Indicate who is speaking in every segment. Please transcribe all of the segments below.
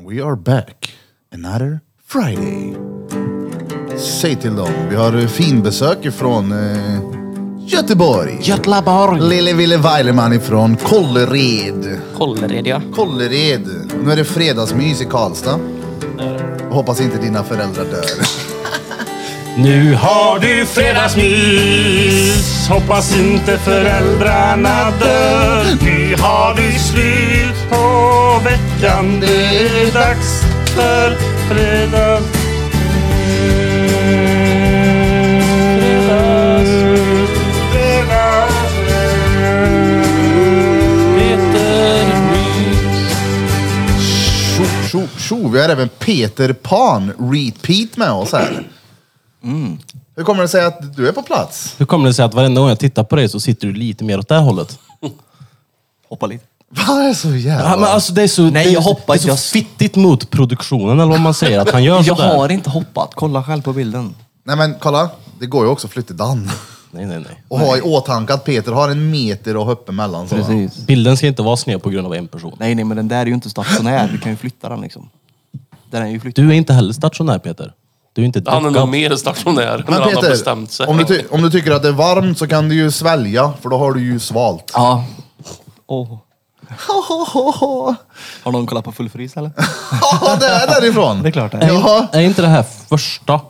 Speaker 1: We are back another Friday. Säg till dem. Vi har eh, finbesök från eh, Göteborg.
Speaker 2: Götlaborg!
Speaker 1: Lille Ville Weileman ifrån Kållered.
Speaker 2: Kållered ja.
Speaker 1: Kållered. Nu är det fredagsmys i Karlstad. Hoppas inte dina föräldrar dör.
Speaker 3: Nu har du fredagsmys Hoppas inte föräldrarna dör Nu har vi slut på veckan Det är dags för fredags... Fredagsmys.
Speaker 1: Tjo, tjo, tjo. Vi har även Peter Pan, repeat, med oss här.
Speaker 4: Mm.
Speaker 1: Hur kommer det sig att du är på plats?
Speaker 4: Hur kommer det sig att varenda gång jag tittar på dig så sitter du lite mer åt det här hållet?
Speaker 2: Hoppa lite.
Speaker 1: Vad är så jävla...
Speaker 4: Ja, men alltså det är så,
Speaker 2: Nej,
Speaker 4: det,
Speaker 2: jag hoppar
Speaker 4: det är så
Speaker 2: just-
Speaker 4: fittigt mot produktionen eller vad man säger att han gör
Speaker 2: Jag
Speaker 4: sådär.
Speaker 2: har inte hoppat. Kolla själv på bilden.
Speaker 1: Nej men kolla, det går ju också att flytta Dan.
Speaker 4: Nej, nej, nej.
Speaker 1: Och ha i åtanke att Peter har en meter att hoppa mellan. Så.
Speaker 4: Bilden ska inte vara sned på grund av en person.
Speaker 2: Nej, nej, men den där är ju inte stationär. Du kan ju flytta den liksom. Den är ju flyttad.
Speaker 4: Du är inte heller stationär Peter. Du är inte
Speaker 5: Han är
Speaker 4: dockad.
Speaker 5: nog mer stationär när
Speaker 1: Men
Speaker 5: han har
Speaker 1: Peter,
Speaker 5: bestämt sig.
Speaker 1: om du, ty- om du tycker att det är varmt så kan du ju svälja, för då har du ju svalt.
Speaker 2: Ja. Åh. Har någon kollat på full frys eller?
Speaker 1: Ja, det är därifrån!
Speaker 2: Det är klart det är.
Speaker 1: Ja.
Speaker 4: Är inte det här första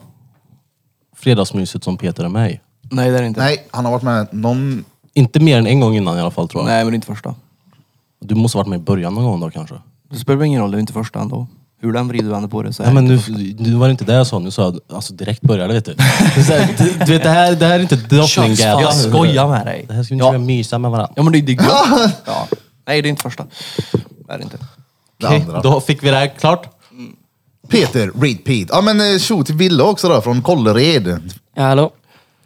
Speaker 4: fredagsmyset som Peter är med i?
Speaker 2: Nej, det är det inte.
Speaker 1: Nej, han har varit med någon...
Speaker 4: Inte mer än en gång innan i alla fall tror jag.
Speaker 2: Nej, men det är inte första.
Speaker 4: Du måste ha varit med i början någon gång då kanske?
Speaker 2: Det spelar väl ingen roll, det är inte första ändå. Hur den vrider och vänder på det så är
Speaker 4: Nej men nu, nu var det inte det jag sa, nu sa jag alltså direkt började vet du. Det är så här, du, du vet det här, det här är inte Drottninggatan.
Speaker 2: Jag skojar med dig.
Speaker 4: Det här ska ni
Speaker 2: ja.
Speaker 4: ja. mysa med varandra.
Speaker 2: ja, men det är digg. ja. Nej, det är inte första. Det är det inte.
Speaker 1: Det
Speaker 4: Okej,
Speaker 1: andra.
Speaker 4: då fick vi det här klart.
Speaker 1: Peter, read Pete. Ja men eh, tjo till Ville också då, från Kållered.
Speaker 6: Ja, hallå?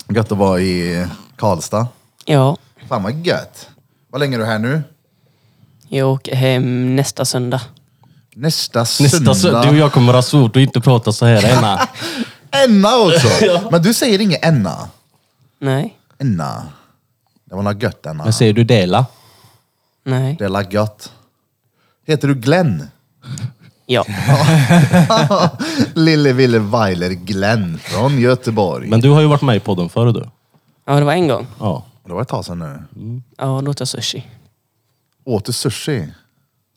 Speaker 1: Gött att vara i Karlstad.
Speaker 6: Ja,
Speaker 1: Fan vad gött. Vad länge är du här nu?
Speaker 6: jag åker hem nästa söndag.
Speaker 1: Nästa
Speaker 4: Nästa
Speaker 1: söndag.
Speaker 4: söndag. Du och jag kommer ha svårt att inte prata så här Emma.
Speaker 1: Enna också! Men du säger inget enna.
Speaker 6: Nej,
Speaker 1: Enna. Det var något gött enna.
Speaker 4: Vad säger du Dela?
Speaker 6: nej,
Speaker 1: Det är la gött. Heter du Glenn?
Speaker 6: ja.
Speaker 1: Lille Ville Weiler Glenn från Göteborg.
Speaker 4: Men du har ju varit med i podden förr du.
Speaker 6: Ja, det var en gång.
Speaker 4: Ja.
Speaker 1: Det var ett tag sedan nu.
Speaker 6: Ja, då åt jag sushi.
Speaker 1: Åt du sushi?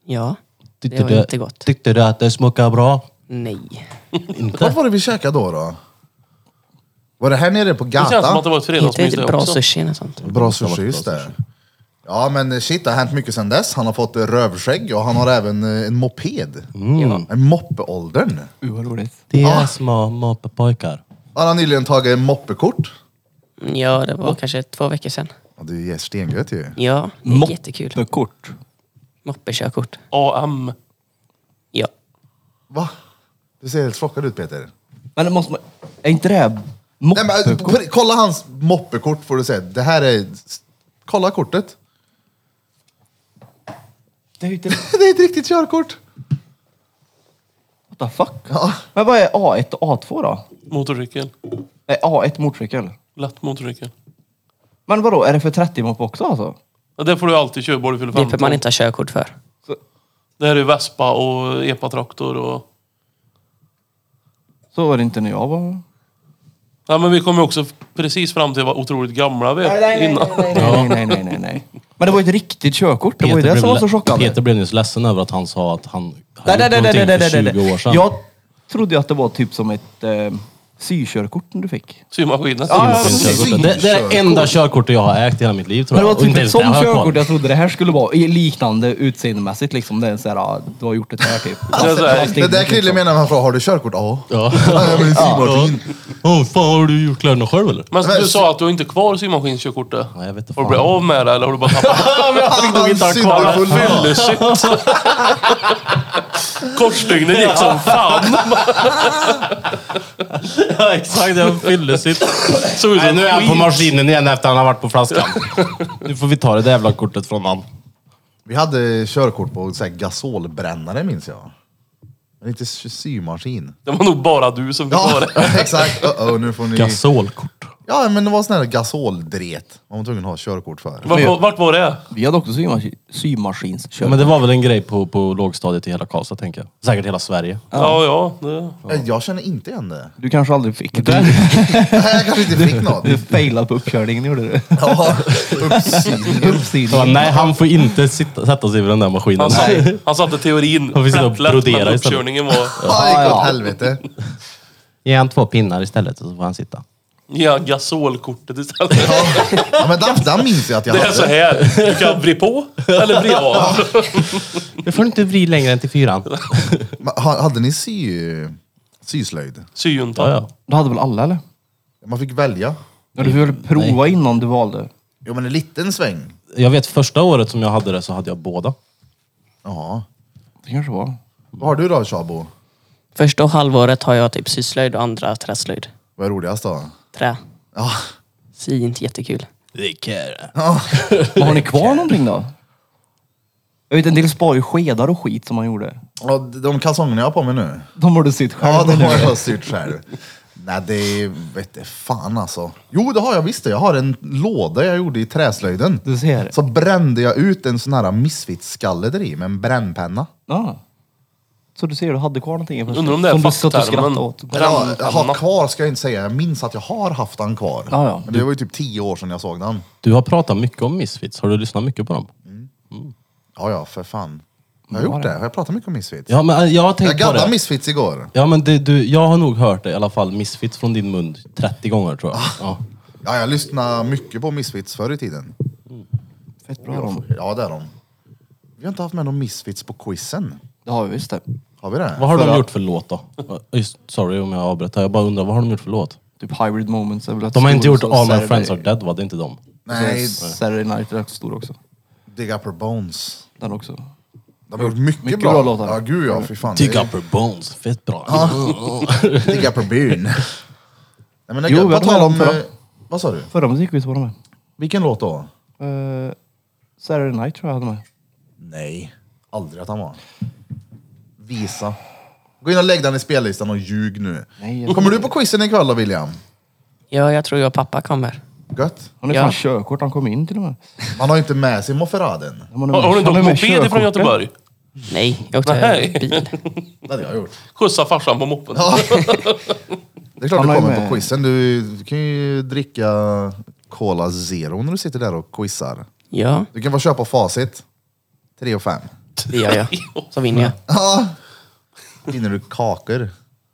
Speaker 6: Ja,
Speaker 4: Tyckte
Speaker 6: det var
Speaker 4: du,
Speaker 6: inte gott.
Speaker 4: Tyckte du att det smakade bra?
Speaker 6: Nej.
Speaker 1: Vart
Speaker 4: Inte?
Speaker 1: var det vi käkade då? då? Var det här nere på
Speaker 5: det känns som att det
Speaker 1: gatan?
Speaker 5: var ett
Speaker 6: Inte
Speaker 5: fredagsmys
Speaker 6: ett
Speaker 5: det
Speaker 6: bra
Speaker 5: också.
Speaker 6: sushi eller sånt.
Speaker 1: Bra sushi, just det. Ja men shit, det har hänt mycket sedan dess. Han har fått eh, rövskägg och han har även eh, en moped. En moppeåldern.
Speaker 2: Uh, vad roligt.
Speaker 4: Det är små moppepojkar.
Speaker 1: Han har nyligen tagit moppekort.
Speaker 6: Ja, det var kanske två veckor sedan.
Speaker 1: Ja, det är ju stengött ju.
Speaker 6: Ja, det är jättekul.
Speaker 2: Kort.
Speaker 6: Moppekörkort.
Speaker 5: AM.
Speaker 6: Ja.
Speaker 1: Va? Du ser helt chockad ut Peter.
Speaker 2: Men det måste man... Är inte det här...
Speaker 1: Nej, men,
Speaker 2: moppekort?
Speaker 1: pr- kolla hans moppekort får du se. Det här är... s- Kolla kortet.
Speaker 2: Det är ju inte...
Speaker 1: Det är ett riktigt körkort.
Speaker 2: What the fuck? Men vad är A1 och A2 då?
Speaker 5: Motorcykel.
Speaker 2: Nej, A1 motorcykel.
Speaker 5: Lätt motorcykel.
Speaker 2: Men vadå, är det för 30 mopp också alltså?
Speaker 5: Ja, Det får du alltid köra bara du fyller
Speaker 6: Det är för att
Speaker 5: 15.
Speaker 6: man inte har körkort för.
Speaker 2: Så,
Speaker 5: Det här är Vespa och epatraktor och...
Speaker 2: så var det inte när jag var...
Speaker 5: Ja, men vi kommer också precis fram till vad otroligt gamla vi är innan.
Speaker 2: nej, nej, nej, nej, nej. Men det var ju ett riktigt körkort. Det var ju det
Speaker 4: blev
Speaker 2: som var
Speaker 4: le-
Speaker 2: så chockande.
Speaker 4: Peter blev nyss ledsen över att han sa att han
Speaker 2: Nej,
Speaker 4: hade
Speaker 2: nej,
Speaker 4: gjort
Speaker 2: nej, nej,
Speaker 4: någonting
Speaker 2: nej,
Speaker 4: för
Speaker 2: nej,
Speaker 4: 20 år
Speaker 2: nej.
Speaker 4: sedan.
Speaker 2: Jag trodde ju att det var typ som ett eh, sykörkort du fick.
Speaker 5: Symaskinen.
Speaker 2: Ja, ja,
Speaker 4: Det
Speaker 2: precis.
Speaker 4: är det- det är det enda körkortet jag har ägt i hela mitt liv tror
Speaker 2: Men
Speaker 4: jag.
Speaker 2: det var
Speaker 4: Och
Speaker 2: typ ett
Speaker 4: inte ens det
Speaker 2: sånt
Speaker 4: har jag kvar.
Speaker 2: körkort jag trodde det här skulle vara. i Liknande utseendemässigt liksom. Det är så här, ah, du har gjort det här typ.
Speaker 5: Det är så här,
Speaker 1: Det där Krille menar man frågar, har du körkort? Ja.
Speaker 4: Ja.
Speaker 1: Ja, men Sigmartin.
Speaker 4: Åh, fan har du gjort kläderna själv eller?
Speaker 5: Men du sa att du inte har kvar symaskinskökortet.
Speaker 4: Nej, jag vet inte
Speaker 5: Har du
Speaker 4: fan.
Speaker 5: blivit av med det eller har du bara tappat det?
Speaker 1: Han syndafull.
Speaker 5: Fyllesynt. Korsstygnet gick som fan.
Speaker 4: Ja, exakt. Jag fyllde sitt.
Speaker 5: Såg ut
Speaker 4: Nej,
Speaker 5: som
Speaker 4: nu är han på
Speaker 5: skit.
Speaker 4: maskinen igen efter han har varit på flaskan. Nu får vi ta det där jävla kortet från han.
Speaker 1: Vi hade körkort på så här, gasolbrännare minns jag. Men inte sy- symaskin.
Speaker 5: Det var nog bara du som fick ha det.
Speaker 1: exakt. Uh -oh, nu får ni...
Speaker 4: Gasolkort.
Speaker 1: Ja, men det var sån här gasoldret. Man var tvungen att ha körkort för.
Speaker 5: Vart, var- vart var det?
Speaker 2: Vi hade också symas- symaskinskörkort.
Speaker 4: Ja, men det var väl en grej på, på lågstadiet i hela Karlstad tänker jag. Säkert hela Sverige.
Speaker 5: Ja, ja. Det.
Speaker 1: Eh, Jag känner inte igen det.
Speaker 2: Du kanske aldrig fick det.
Speaker 1: Nej, jag kanske inte fick något.
Speaker 2: Du failade på uppkörningen gjorde du.
Speaker 1: Ja, uppsyn.
Speaker 4: Så,
Speaker 2: Uppsidan.
Speaker 4: nej, han får inte sitta, sätta sig vid den där maskinen.
Speaker 5: Han, satt, han satte teorin
Speaker 4: Han fick sitta och
Speaker 5: plättlätt, men
Speaker 4: brodera istället.
Speaker 5: uppkörningen var...
Speaker 1: Ja, det gick åt helvete.
Speaker 4: Ge han två pinnar istället och så får han sitta.
Speaker 5: Ja, gasolkortet istället.
Speaker 1: Ja, men den, den minns jag att jag
Speaker 5: Det är så
Speaker 1: hade.
Speaker 5: här. Du kan vri på eller vri av.
Speaker 4: Du får inte vri längre än till fyran.
Speaker 1: Men ha- Hade ni sy, syslöjd?
Speaker 5: Syjunta.
Speaker 4: Ja, ja.
Speaker 2: Du hade väl alla eller?
Speaker 1: Man fick välja.
Speaker 2: Ja, du ville prova innan du valde.
Speaker 1: Jo, men en liten sväng.
Speaker 4: Jag vet första året som jag hade det så hade jag båda.
Speaker 1: Ja.
Speaker 2: Det kanske var.
Speaker 1: Vad har du då, Shabo?
Speaker 6: Första halvåret har jag typ sysslöjd och andra träslöjd.
Speaker 1: Vad är roligast då?
Speaker 6: Trä.
Speaker 1: Ja,
Speaker 6: Sy inte jättekul.
Speaker 4: Det är kär.
Speaker 2: Men har ni kvar någonting då? Jag vet en del spar ju skedar och skit som man gjorde.
Speaker 1: Ja, de kalsongerna jag har på mig nu.
Speaker 2: De har du sytt själv.
Speaker 1: Ja, de har jag sytt själv. Nej, det är, vet du, fan alltså. Jo, det har jag visst det. Jag har en låda jag gjorde i träslöjden.
Speaker 2: Du ser.
Speaker 1: Så brände jag ut en sån här misfitskalle där i med en brännpenna.
Speaker 2: Ja. Så du ser, du hade kvar någonting i första.
Speaker 5: Undrar om det är
Speaker 2: Som du satt och
Speaker 5: facktermen.
Speaker 2: skrattade åt.
Speaker 1: Eller ja,
Speaker 5: Brännpenna.
Speaker 1: ha kvar ska jag inte säga. Jag minns att jag har haft den kvar.
Speaker 2: Ja, ja.
Speaker 1: Men det var ju typ tio år sedan jag såg den.
Speaker 4: Du har pratat mycket om Misfits. Har du lyssnat mycket på dem?
Speaker 1: Ja, ja, för fan. Jag har gjort det. Har jag pratat mycket om misfits?
Speaker 4: Ja, men äh, jag har
Speaker 1: jag
Speaker 4: tänkt på
Speaker 1: gaddade
Speaker 4: det.
Speaker 1: misfits igår.
Speaker 4: Ja, men det, du, jag har nog hört det, i alla fall Misfits från din mun 30 gånger tror jag. Ja.
Speaker 1: Ja, jag lyssnade mycket på misfits förr i tiden.
Speaker 2: Fett bra de.
Speaker 1: Ja, det är de. Vi har inte haft med någon misfits på quizen.
Speaker 2: Det har vi visst det.
Speaker 1: Har vi det?
Speaker 4: Vad har de
Speaker 2: Förra-
Speaker 4: gjort för låt då? Ja, Just, sorry om jag avbryter. Jag bara undrar, vad har de gjort för låt?
Speaker 2: Typ hybrid moments. är väl rätt
Speaker 4: De har inte
Speaker 2: stor,
Speaker 4: gjort
Speaker 2: så
Speaker 4: All My
Speaker 2: Saturday-
Speaker 4: Friends Are Dead va? Det är inte de.
Speaker 1: Nej,
Speaker 2: så Saturday Night är rätt stor också.
Speaker 1: Dig Up Her Bones.
Speaker 2: Den också.
Speaker 1: De har gjort mycket,
Speaker 2: Mycket
Speaker 1: bra.
Speaker 2: bra låtar.
Speaker 1: Ja, gud ja. Fy fan.
Speaker 4: Dig
Speaker 1: Det är-
Speaker 4: Up Her Bones, fett bra.
Speaker 1: Dig Up Her Byn. Nej, men det är
Speaker 2: Jo,
Speaker 1: gött.
Speaker 2: vi
Speaker 1: På
Speaker 2: hade
Speaker 1: tal
Speaker 2: med
Speaker 1: om...
Speaker 2: dem förra.
Speaker 1: eh, Vad sa du?
Speaker 2: Förra musikquiz var de med.
Speaker 1: Vilken låt då?
Speaker 2: Uh, Saturday Night tror jag hade med.
Speaker 1: Nej, aldrig att han var. Visa. Gå in och lägg den i spellistan och ljug nu.
Speaker 2: Nej, jag-
Speaker 1: Kommer du på quizen ikväll då William?
Speaker 6: Ja, jag tror jag och pappa kommer.
Speaker 1: Gött.
Speaker 2: Han har
Speaker 6: Ja.
Speaker 2: fan körkort, han kom in till och med.
Speaker 1: Man har ju inte med sig mofferaden.
Speaker 2: Han
Speaker 5: Har, har du inte
Speaker 2: han är
Speaker 5: åkt
Speaker 2: med
Speaker 5: moped från
Speaker 2: körkorten.
Speaker 5: Göteborg?
Speaker 6: Nej, jag åkte
Speaker 5: Nej.
Speaker 6: bil.
Speaker 1: Det hade jag gjort.
Speaker 5: Skjutsa farsan på moppen.
Speaker 1: Det är klart
Speaker 2: Han
Speaker 1: du
Speaker 2: har ju
Speaker 1: kommer
Speaker 2: med-
Speaker 1: på quizen. Du, du kan ju dricka Cola Zero när du sitter där och quizar.
Speaker 6: Ja,
Speaker 1: Du kan bara köpa facit. 3 och 5.
Speaker 6: det gör jag. Så vinner jag.
Speaker 1: Vinner du kakor?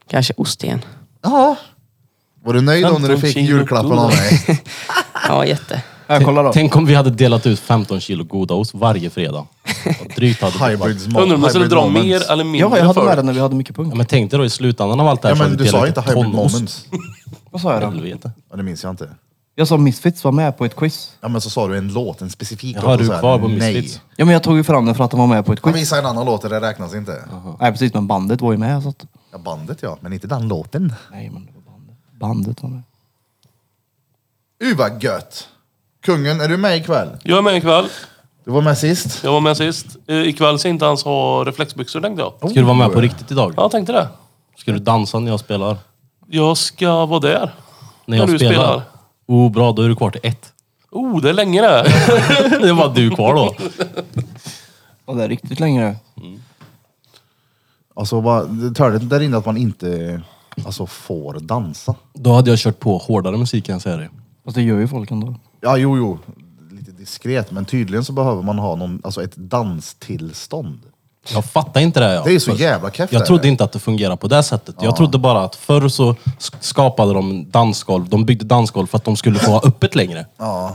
Speaker 6: Kanske ost igen.
Speaker 1: Ja. Var du nöjd då när du
Speaker 5: 15
Speaker 1: fick
Speaker 5: kilo
Speaker 1: julklappen av mig?
Speaker 6: Ja, jätte.
Speaker 2: Ja, kolla då.
Speaker 4: Tänk om vi hade delat ut 15 kilo godaost varje fredag. Vad Drygt hade det varit.
Speaker 1: Hybrids mat.
Speaker 5: Undrar om jag skulle
Speaker 1: hybrid
Speaker 5: dra
Speaker 1: moments.
Speaker 5: mer eller mindre
Speaker 2: Ja, jag hade
Speaker 5: för
Speaker 2: med den
Speaker 5: det.
Speaker 2: när vi hade mycket
Speaker 4: Ja,
Speaker 2: punkt.
Speaker 4: men tänkte då i slutändan av allt det här
Speaker 1: Ja
Speaker 4: så hade
Speaker 1: men
Speaker 4: vi
Speaker 1: du sa
Speaker 4: delat
Speaker 1: inte
Speaker 4: ut
Speaker 1: hybrid
Speaker 4: tonårs-
Speaker 1: moments.
Speaker 2: Vad sa jag då?
Speaker 4: Helvete.
Speaker 1: Ja, det minns jag inte.
Speaker 2: Jag sa Misfits var med på ett quiz.
Speaker 1: Ja men så sa du en låt, en specifik
Speaker 4: Jag
Speaker 1: låt.
Speaker 4: har
Speaker 1: och
Speaker 4: du
Speaker 1: så här,
Speaker 4: kvar på
Speaker 1: nej.
Speaker 4: Misfits.
Speaker 2: Ja, men jag tog ju fram den för att den var med på ett
Speaker 1: Men
Speaker 2: quiz.
Speaker 1: visa en annan låt, det räknas inte.
Speaker 2: Nej, precis, men bandet var ju med. Så att...
Speaker 1: Ja, bandet ja, men inte den låten.
Speaker 2: Nej, men det var bandet. Bandet var med.
Speaker 1: Uh vad gött! Kungen, är du med ikväll?
Speaker 5: Jag är med ikväll.
Speaker 1: Du var med sist.
Speaker 5: Jag var med sist. Eh, Ikväll ska jag inte ens ha reflexbyxor tänkte
Speaker 1: Oh.
Speaker 5: jag.
Speaker 4: Ska du vara med på riktigt idag?
Speaker 5: Ja, jag tänkte det.
Speaker 4: Ska du dansa när jag spelar?
Speaker 5: Jag ska vara där.
Speaker 4: När jag
Speaker 5: du
Speaker 4: spelar?
Speaker 5: spelar.
Speaker 4: Oh, bra, då är du kvar till ett.
Speaker 5: Oh, det är länge det.
Speaker 4: det är bara du kvar då.
Speaker 2: Ja, det är riktigt längre.
Speaker 1: Alltså bara, det tar det där inne att man inte alltså, får dansa.
Speaker 4: Då hade jag kört på hårdare musik kan jag säga dig.
Speaker 2: Fast det gör ju folk ändå.
Speaker 1: Ja, jo, jo. Lite diskret, men tydligen så behöver man ha någon, alltså ett danstillstånd.
Speaker 4: Jag fattar inte det här, jag.
Speaker 1: Det är så jävla kefft.
Speaker 4: Alltså, Jag trodde inte att det fungerar på det sättet. Jag trodde bara att förr så sk- skapade de dansgolv, de byggde dansgolv för att de skulle få ha öppet längre.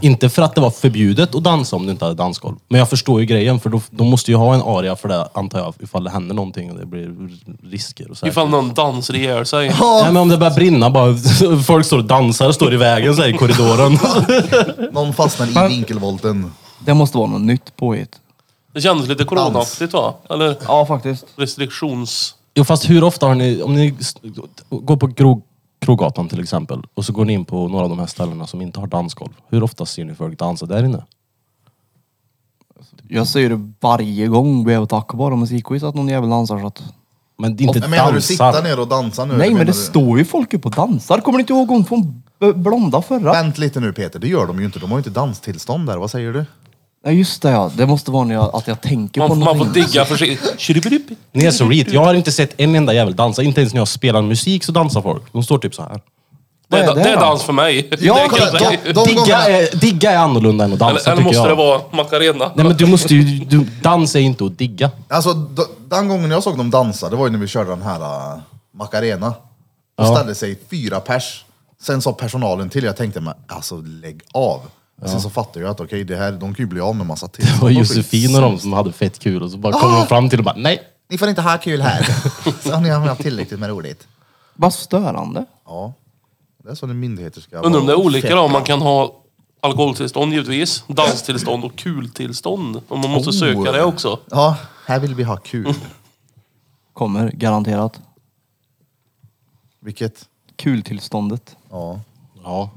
Speaker 4: Inte för att det var förbjudet att dansa om du inte hade dansgolv. Men jag förstår ju grejen, för då, de måste ju ha en area för det antar jag, ifall det händer någonting och det blir r- risker och så här.
Speaker 5: Ifall någon dansar ihjäl sig.
Speaker 4: Nej, men om det börjar brinna bara, folk står och dansar och står i vägen så här, i korridoren.
Speaker 1: Någon fastnar i vinkelvolten.
Speaker 2: Det måste vara något nytt påhitt.
Speaker 5: Det kändes lite coronaaktigt va? Eller
Speaker 2: Ja, faktiskt.
Speaker 5: restriktions...
Speaker 4: Jo, fast hur ofta har ni, om ni s- går på Gro, Krogatan till exempel och så går ni in på några av de här ställena som inte har dansgolv. Hur ofta ser ni folk dansa där inne?
Speaker 2: Jag ser det varje gång vi är på taco bar och musikquiz att någon jävel dansar så att...
Speaker 4: Men det är inte
Speaker 1: Men menar du
Speaker 4: dansar.
Speaker 1: sitta ner och dansa nu?
Speaker 2: Nej,
Speaker 1: eller
Speaker 2: men
Speaker 1: menar
Speaker 2: det
Speaker 1: du-
Speaker 2: står ju folk uppe och dansar. Kommer ni inte ihåg hon från B- blonda förra.
Speaker 1: Vänt lite nu Peter, det gör de ju inte. De har ju inte danstillstånd där. Vad säger du?
Speaker 2: Ja, just det ja. Det måste vara när jag, att jag tänker på
Speaker 5: Man, man
Speaker 2: någonting.
Speaker 5: får digga försiktigt. Shiribiribi.
Speaker 4: Ni är så reet. Jag har inte sett en enda jävel dansa. Inte ens när jag spelar musik så dansar folk. De står typ så här.
Speaker 5: Det,
Speaker 2: Vad
Speaker 5: är
Speaker 2: är
Speaker 5: det,
Speaker 2: det
Speaker 5: är
Speaker 2: då?
Speaker 5: dans för mig.
Speaker 2: Ja,
Speaker 5: det kan
Speaker 2: kolla,
Speaker 5: jag säga.
Speaker 1: de- de
Speaker 4: digga,
Speaker 1: gångerna-
Speaker 4: är, digga är annorlunda än att dansa
Speaker 5: Eller, eller
Speaker 4: tycker
Speaker 5: måste
Speaker 4: jag.
Speaker 5: det vara Macarena?
Speaker 4: Nej men du måste ju... Du, dans är inte att digga.
Speaker 1: Alltså, d- den gången jag såg dem dansa, det var ju när vi körde den här äh, Macarena. Då ställde sig fyra pers. Sen sa personalen till, jag tänkte men alltså lägg av. Sen så fattade jag att okej, det här, de kan ju bli av med massa tillstånd.
Speaker 4: Det var Josefin och de som hade fett kul och så bara kom
Speaker 1: Ah!
Speaker 4: de fram till och bara nej.
Speaker 1: Ni får inte ha kul här. Så har ni haft tillräckligt med roligt.
Speaker 2: Vad störande.
Speaker 1: Ja. Det är så en myndigheter ska
Speaker 5: Undrar om det är olika då,
Speaker 1: Fett.
Speaker 5: om man kan ha alkoholtillstånd givetvis, danstillstånd och kultillstånd. Om man
Speaker 1: Oh.
Speaker 5: måste söka det också.
Speaker 1: Ja, här vill vi ha kul.
Speaker 2: Kommer garanterat.
Speaker 1: Vilket,
Speaker 2: Kultillståndet.
Speaker 1: ja.
Speaker 4: Ja.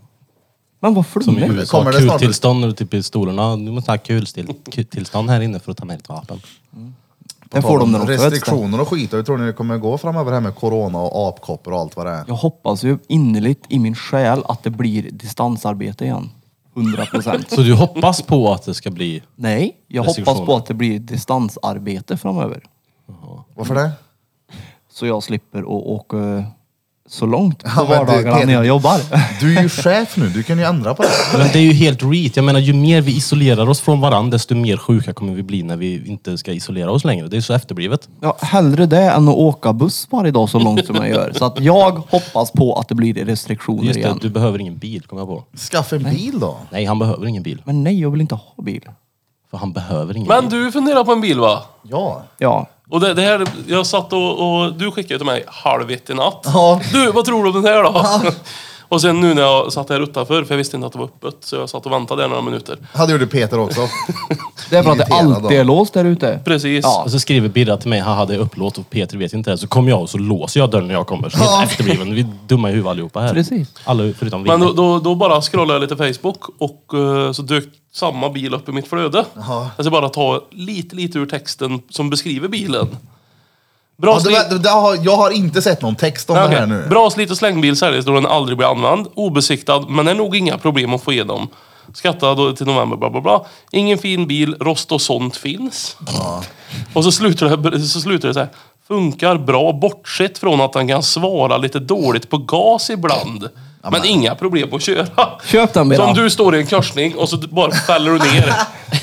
Speaker 2: Men vad
Speaker 4: Som i
Speaker 2: flummigt.
Speaker 4: USA,
Speaker 1: Kommer det snart?
Speaker 4: kultillstånd och typ i stolarna. Du måste ha kulstil- kultillstånd här inne för att ta med ditt vapen.
Speaker 2: Det får de när de föds. det.
Speaker 1: Restriktioner och skit. Och hur tror ni det kommer gå framöver här med corona och apkoppor och allt vad det är?
Speaker 2: Jag hoppas ju innerligt i min själ att det blir distansarbete igen. 100 procent.
Speaker 4: Så du hoppas på att det ska bli...
Speaker 2: Nej, jag hoppas på
Speaker 4: Restriktioner.
Speaker 2: att det blir distansarbete framöver.
Speaker 1: Varför det?
Speaker 2: Så jag slipper att åka eh, så långt på
Speaker 1: men du,
Speaker 2: vardagarna när
Speaker 1: Peter.
Speaker 2: jag jobbar.
Speaker 1: Du är ju chef nu, du kan ju ändra på det.
Speaker 4: Men det är ju helt reet. Jag menar ju mer vi isolerar oss från varandra desto mer sjuka kommer vi bli när vi inte ska isolera oss längre. Det är så efterblivet.
Speaker 2: Ja, hellre det än att åka buss varje dag så långt som jag gör. Så att jag hoppas på att det blir restriktioner
Speaker 4: Just det,
Speaker 2: igen.
Speaker 4: du behöver ingen bil kom jag på.
Speaker 1: Skaffa en bil då.
Speaker 4: Nej, han behöver ingen bil.
Speaker 2: Men nej, jag vill inte ha bil.
Speaker 4: För han behöver ingen
Speaker 5: Men
Speaker 4: bil.
Speaker 5: du funderar på en bil va?
Speaker 1: Ja.
Speaker 2: Ja,
Speaker 5: Och det, det här, jag satt och, och du skickade till mig halv ett i natt.
Speaker 1: Ja.
Speaker 5: Du, vad tror du om den här då? Och sen nu när jag satt här utanför, för jag visste inte att det var öppet, så jag satt och väntade där några minuter.
Speaker 1: Hade gjort det Peter också.
Speaker 2: det är för att det
Speaker 1: Irriterad
Speaker 2: alltid är låst där ute.
Speaker 5: Precis.
Speaker 2: Ja.
Speaker 4: Och så skriver Birra till mig, haha det är upplåt och Peter vet inte det. Så kommer jag och så låser jag dörren när jag kommer. Så ja. efterbliven. Vi är dumma i huvudet allihopa här.
Speaker 2: Precis.
Speaker 4: Alla förutom vi.
Speaker 5: Men då, då, då bara scrollade jag lite Facebook och eh, så dök samma bil upp i mitt flöde.
Speaker 1: Jaha.
Speaker 5: Jag ska bara ta lite, lite ur texten som beskriver bilen. Bra,
Speaker 1: Ja, det,
Speaker 5: slit,
Speaker 1: var- det, det har, jag har inte sett någon text om
Speaker 5: Nej,
Speaker 1: det här
Speaker 5: okej.
Speaker 1: nu.
Speaker 5: Bra slit och slängbil säljs då den aldrig blir använd. Obesiktad, men är nog inga problem att få igenom. Skattad då till november, bla bla bra. Ingen fin bil, rost och sånt finns. Och så slutar, det, så slutar det så här. Funkar bra bortsett från att den kan svara lite dåligt på gas ibland. Men inga problem att köra.
Speaker 2: Köp den
Speaker 5: Så
Speaker 2: Bera.
Speaker 5: om du står i en korsning och så bara fäller du ner.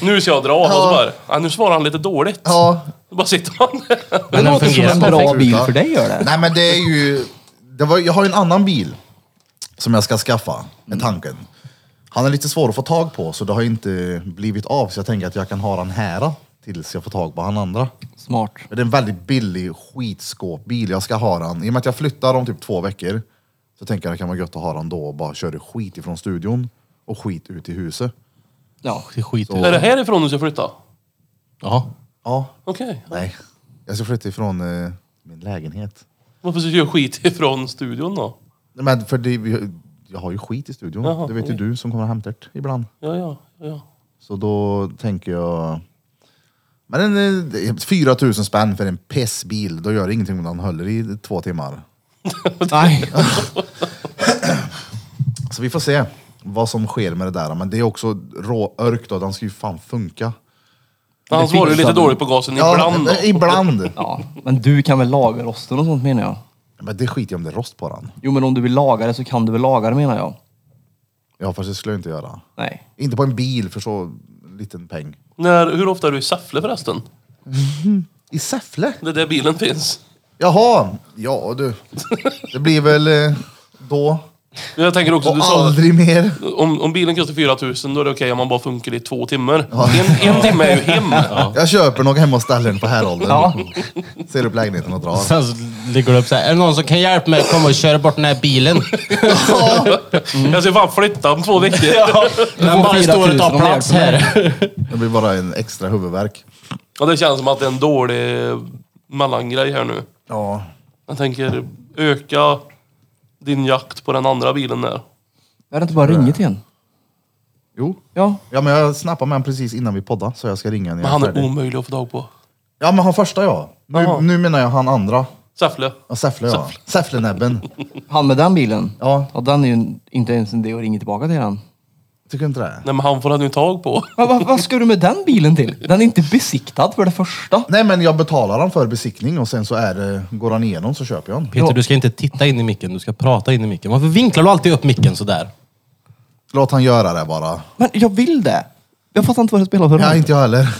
Speaker 5: Nu ska jag dra. Och så bara, ja, nu svarar han lite dåligt.
Speaker 1: Ja.
Speaker 5: Då bara sitter han där.
Speaker 2: Det
Speaker 4: den
Speaker 2: låter som
Speaker 4: fungerar.
Speaker 2: en bra bil för dig gör det.
Speaker 1: Nej men det är ju... Det var, jag har ju en annan bil som jag ska skaffa,
Speaker 2: Mm.
Speaker 1: med tanken. Han är lite svår att få tag på så det har inte blivit av så jag tänker att jag kan ha den här tills jag får tag på han andra.
Speaker 2: Smart.
Speaker 1: Men det är en väldigt billig skitskåpbil. Jag ska ha den. I och med att jag flyttar om typ två veckor så tänker jag att det kan vara gött att ha den då och bara köra skit ifrån studion och skit ut i huset.
Speaker 2: Ja.
Speaker 4: Det skiter
Speaker 5: Är det
Speaker 4: vi i.
Speaker 5: härifrån du ska flytta?
Speaker 4: Jaha.
Speaker 1: Ja,
Speaker 5: Okej.
Speaker 1: nej. Jag ska flytta ifrån eh, min lägenhet.
Speaker 5: Varför ska du göra skit ifrån studion då?
Speaker 1: Nej, Men för det, vi- jag har ju skit i studion.
Speaker 5: Jaha,
Speaker 1: det vet ju
Speaker 5: okej.
Speaker 1: du som kommer och hämtar det ibland.
Speaker 5: Ja, ja, ja.
Speaker 1: Så då tänker jag... Men en, eh, 4 000 spänn för en pissbil, då gör det ingenting om den håller i två timmar.
Speaker 2: Nej.
Speaker 1: Så Alltså, vi får se vad som sker med det där. Men det är också råörk då, den ska ju fan funka.
Speaker 5: Han
Speaker 2: Det
Speaker 5: svarar ju
Speaker 2: finns
Speaker 5: lite
Speaker 2: en-
Speaker 5: dåligt på gasen ibland då.
Speaker 1: Ja, ibland.
Speaker 2: Ja. Men du kan väl laga rosten och sånt menar jag?
Speaker 1: Men det skiter jag om det är rost på den.
Speaker 2: Jo men om du vill laga det så kan du väl laga det menar jag?
Speaker 1: Ja fast det skulle jag inte göra.
Speaker 2: Nej.
Speaker 1: Inte på en bil för så liten peng.
Speaker 5: När, hur ofta är du i Säffle förresten?
Speaker 1: I Säffle?
Speaker 5: Det är där bilen finns.
Speaker 1: Jaha, ja du. Det blir väl eh, då
Speaker 5: Jag tänker också, du
Speaker 1: och
Speaker 5: sa
Speaker 1: aldrig mer.
Speaker 5: om, om bilen kostar 4000 då är det okej om man bara funkar i två timmar. En, en timme är ju hem.
Speaker 1: Jag köper nog hemma och ställer den på häråldern.
Speaker 2: Ja.
Speaker 1: Ser upp lägenheten och drar.
Speaker 4: Sen så ligger du upp så här. Är det någon som kan hjälpa mig att komma och köra bort den här bilen?
Speaker 1: Mm.
Speaker 5: Jag ska fan flytta om två veckor. Ja.
Speaker 4: Den
Speaker 2: 4
Speaker 4: bara
Speaker 2: 000
Speaker 4: står och
Speaker 2: om
Speaker 4: tar
Speaker 2: det är
Speaker 4: plats
Speaker 2: som är.
Speaker 4: här.
Speaker 1: Det blir bara en extra huvudvärk.
Speaker 5: det känns som att det är en dålig mellangrej här nu.
Speaker 1: Ja.
Speaker 5: Jag tänker öka din jakt på den andra bilen där.
Speaker 2: Är det inte bara ringet igen?
Speaker 1: Jo.
Speaker 2: Ja.
Speaker 1: Ja men jag snappade med honom precis innan vi poddade så jag ska ringa när jag
Speaker 5: Men han
Speaker 1: färdig.
Speaker 5: är omöjlig att få tag på.
Speaker 1: Ja men han första ja. Nu,
Speaker 5: Jaha.
Speaker 1: nu menar jag han andra.
Speaker 5: Säffle.
Speaker 1: Ja, Säffle ja. Säfflenäbben.
Speaker 2: Han med den bilen?
Speaker 1: Ja.
Speaker 2: ja den är ju inte ens en det att ringa tillbaka till den.
Speaker 1: Tycker du inte det?
Speaker 5: Nej men han får han ju tag på.
Speaker 2: Men vad, vad ska du med den bilen till? Den är inte besiktad för det första.
Speaker 1: Nej men jag betalar den för besiktning och sen så är det, går han igenom så köper jag den.
Speaker 4: Peter, du ska inte titta in i micken, du ska prata in i micken. Varför vinklar du alltid upp micken sådär?
Speaker 1: Låt han göra det bara.
Speaker 2: Men jag vill det. Jag fattar inte vad det spelar för roll.
Speaker 1: Ja, inte jag heller.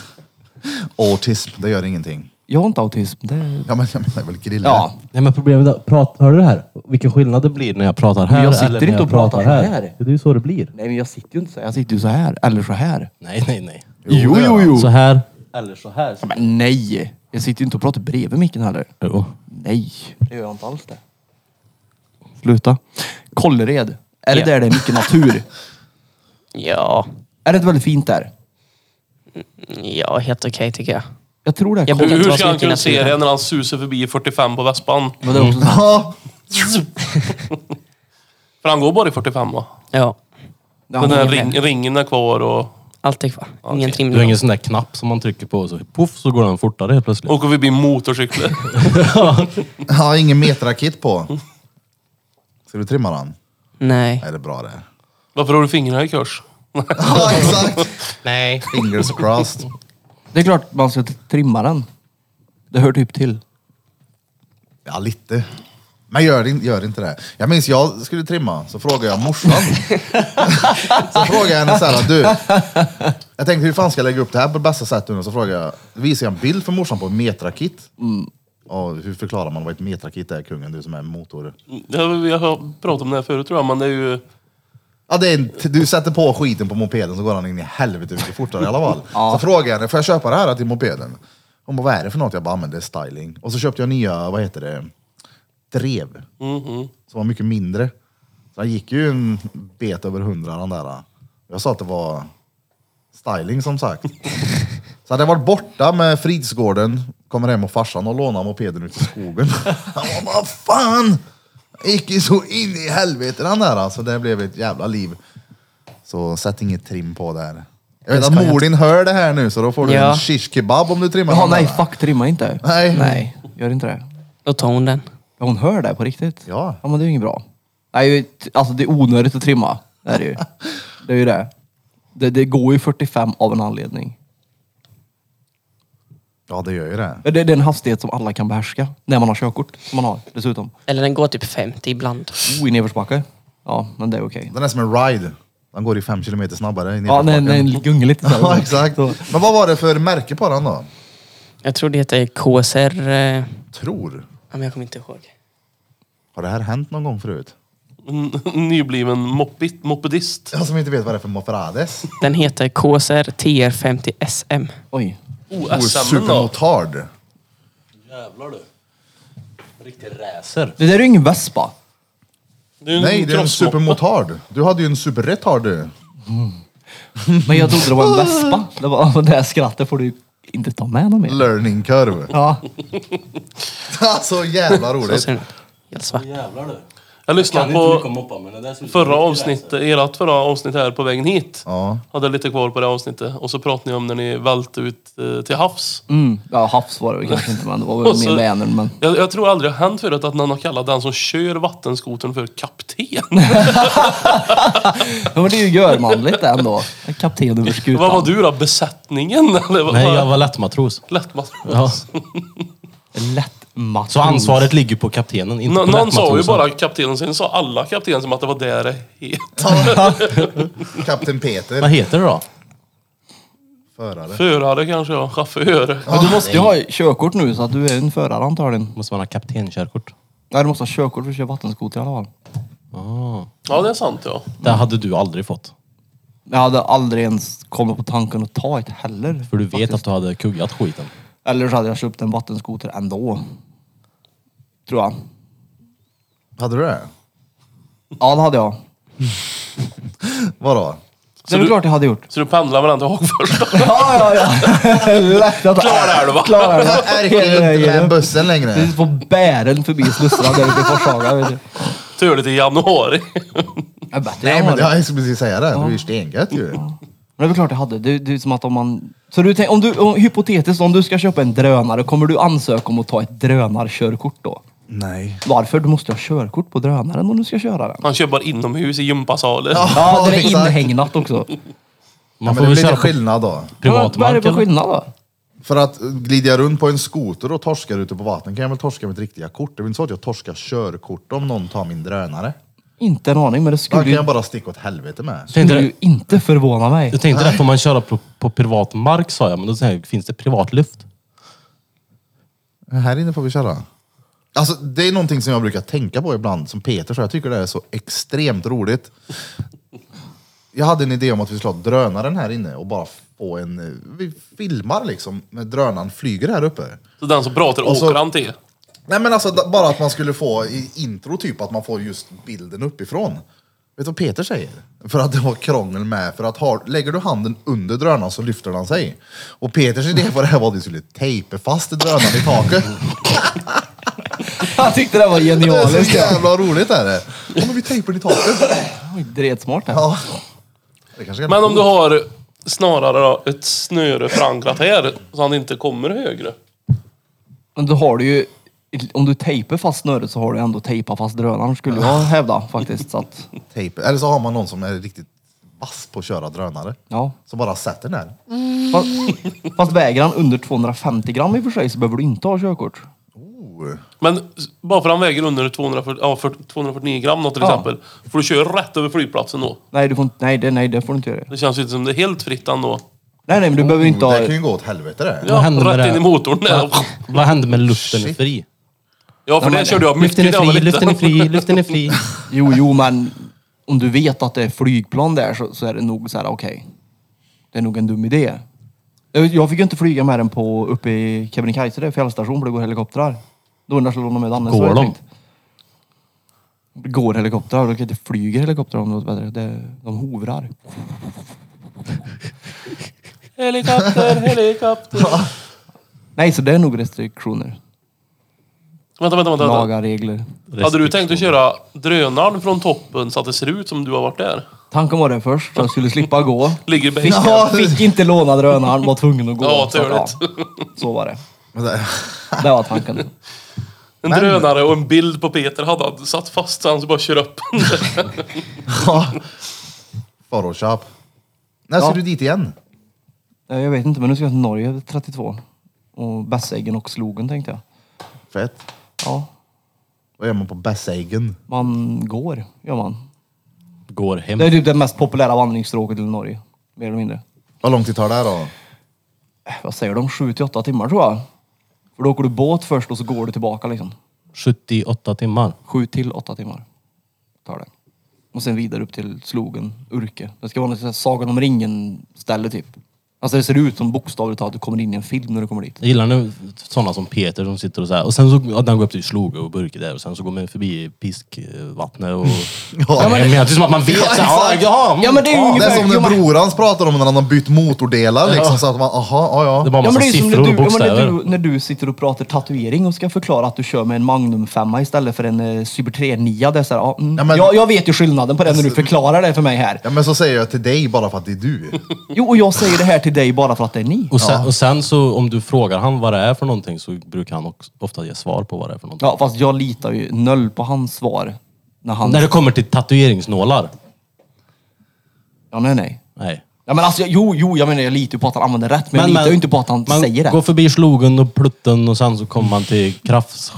Speaker 1: Autism, det gör ingenting.
Speaker 2: Jag har inte autism. Det...
Speaker 1: Ja men jag menar väl grilla.
Speaker 2: Ja.
Speaker 4: Nej men problemet är, prat, hör du det här? Vilken skillnad det blir när jag pratar här
Speaker 2: Men jag sitter
Speaker 4: eller när
Speaker 2: inte
Speaker 4: jag
Speaker 2: och pratar så här.
Speaker 4: Det är ju så det blir.
Speaker 2: Nej men jag sitter ju inte så här. Jag sitter ju så här. Eller så här.
Speaker 4: Nej, nej, nej.
Speaker 1: det gör han.
Speaker 4: Så här. Eller så här.
Speaker 2: Ja, Men nej. Jag sitter ju inte och pratar bredvid micken heller.
Speaker 4: Jo.
Speaker 2: Nej. Det gör jag inte alls det. Sluta. Kållered. Är det
Speaker 4: Ja.
Speaker 2: där det är mycket natur?
Speaker 6: Ja,
Speaker 2: är det inte väldigt fint där?
Speaker 6: ja helt okej tycker jag.
Speaker 2: Jag tror det.
Speaker 5: Hur,
Speaker 6: Jag brukar inte
Speaker 5: hur
Speaker 6: vara
Speaker 5: ska han
Speaker 6: snygg i
Speaker 5: kunna se
Speaker 6: naturen.
Speaker 5: det när han susar förbi i 45 på vespan?
Speaker 2: Men det är också så här.
Speaker 1: Ja,
Speaker 5: För han går bara i 45 va?
Speaker 6: Ja,
Speaker 5: Den
Speaker 2: Ja,
Speaker 5: där
Speaker 2: men-
Speaker 5: ring, ringen är kvar och
Speaker 6: allt är kvar. Ingen
Speaker 5: Okej.
Speaker 4: Du har
Speaker 6: trimning.
Speaker 4: ingen sån där knapp som man trycker på och så poff så går den fortare helt plötsligt.
Speaker 5: åker förbi motorcyklar.
Speaker 1: ja ingen metrakit på. Ska du trimma den?
Speaker 6: Nej.
Speaker 1: Nej det är bra det.
Speaker 5: Varför har du fingrarna i kors?
Speaker 1: Ja exakt.
Speaker 4: Nej.
Speaker 1: Fingers crossed.
Speaker 2: Det är klart man ska trimma den. Det hör typ till.
Speaker 1: Ja lite. Men gör, in- gör inte det. Jag minns jag skulle trimma, så frågade jag morsan. så frågade jag henne så här, du. Jag tänkte hur fan ska jag lägga upp det här på det bästa sättet nu? Så frågade jag, visade jag en bild för morsan på metrakit. Och hur förklarar man vad ett metrakit är kungen, du som är motor?
Speaker 5: Ja, vi har pratat om det här förut tror jag, men det är ju...
Speaker 1: Ja, det är, en- du sätter på skiten på mopeden så går han in i helvete mycket fortare i alla fall. Så frågade jag henne, får jag köpa det här till mopeden? Hon bara, vad är det för något? Jag bara, "Ah, men det är styling. Och så köpte jag nya, vad heter det, drev.
Speaker 2: Mm-hmm.
Speaker 1: Som var mycket mindre. Så han gick ju en bet över hundra den där. Jag sa att det var styling som sagt. Så hade jag varit borta med Fridsgården, kommer hem och farsan och lånar mopeden ut i skogen. Han bara, vad fan! Gick ju så in i helvete den där alltså. Det blev ett jävla liv. Så sätt inget trim på där. Jag vet att mor din hör det här nu så då får du
Speaker 6: Ja.
Speaker 1: en shish kebab om du trimmar
Speaker 2: Jaha
Speaker 1: den
Speaker 2: nej,
Speaker 1: där.
Speaker 2: fuck trimma inte.
Speaker 1: Nej.
Speaker 2: Nej, gör inte det.
Speaker 6: Då tar hon den.
Speaker 2: Ja, Hon hör det på riktigt?
Speaker 1: Ja.
Speaker 2: Ja men det är ju inget bra. Nej, t- alltså det är onödigt att trimma. Det är det ju. Det är ju det. Det, det går ju 45 av en anledning.
Speaker 1: Ja det gör ju det.
Speaker 2: Det, det är en hastighet som alla kan behärska. När man har körkort. Som man har dessutom.
Speaker 6: Eller den går typ 50 ibland.
Speaker 2: Oh, i nedförsbacke. Ja, men det är okej.
Speaker 1: Den är som en ride. Den går i fem kilometer snabbare. i
Speaker 2: Ja, nej,
Speaker 1: nedförsbacken.
Speaker 2: nej, gunga lite. så
Speaker 1: ja
Speaker 2: här.
Speaker 1: exakt.
Speaker 2: Så.
Speaker 1: Men vad var det för märke på den då?
Speaker 6: Jag tror det heter KSR... Eh,
Speaker 1: Tror.
Speaker 6: ja, men jag kommer inte ihåg.
Speaker 1: Har det här hänt någon gång förut?
Speaker 5: en Nybliven moppit, mopedist.
Speaker 1: Jag som inte vet vad det är för Moferades.
Speaker 6: Den heter KSR TR50SM.
Speaker 2: Oj.
Speaker 5: Oh, SM -en då.
Speaker 1: Supermotard.
Speaker 4: Jävlar du. Riktig räser.
Speaker 2: Det där är ju ingen Vespa.
Speaker 5: Det är en
Speaker 1: Nej, det är en
Speaker 5: crossmoppe.
Speaker 1: supermotard. Du hade ju en superretard du.
Speaker 2: Men jag trodde det var en Vespa. Det, var, det här skrattet får du ju inte ta med någon mer.
Speaker 1: Learning curve.
Speaker 2: Ja.
Speaker 1: så jävla
Speaker 6: Så
Speaker 1: roligt.
Speaker 6: ser den ut. Helt svart.
Speaker 4: Jävlar du.
Speaker 5: Jag lyssnade på
Speaker 4: moppa men det där ser ut som en
Speaker 5: förra
Speaker 4: riktig
Speaker 5: avsnitt, ert förra avsnitt här på vägen hit.
Speaker 1: Ja.
Speaker 5: Hade lite kvar på det avsnittet. Och så pratade ni om när ni välte ut eh, till havs.
Speaker 2: Mm. ja, havs var det väl kanske inte men det var
Speaker 5: Och
Speaker 2: väl
Speaker 5: så-
Speaker 2: mer Vänern. Men...
Speaker 5: Jag, jag tror aldrig det har hänt förut att någon har kallat den som kör vattenskotern för kapten.
Speaker 2: Ja, men det är ju görmanligt det ändå. Kapten över skutan.
Speaker 5: Vad var du då? Besättningen? Eller vad,
Speaker 4: Nej,
Speaker 5: vad-
Speaker 4: jag var lättmatros.
Speaker 5: Lättmatros.
Speaker 4: Ja.
Speaker 2: Lätt matros.
Speaker 4: Så ansvaret ligger på kaptenen, inte
Speaker 5: Nå-
Speaker 4: på
Speaker 5: Någon sa ju
Speaker 4: lättmatrosen.
Speaker 5: bara kaptenen, sen sa alla kaptenen som att det var där det het.
Speaker 1: Kapten
Speaker 4: Vad
Speaker 1: Peter.
Speaker 4: heter det då?
Speaker 1: Förare.
Speaker 5: Förare kanske ja, chaufför.
Speaker 2: Men du måste ju ha körkort nu så att du är en förare antagligen.
Speaker 4: Måste man ha kaptenkörkort?
Speaker 2: Nej, du måste ha körkort för att köra vattenskoter i alla fall.
Speaker 5: Ja, det är sant ja.
Speaker 4: Ah. Det hade du aldrig fått.
Speaker 2: Jag hade aldrig ens kommit på tanken att ta ett heller.
Speaker 4: För du vet
Speaker 2: faktiskt.
Speaker 4: att du hade kuggat skiten.
Speaker 2: Eller så hade jag köpt en vattenskoter ändå. Tror jag.
Speaker 1: Hade du det?
Speaker 2: Ja, det hade jag.
Speaker 1: Vadå?
Speaker 2: det är väl
Speaker 5: du-
Speaker 2: klart jag hade gjort.
Speaker 5: Så du pendlar mellan till Hagfors?
Speaker 2: Ja, ja, ja. Lätt att...
Speaker 5: Klarälva.
Speaker 2: Klar
Speaker 1: Jag ärker inte den bussen längre.
Speaker 2: Precis på bären förbi Slussarna där ute i Forshaga. vet du.
Speaker 5: Tur det i januari.
Speaker 2: Jag är bättre än
Speaker 1: Nej
Speaker 2: jag
Speaker 1: men
Speaker 2: var.
Speaker 1: jag skulle precis säga det. Det är ju stengött ju.
Speaker 2: Men det är väl klart jag hade. Det, det är som att om man Så du tänk, om du, om, hypotetiskt, om du ska köpa en drönare, kommer du ansöka om att ta ett drönarkörkort då?
Speaker 1: Nej.
Speaker 2: Varför? Du måste ha körkort på drönaren om du ska köra den.
Speaker 5: Han kör bara inomhus i gympasaler.
Speaker 2: Ja, den är
Speaker 1: exakt.
Speaker 2: inhägnat också.
Speaker 1: Ja,
Speaker 4: Man
Speaker 1: men
Speaker 4: får
Speaker 1: det
Speaker 4: väl
Speaker 1: blir
Speaker 4: köra
Speaker 1: lite
Speaker 4: på
Speaker 1: skillnad då.
Speaker 4: privat
Speaker 2: Vad är det
Speaker 4: mark.
Speaker 2: för
Speaker 4: eller?
Speaker 2: skillnad då?
Speaker 1: För att glider jag runt på en skoter och torskar ute på vattnet kan jag väl torska mitt riktiga kort. Det är väl inte så att jag torskar körkort om någon tar min drönare.
Speaker 2: Inte en aning, men det
Speaker 1: Då
Speaker 2: skulle,
Speaker 1: kan
Speaker 2: ju,
Speaker 1: jag bara sticka åt helvete med.
Speaker 2: skulle ju inte förvåna mig.
Speaker 4: Jag tänkte det, får man köra på, på privat mark sa jag, men då tänkte jag, finns det privatluft?
Speaker 1: Här inne får vi köra. Alltså, det är någonting som jag brukar tänka på ibland, som Peter sa. Jag tycker det är så extremt roligt. Jag hade en idé om att vi skulle ha drönaren här inne och bara få en... eh, Vi filmar liksom när drönaren flyger här uppe.
Speaker 5: Så den som pratar
Speaker 1: Och så-
Speaker 5: åker han till.
Speaker 1: Nej men alltså da- bara att man skulle få i intro typ att man får just bilden uppifrån. Vet du vad Peter säger? För att det var krångel med, för att har, lägger du handen under drönaren så lyfter den sig. Och Peters idé var det här var att vi skulle tejpa fast drönaren i taket.
Speaker 2: Han tyckte det var
Speaker 1: Det är
Speaker 2: genialiskt.
Speaker 1: så jävla roligt är det. Ja men vi tejpar den i taket.
Speaker 2: Oj, Dretsmart. här.
Speaker 1: Ja. Det kanske kan
Speaker 5: Men om du har snarare då, ett snöre förankrat här så han inte kommer högre.
Speaker 2: Men då har du ju, om du tejpar fast snöret så har du ändå tejpat fast drönaren skulle jag hävda faktiskt. Så att,
Speaker 1: tejpa. Eller så har man någon som är riktigt vass på att köra drönare.
Speaker 2: ja.
Speaker 1: Som bara sätter den här.
Speaker 2: fast, fast väger han under 250 gram i och för sig så behöver du inte ha körkort.
Speaker 5: Men s- bara för han väger under 240, ja, 40 249 gram då, till
Speaker 2: Ja.
Speaker 5: exempel. Får du köra rätt över flygplatsen då.
Speaker 2: Nej, du får inte, nej, det, nej, det får du inte göra.
Speaker 5: Det känns ju inte som det är helt fritt ändå.
Speaker 2: Nej, nej, men du behöver inte ha...
Speaker 1: Det kan ju gå åt helvete det.
Speaker 5: Ja,
Speaker 4: Vad händer med
Speaker 5: rätt
Speaker 4: det?
Speaker 5: in i motorn där.
Speaker 4: Vad- Vad händer med luften är
Speaker 1: Shit.
Speaker 4: fri?
Speaker 5: Ja, för
Speaker 2: men-
Speaker 5: det körde jag mycket
Speaker 4: Luften är
Speaker 5: när jag var
Speaker 4: fri,
Speaker 5: liten.
Speaker 4: luften är fri, luften är fri.
Speaker 2: Jo, jo, men om du vet att det är flygplan där så, så är det nog så här, okej. Det är nog en dum idé. Jag, jag fick ju inte flyga med den på, uppe i Kebnekaise, det är fjällstation, för det går helikoptrar. Då undrar jag om de är Danne. så
Speaker 4: Går
Speaker 2: har jag
Speaker 4: de?
Speaker 2: tänkt. Det går helikoptrar, det det flyger helikoptrar om något bättre. Det, de hovrar.
Speaker 5: Helikopter, helikopter.
Speaker 2: Nej, så det är nog restriktioner.
Speaker 5: vänta, vänta, vänta. vänta.
Speaker 2: Lagar, regler.
Speaker 5: Hade du tänkt att köra drönaren från toppen så att det ser ut som du har varit där?
Speaker 2: Tanken var det först, så jag skulle slippa gå.
Speaker 5: Ligger i
Speaker 2: Fick,
Speaker 5: bänken.
Speaker 2: fick inte låna drönaren, var tvungen att gå.
Speaker 5: Ja,
Speaker 2: Så att,
Speaker 5: turligt.
Speaker 2: så var det.
Speaker 1: Ja.
Speaker 2: Det var tanken.
Speaker 5: En
Speaker 1: Men-
Speaker 5: drönare och en bild på Peter hade han satt fast så han skulle bara köra upp den.
Speaker 1: Photoshop. När ska
Speaker 2: Ja.
Speaker 1: du dit igen?
Speaker 2: Nej, Eh, Jag vet inte, men nu ska jag till Norge 32. Och Bässäggen och Slogen tänkte jag.
Speaker 1: Fett.
Speaker 2: Ja,
Speaker 1: Vad gör man på Bässägen?
Speaker 2: man går, gör man.
Speaker 4: Går hem.
Speaker 2: Det är typ det mest populära vandringsstråket i Norge. Mer eller mindre.
Speaker 1: Vad lång tid tar det här då?
Speaker 2: Äh, Vad säger de? 7 till 8 timmar tror jag. För då åker du båt först och så går du tillbaka liksom.
Speaker 4: 78 timmar.
Speaker 2: 7 till 8 timmar tar det. Och sen vidare upp till Slogen, Urke. Det ska vara något sånt här Sagan om ringen-ställe typ. Alltså det ser ut som bokstavligt talat att du kommer in i en film när du kommer dit.
Speaker 4: Jag gillar nu sådana som Peter som sitter och så här. Och sen så, ja, den går upp till Sloga och Burke där och sen så går man förbi Piskvattnet och... ja, men, det är som att man vet. så här, Ja,
Speaker 1: exakt.
Speaker 4: ja,
Speaker 2: Ja men det är ju
Speaker 1: Det
Speaker 2: ungefär...
Speaker 1: är som
Speaker 2: jo,
Speaker 1: när
Speaker 2: men-
Speaker 1: brorans pratar om när han har bytt motordelar liksom. Så att man, aha, ja
Speaker 4: Det är
Speaker 1: ja.
Speaker 2: Ja,
Speaker 4: bara
Speaker 2: men
Speaker 4: massa
Speaker 2: det är ju som
Speaker 4: siffror
Speaker 2: när
Speaker 4: och
Speaker 2: du, ja, men
Speaker 4: bokstäver.
Speaker 2: när, du, när du sitter och pratar tatuering och ska förklara att du kör med en Magnum 5 istället för en eh, Cyber 3 9. Det är så här, ja, mm.
Speaker 1: Ja, men-
Speaker 2: jag, jag vet ju skillnaden på det när du förklarar det för mig här.
Speaker 1: Ja men så säger jag till dig bara för att det är du.
Speaker 2: Jo, och jag säger det här till dig bara för att det är ni.
Speaker 4: Och sen, och sen så om du frågar han vad det är för någonting så brukar han också, ofta ge svar på vad det är för någonting.
Speaker 2: Ja, fast jag litar ju noll på hans svar. När han...
Speaker 4: När det kommer till tatueringsnålar.
Speaker 2: Ja, nej, nej.
Speaker 4: Nej.
Speaker 2: Ja, men alltså, jag- jo, jo, jag menar jag litar ju på att han använder rätt, men, jag litar ju inte på att han
Speaker 4: man
Speaker 2: säger det.
Speaker 4: går förbi slogen och plutten och sen så kommer man till krafts...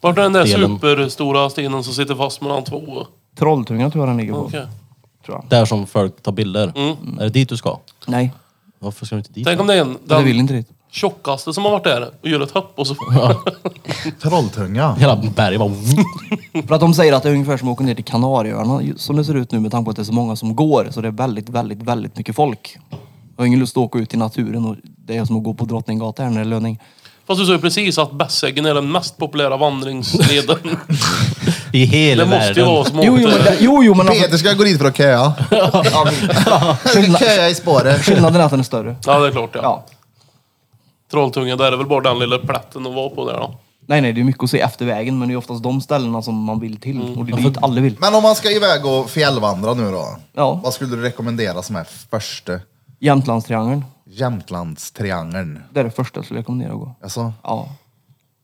Speaker 5: Vart är den där
Speaker 4: Delen.
Speaker 5: superstora stenen som sitter fast mellan två?
Speaker 2: Trolltunga tror jag den ligger på.
Speaker 5: Okej.
Speaker 2: Tror jag.
Speaker 4: Där som folk tar bilder. Är det dit du ska?
Speaker 2: Nej,
Speaker 4: Varför ska du inte dit?
Speaker 5: Mm. Tänk
Speaker 4: då?
Speaker 5: om det är en,
Speaker 2: det vill
Speaker 5: den
Speaker 2: inte riktigt.
Speaker 5: tjockaste som har varit där och gör ett hopp och så...
Speaker 1: Trolltunga.
Speaker 4: Hela berget bara...
Speaker 2: För att de säger att det är ungefär som att åka ner till Kanarieöarna ju- som det ser ut nu med tanke på att det är så många som går. Så det är väldigt, väldigt, väldigt mycket folk. Jag har ingen lust att åka ut i naturen och det är som att gå på Drottninggatan här när det är löning.
Speaker 5: Fast du sa ju precis att Bässäggen är den mest populära vandringsleden.
Speaker 4: I hela
Speaker 5: det måste ju
Speaker 4: världen.
Speaker 5: vara som
Speaker 2: Jo, jo, men,
Speaker 5: åkte...
Speaker 2: det- jo, jo, men alltså,
Speaker 1: Peter ska gå dit för att köa. Jag ska köa i spåret.
Speaker 2: skillnaden är att den är större.
Speaker 5: Ja, det är klart ja.
Speaker 2: Ja.
Speaker 5: Trolltunga, där är väl bara den lilla plätten att vara på där då.
Speaker 2: Nej, nej, det är mycket att se efter vägen, men det är oftast de ställena som man vill till. Och det är dit alla vill.
Speaker 1: Men om man ska iväg och fjällvandra nu då?
Speaker 2: Ja.
Speaker 1: Vad skulle du rekommendera som är första?
Speaker 2: Jämtlandstriangeln.
Speaker 1: Jämtlandstriangeln.
Speaker 2: Det är det första jag skulle rekommendera att gå.
Speaker 1: Alltså,
Speaker 2: Ja.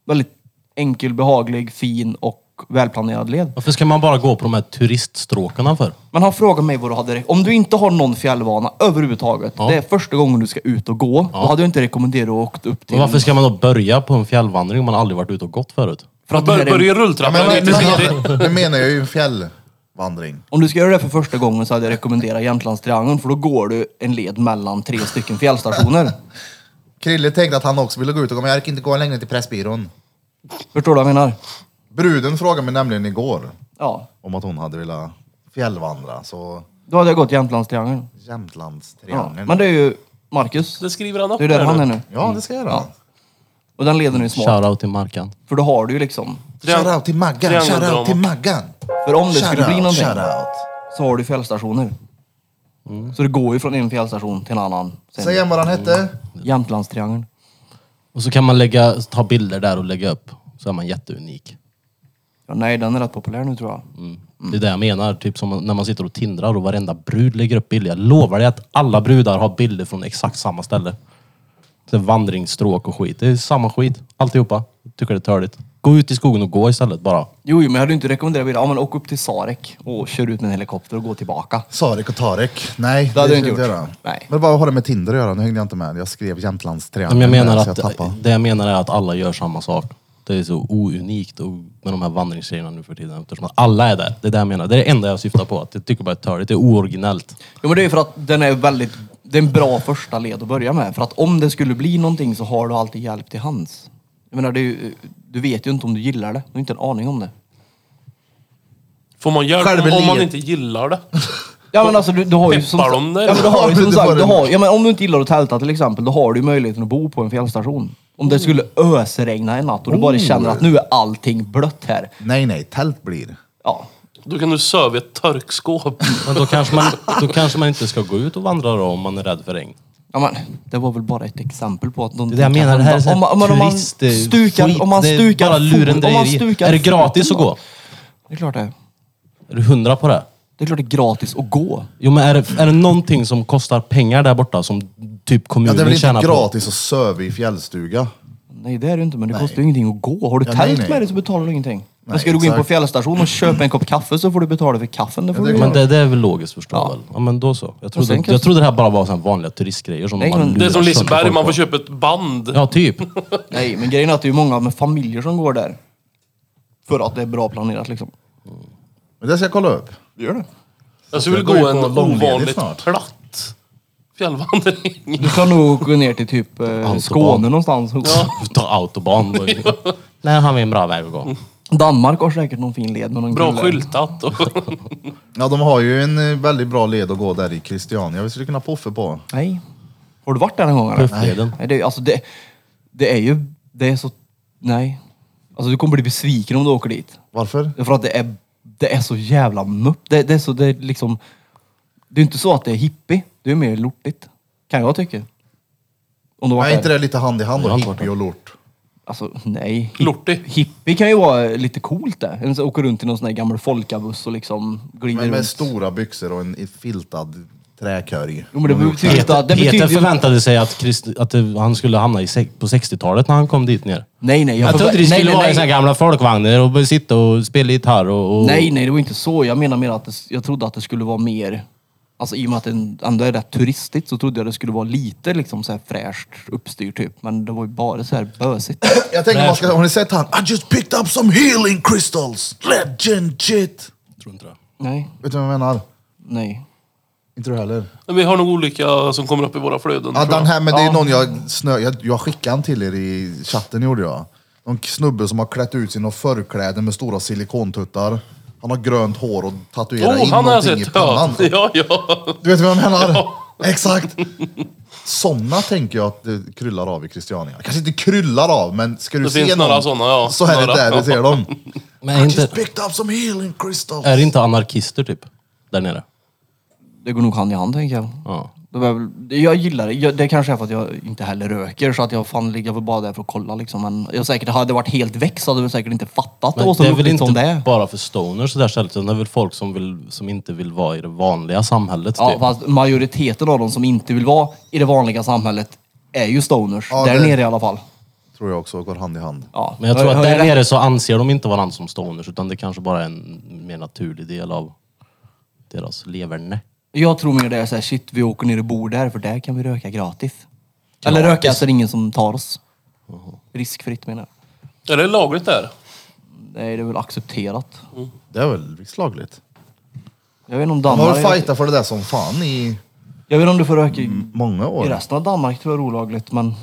Speaker 2: Väldigt enkel, behaglig, fin och välplanerad led.
Speaker 4: Varför ska man bara gå på de här turiststråkarna för?
Speaker 2: Man har frågat mig vad du hade rek- Om du inte har någon fjällvana överhuvudtaget, det är första gången du ska ut och gå, då hade jag inte rekommenderat att åka upp till...
Speaker 4: Men varför ska man då börja på en fjällvandring om man aldrig varit ute och gått förut?
Speaker 2: För att det här
Speaker 5: Bör,
Speaker 2: är en-
Speaker 5: börja
Speaker 1: ja,
Speaker 5: rulltrappan
Speaker 1: men,
Speaker 5: lite tidigt.
Speaker 1: men, nu menar jag ju en fjällvandring.
Speaker 2: Om du ska göra det för första gången så hade jag rekommenderat Jämtlandstriangeln för då går du en led mellan tre stycken fjällstationer.
Speaker 1: Krille tänkte att han också ville gå ut och gå, men jag orkar inte gå längre till Pressbyrån.
Speaker 2: Förstår du vad jag menar?
Speaker 1: Bruden frågade mig nämligen igår
Speaker 2: Ja.
Speaker 1: om att hon hade velat fjällvandra, så
Speaker 2: Då hade jag gått Jämtlandstriangeln. Ja.
Speaker 1: Jämtlandstriangeln.
Speaker 2: Men det är ju Marcus.
Speaker 5: Det skriver han upp
Speaker 2: Det Mm. är där
Speaker 5: här
Speaker 2: han
Speaker 5: nu.
Speaker 2: är nu.
Speaker 1: Ja, det ska jag göra.
Speaker 2: Och den leden är ju smart.
Speaker 4: Shoutout till Markan.
Speaker 2: För då har du ju liksom...
Speaker 5: Triang-
Speaker 1: Shoutout till Maggan,
Speaker 5: triangeldrama.
Speaker 1: shoutout till Maggan.
Speaker 2: För om det skulle bli
Speaker 1: Shoutout,
Speaker 2: någonting
Speaker 1: shoutout.
Speaker 2: så har du fjällstationer. Så det går ju från en fjällstation till en annan. Sen
Speaker 1: Säg igen vad han hette.
Speaker 2: Jämtlandstriangeln.
Speaker 4: Och så kan man lägga, ta bilder där och lägga upp. Så är man jätteunik.
Speaker 2: Ja, nej, den är rätt populär nu tror jag.
Speaker 4: Det är det jag menar. Typ som när man sitter och tindrar och varenda brud lägger upp bilder. Jag lovar dig att alla brudar har bilder från exakt samma ställe. Så vandringsstråk och skit. Det är samma skit. Alltihopa. Jag tycker det är törligt. Gå ut i skogen och gå istället bara.
Speaker 2: Jo, jo, men jag hade ju inte rekommenderat bilen. Ja, men åk upp till Sarek och kör ut med en helikopter och gå tillbaka.
Speaker 1: Sarek och Tarek. Nej,
Speaker 2: Det hade
Speaker 1: ska
Speaker 2: jag inte gjort.
Speaker 1: göra.
Speaker 2: Nej.
Speaker 1: Men vad har det med Tinder att göra? Nu hängde jag inte med. Jag skrev Jämtlandstriangeln.
Speaker 4: Men jag menar
Speaker 1: där, så
Speaker 4: att,
Speaker 1: jag tappade.
Speaker 4: det jag menar är att alla gör samma sak. Det är så ounikt och med de här vandringsgrejerna nu för tiden. Eftersom att alla är där. Det är det jag menar. Det är det enda jag syftar på. Att jag tycker bara det är törligt. Det är ooriginellt.
Speaker 2: Jo, men det är ju för att den är väldigt... Det är en bra första led att börja med. För att om det skulle bli någonting så har du alltid hjälp till hands. Jag menar, det är ju, du vet ju inte om du gillar det. Du har inte en aning om det.
Speaker 5: Får man göra
Speaker 1: Självbeliv.
Speaker 5: det om man inte gillar det?
Speaker 2: Ja men alltså du, du har ju som
Speaker 5: Peppar
Speaker 2: sa-
Speaker 5: de dig?
Speaker 2: Ja, men du har
Speaker 1: Ja,
Speaker 2: ju som
Speaker 1: men det var
Speaker 2: sagt, du
Speaker 1: det.
Speaker 2: har, ja, men om du inte gillar att tälta till exempel, då har du ju möjligheten att bo på en fjällstation. Om det skulle
Speaker 5: Mm.
Speaker 2: ösregna en natt och du bara känner att nu är allting blött här.
Speaker 1: Nej, nej. Tält blir.
Speaker 2: Ja.
Speaker 5: Då kan du söva i ett torkskåp.
Speaker 4: Men då kanske, man, då kanske man inte ska gå ut och vandra då om man är rädd för regn.
Speaker 2: ja men, det var väl bara ett exempel på att... De,
Speaker 4: Det är det jag menar, det här är så här
Speaker 2: om, man- om, man- om man
Speaker 4: turist, eh, skit.
Speaker 2: stukar... Om man
Speaker 4: Det är
Speaker 2: stukar...
Speaker 4: bara
Speaker 2: fot- om man
Speaker 4: lurendrejeri.
Speaker 2: stukar
Speaker 4: Är det
Speaker 2: foten
Speaker 4: gratis att
Speaker 2: då?
Speaker 4: gå?
Speaker 2: Det är klart det är.
Speaker 4: Är du hundra på det?
Speaker 2: Det är klart det är gratis att gå.
Speaker 4: Jo men är det, är det någonting som kostar pengar där borta som typ
Speaker 1: Ja,
Speaker 4: kommunen
Speaker 1: det är väl inte
Speaker 4: tjänar på?
Speaker 1: gratis att söva i fjällstuga?
Speaker 2: Nej det är det ju inte, men det kostar ju ingenting att gå. Har du
Speaker 1: Ja,
Speaker 2: tält
Speaker 1: nej, nej.
Speaker 2: med dig så betalar du ingenting. Men
Speaker 1: Nej,
Speaker 2: ska du gå in på
Speaker 1: exakt.
Speaker 2: fjällstation och köpa en kopp kaffe så får du betala för kaffen. Det får
Speaker 1: det
Speaker 2: du
Speaker 1: är
Speaker 2: göra.
Speaker 4: Men det, det är väl logiskt förstår
Speaker 2: Ja.
Speaker 4: väl? Ja men då så. Jag trodde,
Speaker 2: sen
Speaker 4: jag
Speaker 2: kanske-
Speaker 4: trodde det här bara var sån här vanliga turistgrejer som
Speaker 2: Nej,
Speaker 4: man
Speaker 2: men-
Speaker 4: lurar
Speaker 2: Det
Speaker 5: Det är som
Speaker 4: sönder
Speaker 5: Liseberg,
Speaker 4: folk
Speaker 5: man
Speaker 4: på.
Speaker 5: får köpa ett band.
Speaker 4: Ja typ.
Speaker 2: Nej, men grejen är att det är många med familjer som går där. För att det är bra planerat liksom.
Speaker 1: Men det ska jag kolla upp.
Speaker 2: Gör det.
Speaker 5: Jag skulle
Speaker 1: Jag
Speaker 5: gå
Speaker 1: går ju
Speaker 5: en
Speaker 1: på långledigt
Speaker 5: ovanligt
Speaker 1: snart.
Speaker 5: platt fjällvandring.
Speaker 2: Du kan nog gå ner till typ eh,
Speaker 4: Autobahn.
Speaker 2: Skåne någonstans.
Speaker 4: Ta autobahn. Då. Där har vi en bra väg att gå.
Speaker 2: Danmark har säkert någon fin led med någon
Speaker 5: Bra
Speaker 2: kille.
Speaker 5: skyltat. och-
Speaker 1: Ja, de har ju en eh, väldigt bra led att gå där i Christiania. Vi skulle kunna poffa på.
Speaker 2: Nej. Har du varit där någon gång eller?
Speaker 4: Puffleden.
Speaker 2: Nej, det, är- alltså, det, det är ju... Det är så... Nej. Alltså du kommer bli besviken om du åker dit.
Speaker 1: Varför?
Speaker 2: För att det är, det är så jävla mupp. Det, det är så... Det är liksom... Det är inte så att det är hippie. Det är mer lortigt. Kan jag tycka. Om du har varit
Speaker 1: Är inte
Speaker 2: där.
Speaker 1: det lite hand i hand
Speaker 4: Jag
Speaker 1: då?
Speaker 4: har inte varit
Speaker 1: Hippie och lort.
Speaker 2: Alltså nej.
Speaker 5: Lortig.
Speaker 2: Hippie kan ju vara lite coolt det. En som åker runt i någon sån här gammal folkabuss och liksom glider
Speaker 1: Men med
Speaker 2: runt.
Speaker 1: stora byxor och en filtad träkorg.
Speaker 2: Jo, men det betyder inte
Speaker 4: Peter,
Speaker 2: att... Det
Speaker 4: Peter
Speaker 2: betyder ju...
Speaker 4: förväntade sig att, Christ, att det, han skulle hamna i, sex- på 60-talet när han kom dit ner.
Speaker 2: Nej, nej. Jag,
Speaker 4: Jag
Speaker 2: förvä-
Speaker 4: trodde det
Speaker 2: nej,
Speaker 4: skulle
Speaker 2: nej,
Speaker 4: vara i
Speaker 2: nej.
Speaker 4: såna gamla folkvagnar och sitta och spela gitarr och... och
Speaker 2: Nej, nej, det var inte så. Jag menar mer att det, jag trodde att det skulle vara mer... Alltså i och med att det ändå är rätt turistigt så trodde jag det skulle vara lite liksom så här fräscht uppstyrt typ. Men det var ju bara så här bösigt.
Speaker 1: Jag tänker, man ska, har ni sett han? I just picked up some healing crystals! Legend shit!
Speaker 4: Tror inte det.
Speaker 2: nej,
Speaker 1: Vet du vad jag menar?
Speaker 2: nej.
Speaker 1: Inte du heller?
Speaker 5: Men Vi har nog olika som kommer upp i våra flöden.
Speaker 1: Ja,
Speaker 5: tror jag.
Speaker 1: den här, men det är någon jag, snö, jag, jag skickade en till er i chatten gjorde jag. Någon snubbe som har klätt ut sina förkläden med stora silikontuttar. Han har grönt hår och tatuerat in
Speaker 5: oh, han har jag
Speaker 1: någonting i
Speaker 5: sett.
Speaker 1: pannan.
Speaker 5: Ja, ja. ja.
Speaker 1: Du vet vad jag menar? Exakt! Sådana tänker jag att det kryllar av i Christiania. Kanske inte kryllar av, men ska du
Speaker 5: Det
Speaker 1: se
Speaker 5: finns
Speaker 1: någon
Speaker 5: några såna, ja.
Speaker 1: så är det
Speaker 5: Några.
Speaker 1: där vi ser dem.
Speaker 4: Men är,
Speaker 1: I
Speaker 4: inte,
Speaker 1: just picked up some healing crystals.
Speaker 4: är det inte anarkister typ? Där nere?
Speaker 2: Det går nog hand i hand tänker jag.
Speaker 4: Ja.
Speaker 2: Det var väl, jag gillar det. Jag, det kanske är för att jag inte heller röker så att jag fan ligger väl bara där för att kolla liksom. Men jag säkert hade jag varit helt väck så hade jag säkert inte fattat det
Speaker 4: Men
Speaker 2: var så
Speaker 4: det är väl
Speaker 2: luktigt
Speaker 4: inte
Speaker 2: som liksom det är.
Speaker 4: bara för stoners sådär stället, utan det är väl folk som, vill, som inte vill vara i det vanliga samhället.
Speaker 2: Ja,
Speaker 4: typ.
Speaker 2: fast majoriteten av dem som inte vill vara i det vanliga samhället är ju stoners.
Speaker 1: Ja,
Speaker 2: där
Speaker 1: det-
Speaker 2: nere i alla fall.
Speaker 1: Tror jag också går hand i hand.
Speaker 2: Ja.
Speaker 4: Men jag tror att
Speaker 2: hör ju
Speaker 4: där
Speaker 2: det.
Speaker 4: nere så anser de inte varandra som stoners, utan det kanske bara är en mer naturlig del av deras leverne.
Speaker 2: Jag tror mer det är såhär, shit vi åker ner och bor där för där kan vi röka gratis. Eller
Speaker 4: Gratis?
Speaker 2: röka så det är ingen som tar oss. Riskfritt menar jag.
Speaker 5: Är det lagligt där?
Speaker 2: Nej, det är väl accepterat.
Speaker 1: Det är väl visst lagligt.
Speaker 2: Jag vet inte om
Speaker 1: De har väl
Speaker 2: Danmark...
Speaker 1: fightat för det där som fan i
Speaker 2: Jag vet inte om du får röka i,
Speaker 1: många
Speaker 2: i
Speaker 1: år.
Speaker 2: resten av Danmark tror jag det är olagligt men...
Speaker 4: Jag,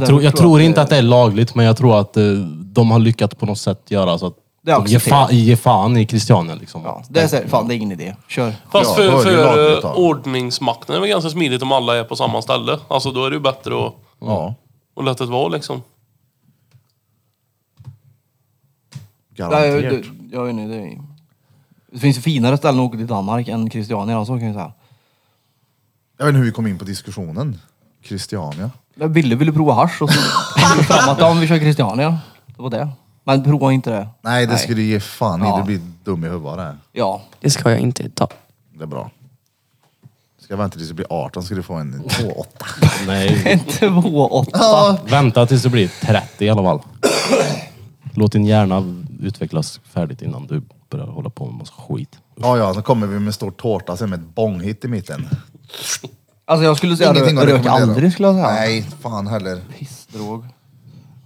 Speaker 2: Därför
Speaker 4: tror, jag
Speaker 2: tror
Speaker 4: tror
Speaker 2: jag att
Speaker 4: inte
Speaker 2: det-
Speaker 4: att det är lagligt, men jag tror att eh, de har lyckats på något sätt göra så att
Speaker 2: Det är
Speaker 4: de ger
Speaker 2: accepterat.
Speaker 4: fan, ger fan i Christiania. Liksom.
Speaker 2: Ja, det är såhär, fan det är ingen idé. Kör.
Speaker 5: Fast
Speaker 1: Ja, då
Speaker 5: för,
Speaker 1: är det ju
Speaker 5: för
Speaker 1: lagligt då.
Speaker 5: eh, ordningsmakten är väl ganska smidigt om alla är på samma ställe. Alltså då är det ju bättre att,
Speaker 1: Ja,
Speaker 5: att låta det vara liksom.
Speaker 2: Nej, jag,
Speaker 1: garanterat.
Speaker 2: jag, jag vet inte, det, är, det finns ju finare ställen att åka till Danmark än Christiania, så kan jag säga.
Speaker 1: Jag vet inte hur vi kom in på diskussionen. Christiania.
Speaker 2: Jag ville, ville prova hasch och så kom vi fram att ja, men vi kör Christiania. Det var det. Men prova inte det.
Speaker 1: Nej, det skulle ge fan i.
Speaker 2: Ja.
Speaker 1: Du blir dum i huvudet det. här.
Speaker 2: Ja.
Speaker 6: Det ska jag inte ta.
Speaker 1: Det är bra. Ska jag vänta tills du blir 18 ska du få en 2-8.
Speaker 4: Nej,
Speaker 2: En två åtta.
Speaker 4: vänta tills du blir 30 i alla fall. Låt din hjärna utvecklas färdigt innan du börjar hålla på med massa skit.
Speaker 1: Ja, ja, så kommer vi med stor tårta sen med ett bånghit i mitten.
Speaker 2: Alltså jag skulle säga rö-
Speaker 1: att
Speaker 2: rök
Speaker 1: rekommendera.
Speaker 2: aldrig skulle jag säga.
Speaker 1: Nej, fan heller.
Speaker 2: Pissdrog.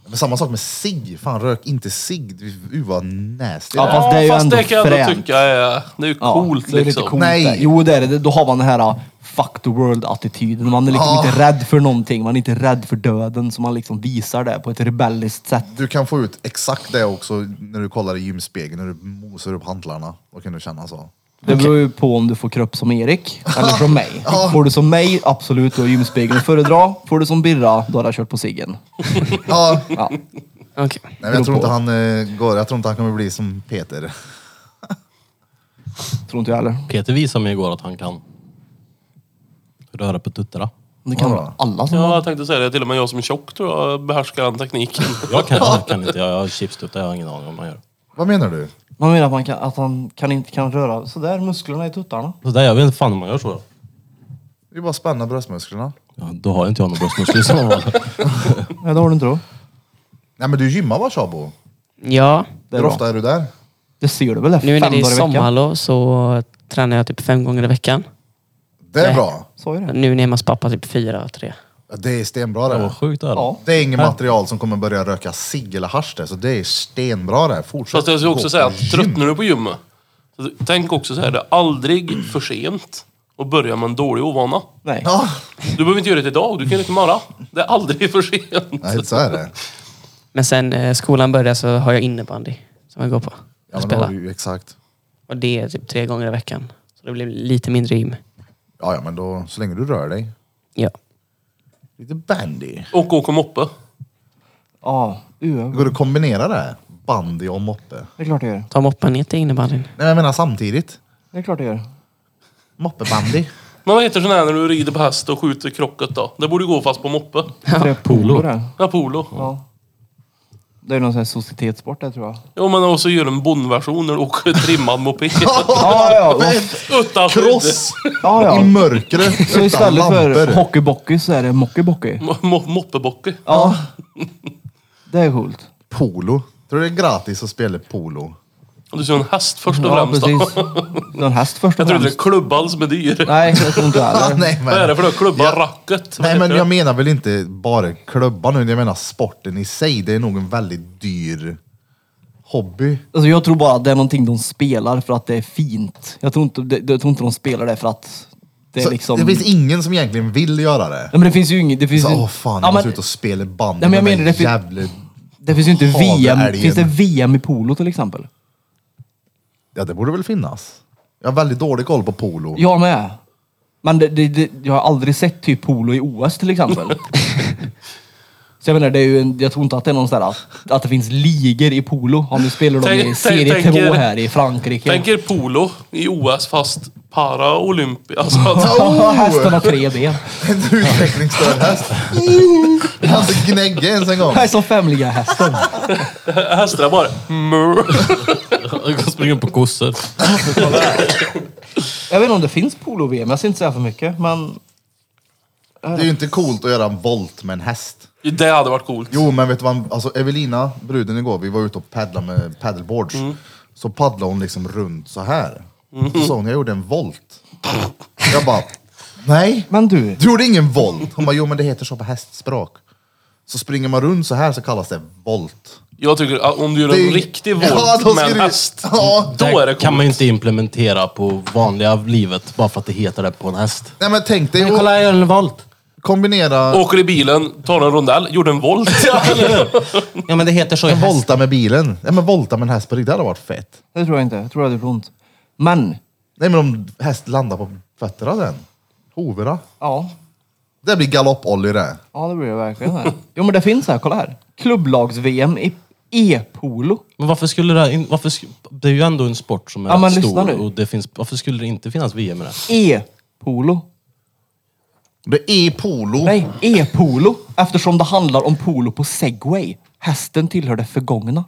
Speaker 1: Men samma sak med sig. Fan, rök inte sig. Gud vad nasty
Speaker 2: Ja,
Speaker 1: det är.
Speaker 2: fast det är ju ändå
Speaker 5: kan jag ändå
Speaker 2: fränt.
Speaker 5: tycka är, det är ju coolt
Speaker 2: det är
Speaker 5: liksom.
Speaker 2: lite coolt.
Speaker 1: Nej.
Speaker 2: Nej. Jo det är det. Då har man den här ah, fuck the world attityden. Man är liksom
Speaker 1: Ja.
Speaker 2: inte rädd för någonting. Man är inte rädd för döden. Så man liksom visar det på ett rebelliskt sätt.
Speaker 1: Du kan få ut exakt det också när du kollar i gymspegeln, när du mosar upp hantlarna. Då kan du känna så.
Speaker 2: Det beror ju på om du får kropp som Erik eller som mig.
Speaker 1: Ah.
Speaker 2: Får du som mig, absolut, då är gymspegeln att föredra. Får du som Birra, då har jag kört på ciggen.
Speaker 1: Ja,
Speaker 2: Ja.
Speaker 6: Okej.
Speaker 1: nej, men jag tror
Speaker 2: Beror
Speaker 1: inte
Speaker 2: på.
Speaker 1: han eh, går. Jag tror inte han kommer bli som Peter.
Speaker 2: Tror inte jag heller.
Speaker 4: Peter visade mig igår att han kan röra på tuttarna.
Speaker 2: Det kan
Speaker 1: Ja.
Speaker 2: alla som
Speaker 5: Ja, jag tänkte säga det. Till och med jag som är tjock tror jag behärskar den tekniken.
Speaker 4: Jag kan, jag kan inte, jag har chipstuttar, jag har ingen aning om vad han gör.
Speaker 1: Vad menar du?
Speaker 2: Man menar att, man kan, att han kan inte kan röra sådär musklerna i tuttarna.
Speaker 4: Så där, jag vet inte fan om man gör så.
Speaker 1: Det är bara att spänna bröstmusklerna.
Speaker 4: Ja, då har inte jag några bröstmuskler som vanligt.
Speaker 2: Nej, det har du inte då.
Speaker 1: Nej men du gymmar va Shabo?
Speaker 6: Ja,
Speaker 2: Det,
Speaker 1: Hur
Speaker 2: är bra.
Speaker 1: ofta är du där?
Speaker 2: det ser du väl? Det är
Speaker 6: nu
Speaker 2: fem
Speaker 6: när det är
Speaker 2: dagar i veckan.
Speaker 6: sommarlov så tränar jag typ fem gånger i veckan.
Speaker 1: Det är
Speaker 6: Nej.
Speaker 1: bra.
Speaker 2: Så är det.
Speaker 6: Nu är ni hemma hos pappa typ fyra, tre.
Speaker 1: Ja, Det är stenbra det.
Speaker 4: Vad sjukt det är.
Speaker 2: Ja.
Speaker 1: Det är inget material som kommer börja röka cigg eller hasch där, så det är stenbra det. här. Fortsätt.
Speaker 5: Fast jag skulle
Speaker 1: gå
Speaker 5: också säga
Speaker 1: på
Speaker 5: att
Speaker 1: gym.
Speaker 5: tröttnar du på gymmet, så tänk också så här, det är aldrig för sent att börja med en dålig ovana.
Speaker 2: Nej.
Speaker 1: Ja,
Speaker 5: Du behöver inte göra det idag, du kan göra det imorgon. Det är aldrig för sent.
Speaker 1: nej, så är det.
Speaker 6: Men sen eh, skolan började så har jag innebandy som jag går på.
Speaker 1: Ja,
Speaker 6: Jag
Speaker 1: men då har
Speaker 6: spelar.
Speaker 1: du ju exakt.
Speaker 6: Och det är typ tre gånger i veckan. Så det blir lite mindre gym.
Speaker 1: Ja, ja, men då, så länge du rör dig.
Speaker 6: Ja.
Speaker 1: Lite bandy.
Speaker 5: Och åka moppe.
Speaker 2: Ja, uö.
Speaker 1: Går det att kombinera det? här? Bandy och moppe?
Speaker 2: Det är klart det gör.
Speaker 6: Ta moppen ner till innebandyn.
Speaker 1: Nej, jag menar samtidigt.
Speaker 2: Det är klart det gör.
Speaker 1: Moppebandy.
Speaker 5: Men vad heter sån här när du rider på häst och skjuter krocket då? Det borde gå fast på moppe.
Speaker 2: Tre polo där.
Speaker 5: Ja, polo.
Speaker 2: Ja. Det är någon sån här societetssport där tror jag.
Speaker 5: Jo men och så gör du en bondversion när du åker trimmad moped.
Speaker 2: Ja, ja. vad
Speaker 5: Utan skydd.
Speaker 1: Cross!
Speaker 2: Ja, Ah, ja.
Speaker 1: I mörkret
Speaker 2: Så
Speaker 1: utan
Speaker 2: istället för
Speaker 1: lampor.
Speaker 2: hockeybockey så är det mockeybockey.
Speaker 5: Mo- mo- Moppebocke.
Speaker 2: Ja. Det är coolt.
Speaker 1: Polo. Tror du det är gratis att spela polo?
Speaker 5: Du ser en häst först och
Speaker 2: Ja,
Speaker 5: främst då.
Speaker 2: precis. Någon häst först och
Speaker 5: Jag trodde det
Speaker 2: främst.
Speaker 5: var klubban som är dyr.
Speaker 2: Nej, jag tror inte det
Speaker 1: Ah,
Speaker 2: heller.
Speaker 1: nej, men.
Speaker 5: Vad är det för då? Klubba racket? Vad
Speaker 1: Nej men
Speaker 5: heter
Speaker 1: jag
Speaker 5: det?
Speaker 1: menar väl inte bara klubban nu, jag menar sporten i sig. Det är nog en väldigt dyr hobby.
Speaker 2: Alltså jag tror bara att det är någonting de spelar för att det är fint. Jag tror inte, det, jag tror inte de spelar det för att det är
Speaker 1: Så
Speaker 2: liksom...
Speaker 1: Det finns ingen som egentligen vill göra det.
Speaker 2: Nej men det finns ju inget... Det finns
Speaker 1: Så,
Speaker 2: ju...
Speaker 1: åh fan, jag
Speaker 2: ja,
Speaker 1: måste
Speaker 2: men,
Speaker 1: ut och spela band.
Speaker 2: Nej, men jag
Speaker 1: med
Speaker 2: menar, det fin-
Speaker 1: jävla...
Speaker 2: det finns ju inte VM...
Speaker 1: Havelälgen.
Speaker 2: Finns det VM i polo till exempel?
Speaker 1: Ja det borde väl finnas. Jag har väldigt dålig koll på polo.
Speaker 2: Jag med. Men det, det, det, jag har aldrig sett typ polo i OS till exempel. Så jag menar, det är ju en, jag tror inte att det är någon sån här, att, att det finns ligor i polo. Om du spelar dem
Speaker 5: Tänk-
Speaker 2: i
Speaker 5: tänk-
Speaker 2: serie 2
Speaker 5: tänker-
Speaker 2: här i Frankrike.
Speaker 5: Tänk er polo i OS fast Para-olympi... Alltså att,
Speaker 1: Oh!
Speaker 2: Hästen har tre ben.
Speaker 1: En utvecklingsstörd häst. Han fick gnägga ens en gång.
Speaker 2: Jag är som femliga hästen.
Speaker 5: hästar bara... "Murr."
Speaker 4: Jag springer på kossor.
Speaker 2: Jag vet inte om det finns polo-VM, jag ska inte säga för mycket. Men
Speaker 1: Det är ju inte coolt att göra en volt med en häst.
Speaker 5: Det hade varit coolt.
Speaker 1: Jo, men vet du vad? Alltså, Evelina, bruden igår, vi var ute och paddlade med paddleboards.
Speaker 5: Mm.
Speaker 1: Så paddlade hon liksom runt så här. Så sa hon, jag gjorde en volt. Jag bara, nej.
Speaker 2: Men du.
Speaker 1: Du gjorde ingen volt. Hon bara, jo men det heter så på hästspråk. Så springer man runt så här så kallas det volt.
Speaker 5: Jag tycker att om du gör en
Speaker 1: Det är-
Speaker 5: riktig våld
Speaker 1: Ja, då
Speaker 5: med
Speaker 1: ska
Speaker 5: en
Speaker 1: du-
Speaker 5: häst,
Speaker 1: Ja.
Speaker 5: då är det
Speaker 4: kan
Speaker 5: coolt.
Speaker 4: man ju inte implementera på vanliga livet bara för att det heter det på en häst.
Speaker 1: Nej men tänk dig att
Speaker 4: Kolla, jag gör en volt.
Speaker 1: kombinera
Speaker 5: Åker i bilen, tar en rondell, gjorde en volt.
Speaker 4: Ja, men det heter så i
Speaker 1: en
Speaker 4: häst.
Speaker 1: volta med bilen. Nej men volta med en häst på riktigt, det hade varit fett.
Speaker 2: Det tror jag inte. Jag tror det hade gjort ont. Men,
Speaker 1: Nej men om häst landar på fötterna den. Hoverna.
Speaker 2: ja.
Speaker 1: Det blir galopp-Olly det.
Speaker 2: Ja, det blir det verkligen. Här. Jo, men det finns här. Kolla här. Klubblags-VM i e-polo.
Speaker 4: Men varför skulle det... här in- Varför, sk- det är ju ändå en sport som är
Speaker 2: Ja, men lyssna
Speaker 4: stor.
Speaker 2: nu.
Speaker 4: Och det finns, varför skulle det inte finnas VM i det?
Speaker 2: E-polo.
Speaker 1: Det är polo.
Speaker 2: Nej, e-polo. Eftersom det handlar om polo på segway. Hästen tillhör det förgångna.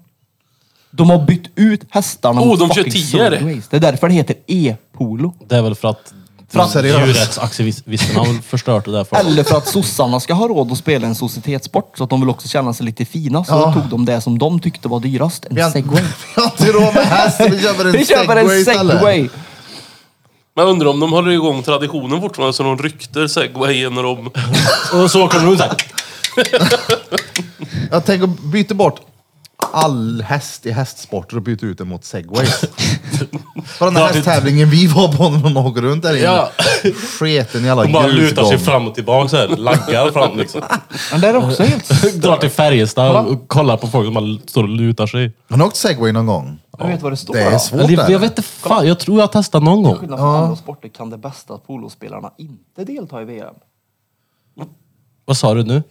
Speaker 2: De har bytt ut hästarna
Speaker 5: Oh,
Speaker 2: mot
Speaker 5: de kör
Speaker 2: fucking
Speaker 5: tior.
Speaker 2: segways. Det är därför det heter e-polo.
Speaker 4: Det är väl för att
Speaker 1: att- Seriöst?
Speaker 4: djurrättsaktivisterna har väl förstört det där för
Speaker 2: Eller för att sossarna ska ha råd att spela en societetssport så att de vill också känna sig lite fina. Så
Speaker 1: Ja.
Speaker 2: då tog de det som de tyckte var dyrast, en
Speaker 1: Vi har
Speaker 2: segway.
Speaker 1: vi har inte råd med häst, vi köper en
Speaker 2: Vi köper
Speaker 1: segway
Speaker 2: en
Speaker 1: istället.
Speaker 2: segway!
Speaker 5: Men jag undrar om de håller igång traditionen fortfarande så de ryckter segwayen när de...
Speaker 4: Och så åker de runt såhär.
Speaker 1: Jag tänker byta bort all häst i hästsporter och byta ut den mot segways. För den här hästtävlingen vi var på när man åker runt där inne.
Speaker 4: Ja.
Speaker 1: Sketen jävla
Speaker 4: De bara lutar sig
Speaker 1: grusgång.
Speaker 4: fram och tillbaka såhär. Laggar fram liksom.
Speaker 2: Men det är också helt...
Speaker 4: Drar till Färjestad och kollar på folk som bara står och lutar sig.
Speaker 1: Har ni åkt segway någon gång?
Speaker 2: Jag vet vad det står
Speaker 1: Det är
Speaker 2: då.
Speaker 1: svårt
Speaker 4: Eller,
Speaker 1: det
Speaker 4: jag
Speaker 1: här.
Speaker 4: vet inte fan, jag tror jag har testat någon gång.
Speaker 2: skillnad från andra sporter kan det bästa att polospelarna inte delta i VM.
Speaker 4: Vad sa du nu?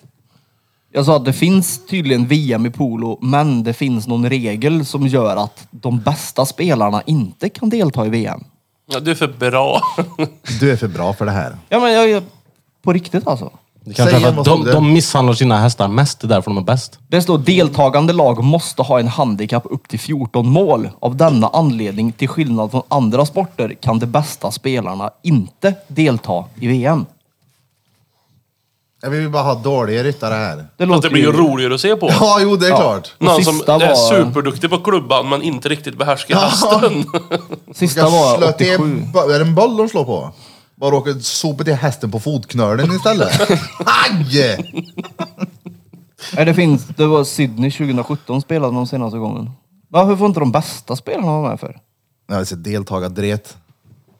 Speaker 2: Jag sa att det finns tydligen VM i polo, men det finns någon regel som gör att de bästa spelarna inte kan delta i VM.
Speaker 5: Ja, du är för bra.
Speaker 1: Du är för bra för det här.
Speaker 2: Ja, men jag... jag på riktigt alltså.
Speaker 4: Det
Speaker 1: Säg
Speaker 4: kanske är för
Speaker 1: en
Speaker 4: att
Speaker 1: vad
Speaker 4: de,
Speaker 1: som-
Speaker 4: de misshandlar sina hästar mest, det är därför de är bäst.
Speaker 2: Det står deltagande lag måste ha en handikapp upp till 14 mål. Av denna anledning, till skillnad från andra sporter, kan de bästa spelarna inte delta i VM.
Speaker 1: Jag vill bara ha dåliga ryttare här.
Speaker 2: Det
Speaker 5: Att det blir ju roligare att se på.
Speaker 1: Ja, jo det är
Speaker 2: Ja.
Speaker 1: klart.
Speaker 2: Och
Speaker 5: Någon som
Speaker 2: sista
Speaker 5: är
Speaker 2: var-
Speaker 5: superduktig på klubban men inte riktigt behärskar hästen.
Speaker 2: Sista
Speaker 1: Ska
Speaker 2: var
Speaker 1: slå till,
Speaker 2: 87.
Speaker 1: är det en boll de slår på? Bara råkar sopa till hästen på fotknölen istället. Aj!
Speaker 2: Nej, det finns. Det var Sydney 2017 spelade de senaste gången. Varför får inte de bästa spelarna vara med för?
Speaker 1: Jag vill se deltagardret.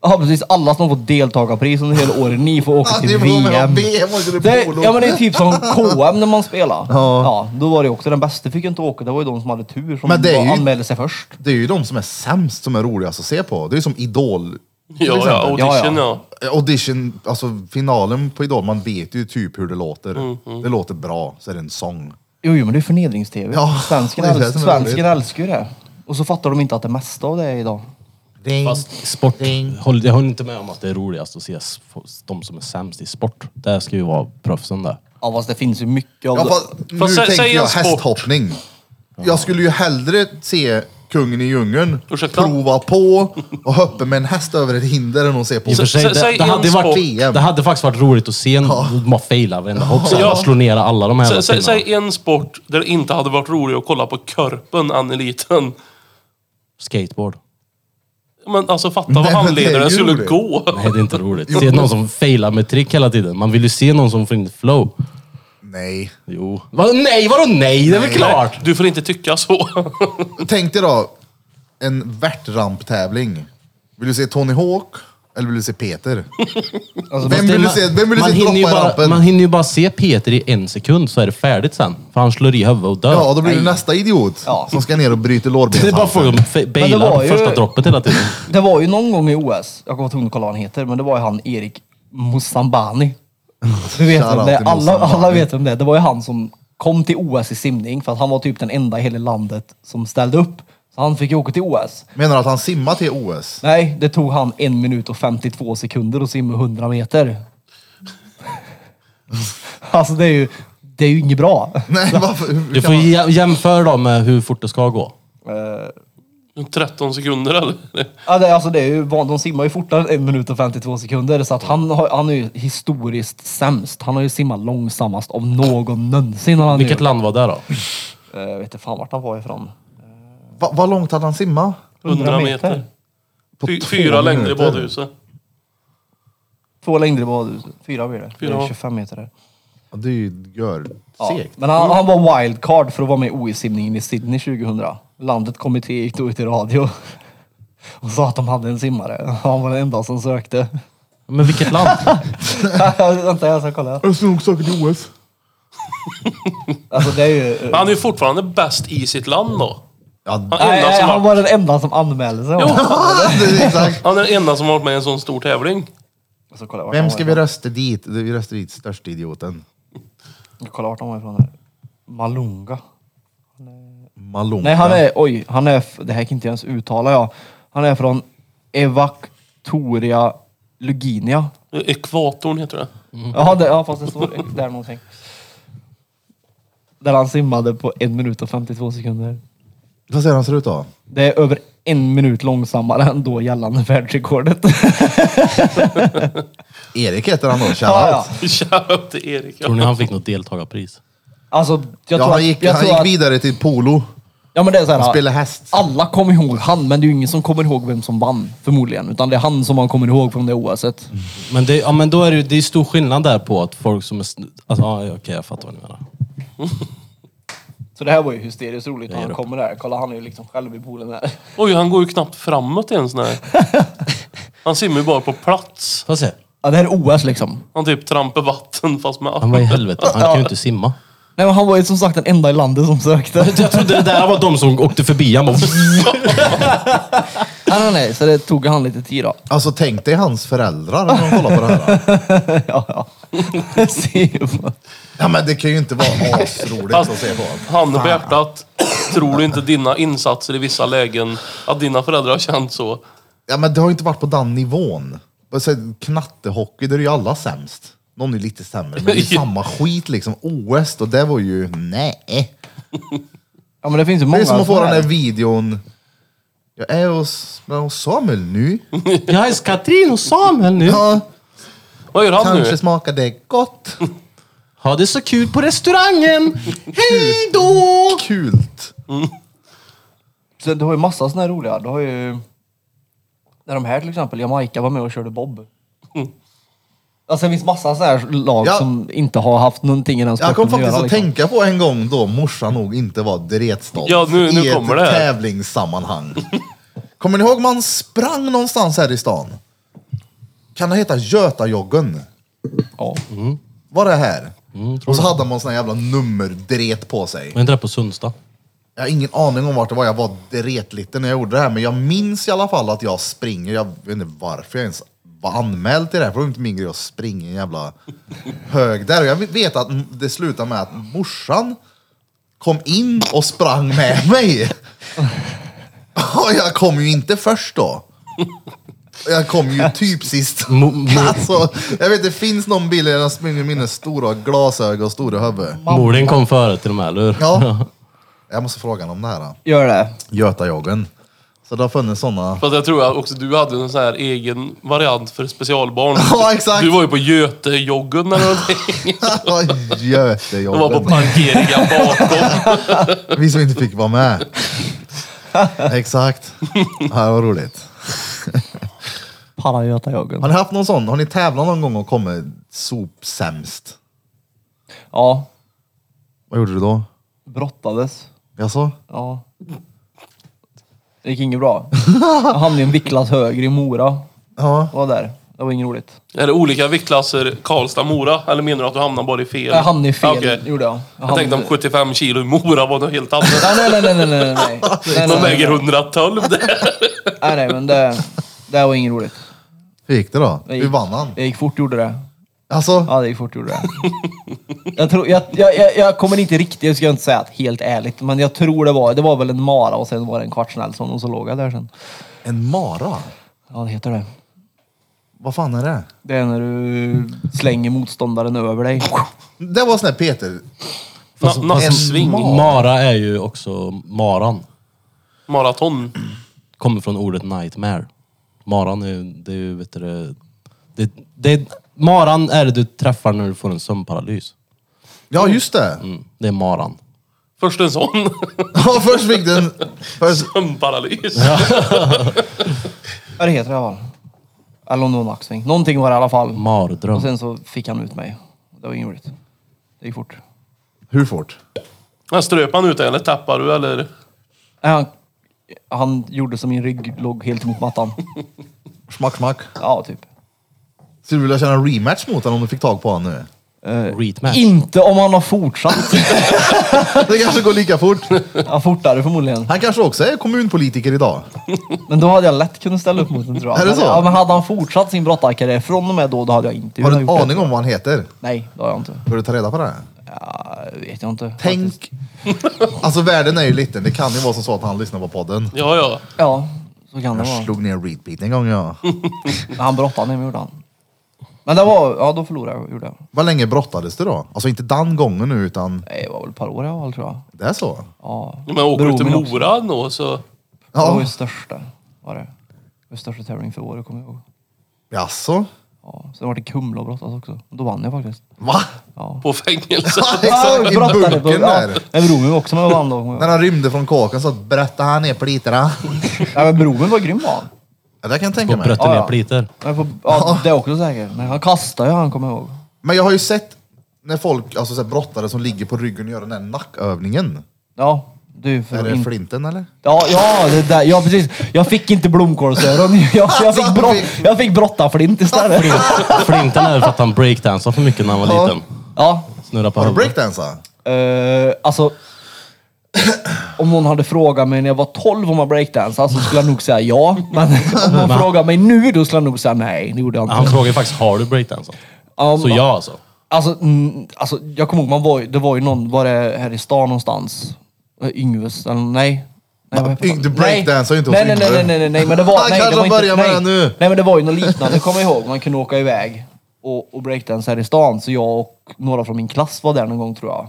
Speaker 2: Ja precis, alla som har fått deltagarpris under hela året, ni får åka
Speaker 1: Ja,
Speaker 2: till
Speaker 1: ni får gå med
Speaker 2: VM.
Speaker 1: på VM och så är det
Speaker 2: det,
Speaker 1: polo.
Speaker 2: ja men det är typ som KM när man spelar. Ja. Då var det också, den bästa fick ju inte åka, det var ju de som hade tur som
Speaker 1: Men det är ju-
Speaker 2: anmälde sig först.
Speaker 1: Det är ju de som är sämst som är roligast att se på. Det är ju som Idol. till
Speaker 5: Ja, ja,
Speaker 1: exempel.
Speaker 5: audition
Speaker 2: Ja,
Speaker 5: ja.
Speaker 1: Audition, alltså finalen på Idol, man vet ju typ hur det låter. Det låter bra, så är det en sång.
Speaker 2: Jo, jo men det är förnedrings-tv.
Speaker 1: Ja,
Speaker 2: svensken
Speaker 1: det är det
Speaker 2: äls-
Speaker 1: som är
Speaker 2: svensken
Speaker 1: roligt.
Speaker 2: älskar ju det. Och så fattar de inte att det mesta av det är idag.
Speaker 1: Ding.
Speaker 4: Fast sport,
Speaker 1: Ding.
Speaker 4: håll, jag håller inte med om att det är roligast att se s- de som är sämst i sport. Där ska ju vara proffsen där.
Speaker 2: Ja fast det finns ju mycket av
Speaker 1: Ja,
Speaker 2: det.
Speaker 1: fast, nu
Speaker 5: Alltså, sä-
Speaker 1: tänker
Speaker 5: säg en
Speaker 1: jag
Speaker 5: sport.
Speaker 1: hästhoppning. Jag skulle ju hellre se kungen i djungeln
Speaker 5: Ursäkta?
Speaker 1: prova på och hoppa med en häst över ett hinder än att se på.
Speaker 4: I och för sig,
Speaker 5: sä-
Speaker 4: det,
Speaker 5: säg
Speaker 4: det,
Speaker 5: en
Speaker 4: hade ju
Speaker 5: sport.
Speaker 4: varit, det hade faktiskt varit roligt att se en man faila varenda hopp.
Speaker 5: Ja.
Speaker 4: Ja. Slå ner alla de här
Speaker 5: Sä,
Speaker 4: hela
Speaker 5: sä,
Speaker 4: tiden.
Speaker 5: säg en sport där det inte hade varit roligt att kolla på körpen när han är liten.
Speaker 4: Skateboard.
Speaker 5: Men alltså fatta
Speaker 1: Nej,
Speaker 5: vad
Speaker 1: men det är
Speaker 5: handledaren
Speaker 1: ju
Speaker 5: skulle
Speaker 1: roligt.
Speaker 5: gå.
Speaker 4: Nej, det är inte roligt. Se någon som failar med trick hela tiden. Man vill ju se någon som får in flow.
Speaker 1: Nej.
Speaker 4: Jo. Va, nej, vadå nej? Det är väl klart!
Speaker 5: Du får inte tycka så.
Speaker 1: Tänk dig då en värtramptävling. Vill du se Tony Hawk eller vill du se Peter?
Speaker 2: Alltså,
Speaker 1: Vem
Speaker 2: fast det-
Speaker 1: vill du se, vem vill du
Speaker 4: Man
Speaker 1: se
Speaker 4: hinner,
Speaker 1: droppa
Speaker 4: ju
Speaker 1: i
Speaker 4: bara,
Speaker 1: rampen?
Speaker 4: man hinner ju bara se Peter i en sekund så är det färdigt sen. För han slår i huvudet och dör.
Speaker 1: Ja, då blir det nästa idiot
Speaker 2: Ja.
Speaker 1: som ska ner och bryter
Speaker 4: det är bara frågan
Speaker 1: lårbenshalsen.
Speaker 4: om fe-
Speaker 2: Men det var
Speaker 4: bailar
Speaker 2: ju-
Speaker 4: första droppet hela tiden.
Speaker 2: Det var ju någon gång i OS, jag kommer inte ihåg kolla vad han heter, men det var ju han Erik Moussambani. Du vet vem
Speaker 1: Shoutout
Speaker 2: det är.
Speaker 1: till
Speaker 2: alla,
Speaker 1: Moussambani.
Speaker 2: alla vet vem det är. Det var ju han som kom till OS i simning för att han var typ den enda i hela landet som ställde upp. Så han fick ju åka till OS.
Speaker 1: Menar du att han simmar till OS?
Speaker 2: Nej, det tog han en minut och 52 sekunder att simma 100 meter. alltså det är ju, det är ju inget bra.
Speaker 1: Nej, varför? Hur
Speaker 4: Du
Speaker 1: kan
Speaker 4: får
Speaker 1: man...
Speaker 4: jä- jämföra dem med hur fort det ska gå.
Speaker 2: Eh,
Speaker 5: 13 sekunder eller?
Speaker 2: Ja, det, alltså det är ju, van- de simmar ju fortare än en minut och 52 sekunder. Så att han, har, han är ju historiskt sämst. Han har ju simmat långsammast av någon någonsin. har Han
Speaker 4: Vilket
Speaker 2: ju,
Speaker 4: land var det då?
Speaker 2: Eh, Jag vet inte fan vart han var ifrån.
Speaker 1: Va, vad långt hade han simmat?
Speaker 5: 100 meter.
Speaker 1: På
Speaker 5: Fy,
Speaker 1: två
Speaker 5: fyra längder i
Speaker 1: minuter?
Speaker 5: badhuset.
Speaker 2: Två längder i badhuset. Fyra blir det.
Speaker 5: Fyra.
Speaker 2: det är 25 meter där.
Speaker 1: Ja, det är ju gör.
Speaker 2: Ja.
Speaker 1: Segt.
Speaker 2: Men han, han var wildcard för att vara med i OS-simningen i Sydney 2000. Landet kommitté gick då ut i radio och sa att de hade en simmare. Han var den enda som sökte.
Speaker 4: Men vilket land?
Speaker 2: Vänta, jag ska kolla.
Speaker 1: Jag snog saker till OS.
Speaker 2: Alltså det är ju...
Speaker 5: Men han är ju fortfarande bäst i sitt land då.
Speaker 1: Ja,
Speaker 5: Han är
Speaker 2: Nej,
Speaker 5: enda
Speaker 2: nej,
Speaker 5: som
Speaker 2: han
Speaker 5: har...
Speaker 2: var den enda som anmälde sig.
Speaker 5: Jo,
Speaker 1: det är exakt.
Speaker 5: han är den enda som har varit med i en sån stor tävling.
Speaker 2: Alltså, kolla, vart
Speaker 1: Vem
Speaker 2: han
Speaker 1: ska
Speaker 2: var
Speaker 1: vi rösta dit? Vi röstar dit största idioten.
Speaker 2: ifrån. Kolla vart han var ifrån. Här. Malunga.
Speaker 1: Malonka.
Speaker 2: Nej, han är... Oj, han är... f- Det här kan inte jag ens uttala jag. Han är från Evaktoria Luginia.
Speaker 5: Ekvatorn heter det.
Speaker 1: Mm.
Speaker 2: Jaha, det, ja, fast det står där någonting. Där han simmade på en minut och 52 sekunder.
Speaker 1: Vad ser han ser ut då?
Speaker 2: Det är över en minut långsammare än då gällande världsrekordet.
Speaker 1: Erik heter han då, shoutout.
Speaker 2: Ja, ja.
Speaker 5: Shoutout till Erik.
Speaker 4: Tror ni han fick något deltagarpris?
Speaker 2: Alltså, jag
Speaker 1: Ja,
Speaker 2: tror
Speaker 1: han
Speaker 2: att-
Speaker 1: gick,
Speaker 2: jag
Speaker 1: han
Speaker 2: tror
Speaker 1: gick
Speaker 2: att-
Speaker 1: vidare till polo.
Speaker 2: Ja, men det är så här,
Speaker 1: Han spelade häst.
Speaker 2: Alla kommer ihåg han, men det är ju ingen som kommer ihåg vem som vann förmodligen. Utan det är han som man kommer ihåg från det oavsett.
Speaker 4: Men det, ja, men då är det, ju- det är stor skillnad där på att folk som är... sn- Alltså, ja, okej, jag fattar vad ni menar.
Speaker 2: Så det här var ju hysteriskt roligt när
Speaker 4: Jag ger
Speaker 2: han
Speaker 4: upp.
Speaker 2: kommer där. Kolla, han är ju liksom själv i poolen där.
Speaker 5: Oj, han går ju knappt framåt ens när. Han simmar ju bara på plats.
Speaker 4: Får jag se?
Speaker 2: Ja, det här är OS liksom.
Speaker 5: Han typ trampar vatten fast med
Speaker 4: Han var i helvete, han kan ju inte simma.
Speaker 2: Nej, men han var ju som sagt den enda i landet som sökte.
Speaker 4: Jag trodde det där var de som åkte förbi. Han bara...
Speaker 2: nej, nej, nej. Så det tog han lite tid då.
Speaker 1: Alltså tänk dig hans föräldrar när de kollar på det här.
Speaker 2: ja, ja. Simon.
Speaker 1: Ja men det kan ju inte vara asroligt att se på.
Speaker 5: Handen på hjärtat. Tror du inte dina insatser i vissa lägen, att dina föräldrar har känt så?
Speaker 1: Ja men det har ju inte varit på den nivån. Och sen Knattehockey, där är ju alla sämst. Någon är lite sämre, men det är ju samma skit liksom. OS då, det var ju nej.
Speaker 2: Ja, men det finns ju
Speaker 1: Det
Speaker 2: många.
Speaker 1: är som att få
Speaker 2: sådana
Speaker 1: den
Speaker 2: här.
Speaker 1: här videon. Jag är hos, men hos Samuel nu.
Speaker 5: Mm.
Speaker 4: Jag är Katrin och Samuel nu.
Speaker 1: Ja,
Speaker 5: Vad gör han nu?
Speaker 1: kanske smakar det gott.
Speaker 4: Ha det så kul på restaurangen! Hej då!
Speaker 1: Kult.
Speaker 2: Så Du har ju massa såna här roliga. Du har ju... När de här till exempel, Jamaica var med och körde bob. Mm. Alltså det finns massa såna här lag
Speaker 1: Ja.
Speaker 2: som inte har haft någonting i den sporten
Speaker 1: Jag kom
Speaker 2: att
Speaker 1: faktiskt
Speaker 2: göra,
Speaker 1: att
Speaker 2: liksom.
Speaker 1: tänka på en gång då morsan nog inte var dretstolt
Speaker 5: Ja, nu- nu
Speaker 1: i ett
Speaker 5: kommer det här.
Speaker 1: tävlingssammanhang. Kommer ni ihåg man sprang någonstans här i stan? Kan det heta Götajoggen?
Speaker 2: Ja.
Speaker 1: Var det här?
Speaker 5: Mm,
Speaker 1: och så hade man sån här jävla nummerdret på sig.
Speaker 4: Men inte det på Sundsta?
Speaker 1: Jag har ingen aning om vart det var, jag var dretliten när jag gjorde det här. Men jag minns i alla fall att jag springer, jag vet inte varför jag ens var anmäld till det här. För det var inte min grej att springa en jävla hög där. Och jag vet att det slutade med att morsan kom in och sprang med mig. Och jag kom ju inte först då. Jag kom ju typ sist. Alltså, jag vet det finns någon bild där jag springer med mina stora glasögon och stora huvud.
Speaker 4: Morden kom före till och med, eller hur?
Speaker 1: Ja. Jag måste fråga honom om det här. Då.
Speaker 2: Gör det.
Speaker 1: Götajoggen. Så det har funnits sådana.
Speaker 5: Fast jag tror att också du hade en sån här egen variant för specialbarn.
Speaker 1: Ja, exakt.
Speaker 5: Du var ju på Götejoggen eller någonting. Du var på
Speaker 1: Götajoggen.
Speaker 5: parkeringen bakom.
Speaker 1: Vi som inte fick vara med. Exakt. Ja, det var roligt.
Speaker 2: Paragötajoggen.
Speaker 1: Har ni haft någon sån? Har ni tävlat någon gång och kommit sopsämst?
Speaker 2: Ja.
Speaker 1: Vad gjorde du då?
Speaker 2: Brottades.
Speaker 1: Jaså?
Speaker 2: Ja. Det gick inget bra. Jag hamnade i en vicklas högre i Mora.
Speaker 1: Ja.
Speaker 2: Jag var där. Det var inget roligt.
Speaker 5: Är det olika viktklasser Karlstad-Mora? Eller menar du att du hamnade bara i fel?
Speaker 2: Jag hamnade i fel,
Speaker 5: Okej.
Speaker 2: gjorde jag.
Speaker 5: Jag tänkte om 75 kilo i Mora var något helt annat.
Speaker 2: Nej, nej, nej, nej, nej, nej. nej, nej,
Speaker 5: De
Speaker 2: nej,
Speaker 5: väger
Speaker 2: nej.
Speaker 5: 112 där.
Speaker 2: Nej, nej, men det, det här var inget roligt.
Speaker 1: Hur gick det då?
Speaker 2: Det gick-
Speaker 1: Hur vann han?
Speaker 2: Det gick fort, gjorde det.
Speaker 1: Alltså,
Speaker 2: Ja, det gick fort gjorde det. Jag, tror, jag, jag, jag, jag kommer inte riktigt, jag ska inte säga att helt ärligt, men jag tror det var, det var väl en mara och sen var det en kvartsnällson och så låg jag där sen.
Speaker 1: en mara?
Speaker 2: Ja, det heter det.
Speaker 1: Vad fan är det?
Speaker 2: Det är när du slänger motståndaren över dig.
Speaker 1: Det var sån här Peter...
Speaker 4: Fast-
Speaker 5: Na-
Speaker 4: fast-
Speaker 5: nattsving.
Speaker 4: Mara är ju också maran.
Speaker 5: Maraton.
Speaker 4: Kommer från ordet nightmare. Maran är ju, det är ju, vet du det- det, det, Maran är det du träffar när du får en sömnparalys.
Speaker 1: Ja, just det.
Speaker 4: Mm, det är maran.
Speaker 5: Först en sån.
Speaker 1: Ja, först fick den... Först,
Speaker 5: Sömnparalys.
Speaker 2: Ja, det heter det ja. Eller om det var en axving. Någonting var det i alla fall.
Speaker 4: Mardröm.
Speaker 2: Och sen så fick han ut mig. Det var inget roligt. Det gick fort.
Speaker 1: hur fort?
Speaker 5: Men ströp han ut dig eller tappar du eller?
Speaker 2: Nej, Äh, Han, han gjorde så min rygg låg helt mot mattan.
Speaker 1: Smack, smack.
Speaker 2: Ja, typ.
Speaker 1: Skulle du vilja köra en rematch mot honom om du fick tag på honom nu?
Speaker 4: Reatmatch.
Speaker 2: Inte om han har fortsatt.
Speaker 1: Det kanske går lika fort.
Speaker 2: Han fortare förmodligen.
Speaker 1: Han kanske också är kommunpolitiker idag.
Speaker 2: Men då hade jag lätt kunnat ställa upp mot honom tror jag.
Speaker 1: Är det så?
Speaker 2: Ja, men hade han fortsatt sin brottarkarriär från och med då, då hade jag inte
Speaker 1: Har du
Speaker 2: kunnat
Speaker 1: en
Speaker 2: gjort det.
Speaker 1: aning om vad han heter?
Speaker 2: Nej, det har jag inte.
Speaker 1: Bör du ta reda på det?
Speaker 2: Ja, vet jag inte. faktiskt.
Speaker 1: Tänk... Alltså världen är ju liten. Det kan ju vara som så att han lyssnar på podden.
Speaker 5: Ja, ja.
Speaker 2: Ja, så kan det
Speaker 1: Jag
Speaker 2: vara.
Speaker 1: slog ner repeat en gång ja.
Speaker 2: Men han brottade mig, gjorde han. Men det var, ja då förlorade jag, gjorde jag.
Speaker 1: Vad länge brottades du då? Alltså inte den gången nu utan
Speaker 2: Nej, det var väl ett par år i alla fall tror jag.
Speaker 1: det är så?
Speaker 2: Ja.
Speaker 5: Men åker du
Speaker 2: Bror
Speaker 5: till
Speaker 2: min också.
Speaker 5: Mora då så...
Speaker 2: Det var
Speaker 1: Ja.
Speaker 2: ju största, var det. Det var största tävling för året, kommer jag ihåg.
Speaker 1: Jaså?
Speaker 2: Ja. Sen var det Kumla och brottas också. Då vann jag faktiskt.
Speaker 1: Va?
Speaker 2: Ja.
Speaker 5: På fängelse.
Speaker 1: Exakt, i
Speaker 2: brottade på-
Speaker 1: burken
Speaker 2: ja.
Speaker 1: där.
Speaker 2: Men Bromen var också med och vann då. kommer jag
Speaker 1: När
Speaker 2: ihåg.
Speaker 1: han rymde från kåken så bröttade han ner pliterna.
Speaker 2: Nej, men Bromen var grym var han.
Speaker 1: Ja, det kan jag tänka
Speaker 4: Och
Speaker 1: mig.
Speaker 4: brötter
Speaker 2: Ja,
Speaker 4: ner
Speaker 2: ja.
Speaker 4: pliter.
Speaker 2: Men på, ja, det är också säkert. Men han kastade ju han, kommer jag ihåg.
Speaker 1: Men jag har ju sett när folk, alltså så här brottare som ligger på ryggen och gör den där nackövningen.
Speaker 2: Ja, du för
Speaker 1: Är
Speaker 2: att
Speaker 1: det
Speaker 2: in...
Speaker 1: flinten eller?
Speaker 2: Ja, ja, det där. ja, precis. Jag fick inte blomkålsöron. Jag,
Speaker 1: Alltså,
Speaker 2: jag, fick brott, jag fick brottarflint istället.
Speaker 4: Flinten är för att han breakdansade för mycket när han var
Speaker 1: Ja.
Speaker 4: liten.
Speaker 2: Ja,
Speaker 4: Snurra på
Speaker 1: Har du
Speaker 4: huvudet.
Speaker 1: breakdansat?
Speaker 2: eh, alltså. Om någon hade frågat mig när jag var 12 om jag breakdansade så skulle jag nog säga ja. Men om någon frågar mig nu då skulle jag nog säga nej, det gjorde jag inte.
Speaker 4: Han frågar ju faktiskt, har du breakdansat?
Speaker 2: Ja,
Speaker 4: Så ja alltså.
Speaker 2: Alltså, mm, alltså jag kommer ihåg, man var, ju- det var ju någon, var det här i stan någonstans? Eh, Yngves, eller nej? nej vad heter
Speaker 1: Yng-
Speaker 2: det?
Speaker 1: du breakdansar ju inte hos
Speaker 2: nej, nej, nej,
Speaker 1: Yngve.
Speaker 2: nej, nej, nej, nej, men det var,
Speaker 1: Han
Speaker 2: nej, det
Speaker 1: kanske
Speaker 2: var
Speaker 1: börjar
Speaker 2: inte,
Speaker 1: med
Speaker 2: nej,
Speaker 1: det nu.
Speaker 2: nej, men det var ju något liknande, kommer jag ihåg. Man kunde åka iväg och, och breakdansa här i stan. Så jag och några från min klass var där någon gång tror jag.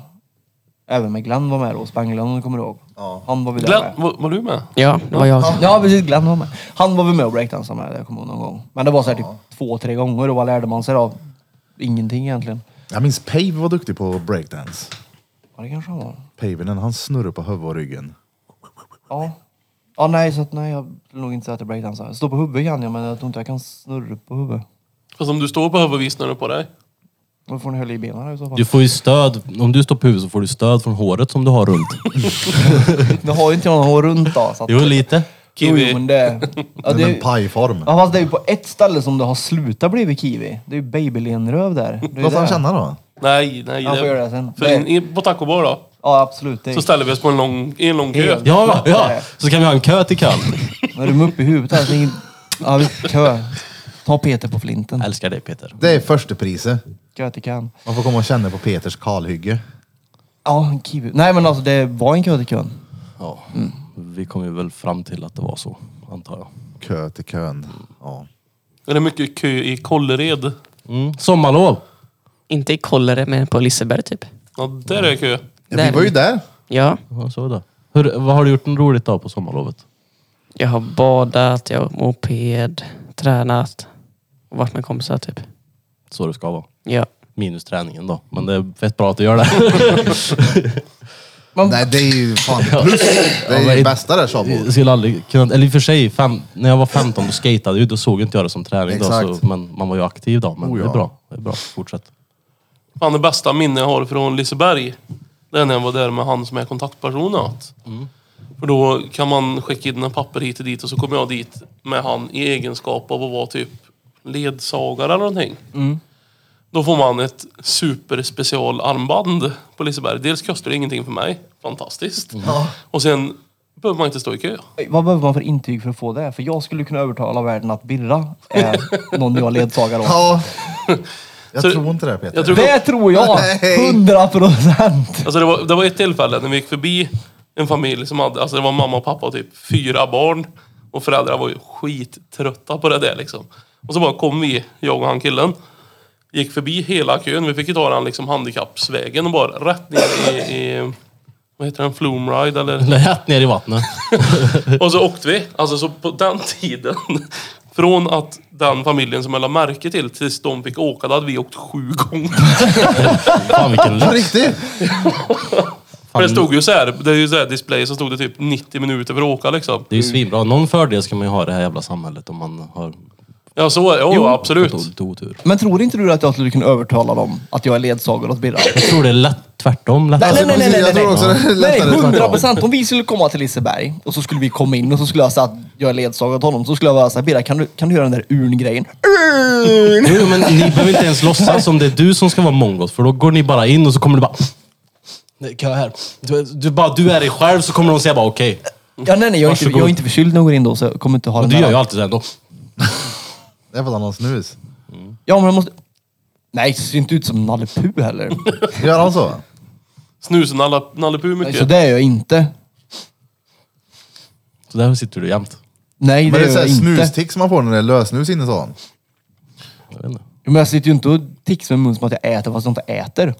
Speaker 2: Även med Glenn var med då, Spanglan om du kommer ihåg. Han var väl där
Speaker 5: Glenn,
Speaker 2: med.
Speaker 5: var, var du med?
Speaker 6: Ja, det var jag.
Speaker 2: Ja precis, Glenn var med. Han var väl med och breakdansade med, jag kommer ihåg någon gång. Men det var så här, typ två, tre gånger och vad lärde man sig då? Ingenting egentligen.
Speaker 1: Jag minns Pave var duktig på breakdance.
Speaker 2: Ja, det kanske han var.
Speaker 1: Pavinen, han snurrar på huvudet och ryggen.
Speaker 2: Ja. Ja, nej, så att, nej, jag skulle nog inte säga att jag breakdansar. Jag står på huvudet kan jag, men jag tror inte jag kan snurra på huvudet.
Speaker 5: Fast om du står på huvudet visnar du på dig.
Speaker 2: Då får ni höll i benen här i så fall.
Speaker 4: Du får ju stöd, om du står på huvudet så får du stöd från håret som du har runt.
Speaker 2: Nu har ju inte jag någon hår runt då. Så att,
Speaker 4: Jo, lite.
Speaker 2: Jo,
Speaker 5: Kiwi.
Speaker 2: jo, men det... Ja,
Speaker 1: Den
Speaker 2: det
Speaker 1: är en pajform.
Speaker 2: ja, fast det är ju på ett ställe som det har slutat blivit kiwi. Det är ju babylenröv där. Det är ju
Speaker 1: Låt han
Speaker 2: det.
Speaker 1: känna då.
Speaker 5: Nej, nej.
Speaker 2: Han får göra det sen.
Speaker 5: För in, in, på Taco Bar då,
Speaker 2: Ja, absolut. Det är...
Speaker 5: så ställer vi oss på en lång, i en lång kö.
Speaker 2: Ja.
Speaker 4: Ja, ja! Så kan vi ha en kö till kön.
Speaker 2: När du är uppe i huvudet här, så är det ingen... Ja, vi kö. Ta Peter på flinten.
Speaker 4: Jag älskar dig Peter.
Speaker 1: Det är första priset.
Speaker 2: Kö till kön.
Speaker 1: Man får komma och känna på Peters kalhygge.
Speaker 2: Ja, en kiwi. Nej, men alltså det var en kö till kön.
Speaker 4: Ja, Mm. vi kom ju väl fram till att det var så, antar jag.
Speaker 1: Kö till kön. Ja.
Speaker 5: Är det mycket kö i Kållered?
Speaker 4: Mm. Sommarlov!
Speaker 6: Inte i Kållare, men på Liseberg typ.
Speaker 5: Ja, där är kö.
Speaker 1: Ja, vi var ju där.
Speaker 6: Ja,
Speaker 4: Ja, så är det. Hur, vad har du gjort en roligt dag på sommarlovet?
Speaker 6: jag har badat, jag har moped, tränat och varit med kompisar typ.
Speaker 4: Så det ska vara.
Speaker 6: Ja.
Speaker 4: Minus träningen då. Men det är fett bra att du gör det.
Speaker 1: Nej, det är ju fan plus. Det är ju det bästa där Sabo.
Speaker 4: Jag skulle aldrig kunnat, eller i och för sig, fem, när jag var 15 då skatade jag ju, då såg jag inte jag det som träning då.
Speaker 1: Exakt.
Speaker 4: Så, men man var ju aktiv då. Men
Speaker 1: Oh,
Speaker 4: det
Speaker 1: ja.
Speaker 4: är bra. Det är bra. Fortsätt.
Speaker 5: Fan, det bästa minne jag har från Liseberg, det är när jag var där med han som är kontaktperson åt. För då kan man skicka in en papper hit och dit och så kommer jag dit med han i egenskap av att vara typ ledsagare eller någonting. Då får man ett superspecial armband på Liseberg. Dels kostar det ingenting för mig, fantastiskt. Och sen behöver man inte stå i kö.
Speaker 2: Vad behöver man för intyg för att få det? För jag skulle kunna övertala världen att Birra är någon jag ledsagar åt.
Speaker 1: Ja, Jag
Speaker 5: Så-
Speaker 1: tror inte det Peter.
Speaker 5: Jag tror
Speaker 2: Det tror jag!
Speaker 1: Nej.
Speaker 2: 100 procent!
Speaker 5: Alltså det var, det var ett tillfälle när vi gick förbi en familj som hade, alltså det var mamma och pappa och typ fyra barn. Och föräldrar var ju skittrötta på det där liksom. Och så bara kom vi, jag och han killen. Gick förbi hela kön, vi fick ju ta den liksom handikappsvägen och bara rätt ner i, i vad heter den, Flumride eller?
Speaker 4: Rätt ner i vattnet.
Speaker 5: Och så åkte vi. Alltså så på den tiden. Från att den familjen som jag la märke till tills de fick åka, då hade vi åkt sju gånger.
Speaker 4: Fan vilken
Speaker 1: På
Speaker 4: lyx.
Speaker 1: riktigt?
Speaker 5: För det stod ju så här, det är ju så här display, så stod det typ 90 minuter för att åka liksom.
Speaker 4: Det är ju svinbra. Någon fördel ska man ju ha i det här jävla samhället om man har
Speaker 5: Ja så är det, jo, absolut.
Speaker 4: fått lite otur.
Speaker 2: Men tror inte du att jag skulle kunna övertala dem att jag är ledsagare åt Birra? Alltså,
Speaker 4: Jag tror det är lätt tvärtom. Lätt.
Speaker 1: Alltså,
Speaker 2: Nej, nej, nej, nej,
Speaker 1: Jag
Speaker 2: nej,
Speaker 1: tror också det är
Speaker 2: nej.
Speaker 1: lättare
Speaker 2: Nej,
Speaker 1: tvärtom.
Speaker 2: 100 procent. Om vi skulle komma till Liseberg och så skulle vi komma in och så skulle jag säga att jag är ledsagare åt honom. Så skulle jag bara säga, Birra kan du, kan du göra den där urngrejen? Urn!
Speaker 4: Jo, men ni behöver inte ens låtsas som det är du som ska vara mongot. För då går ni bara in och så kommer du bara... Nej, Kan jag här? Du, du, bara, du är dig själv så kommer de säga bara okej.
Speaker 2: Ja, nej, nej, jag är, inte,
Speaker 4: Varsågod.
Speaker 2: jag är inte förkyld när jag går in då så jag kommer inte ha den
Speaker 4: Du
Speaker 2: där.
Speaker 4: gör ju alltid så här då.
Speaker 1: Det är för att han har snus.
Speaker 2: Ja, men jag måste... Nej, det ser inte ut som Nalle Puh heller.
Speaker 1: Gör han så?
Speaker 5: Snusen alla, Nalle Puh
Speaker 2: Nej, så
Speaker 5: mycket.
Speaker 2: det är jag inte.
Speaker 4: Så där sitter du jämt.
Speaker 2: Nej, det,
Speaker 1: Men det är
Speaker 2: gör
Speaker 1: såhär
Speaker 2: jag inte.
Speaker 1: snustick som man får när det är lössnus inne i stan.
Speaker 4: Jag vet inte.
Speaker 2: Men jag sitter ju inte och tixar med mun som att jag äter fast jag inte äter.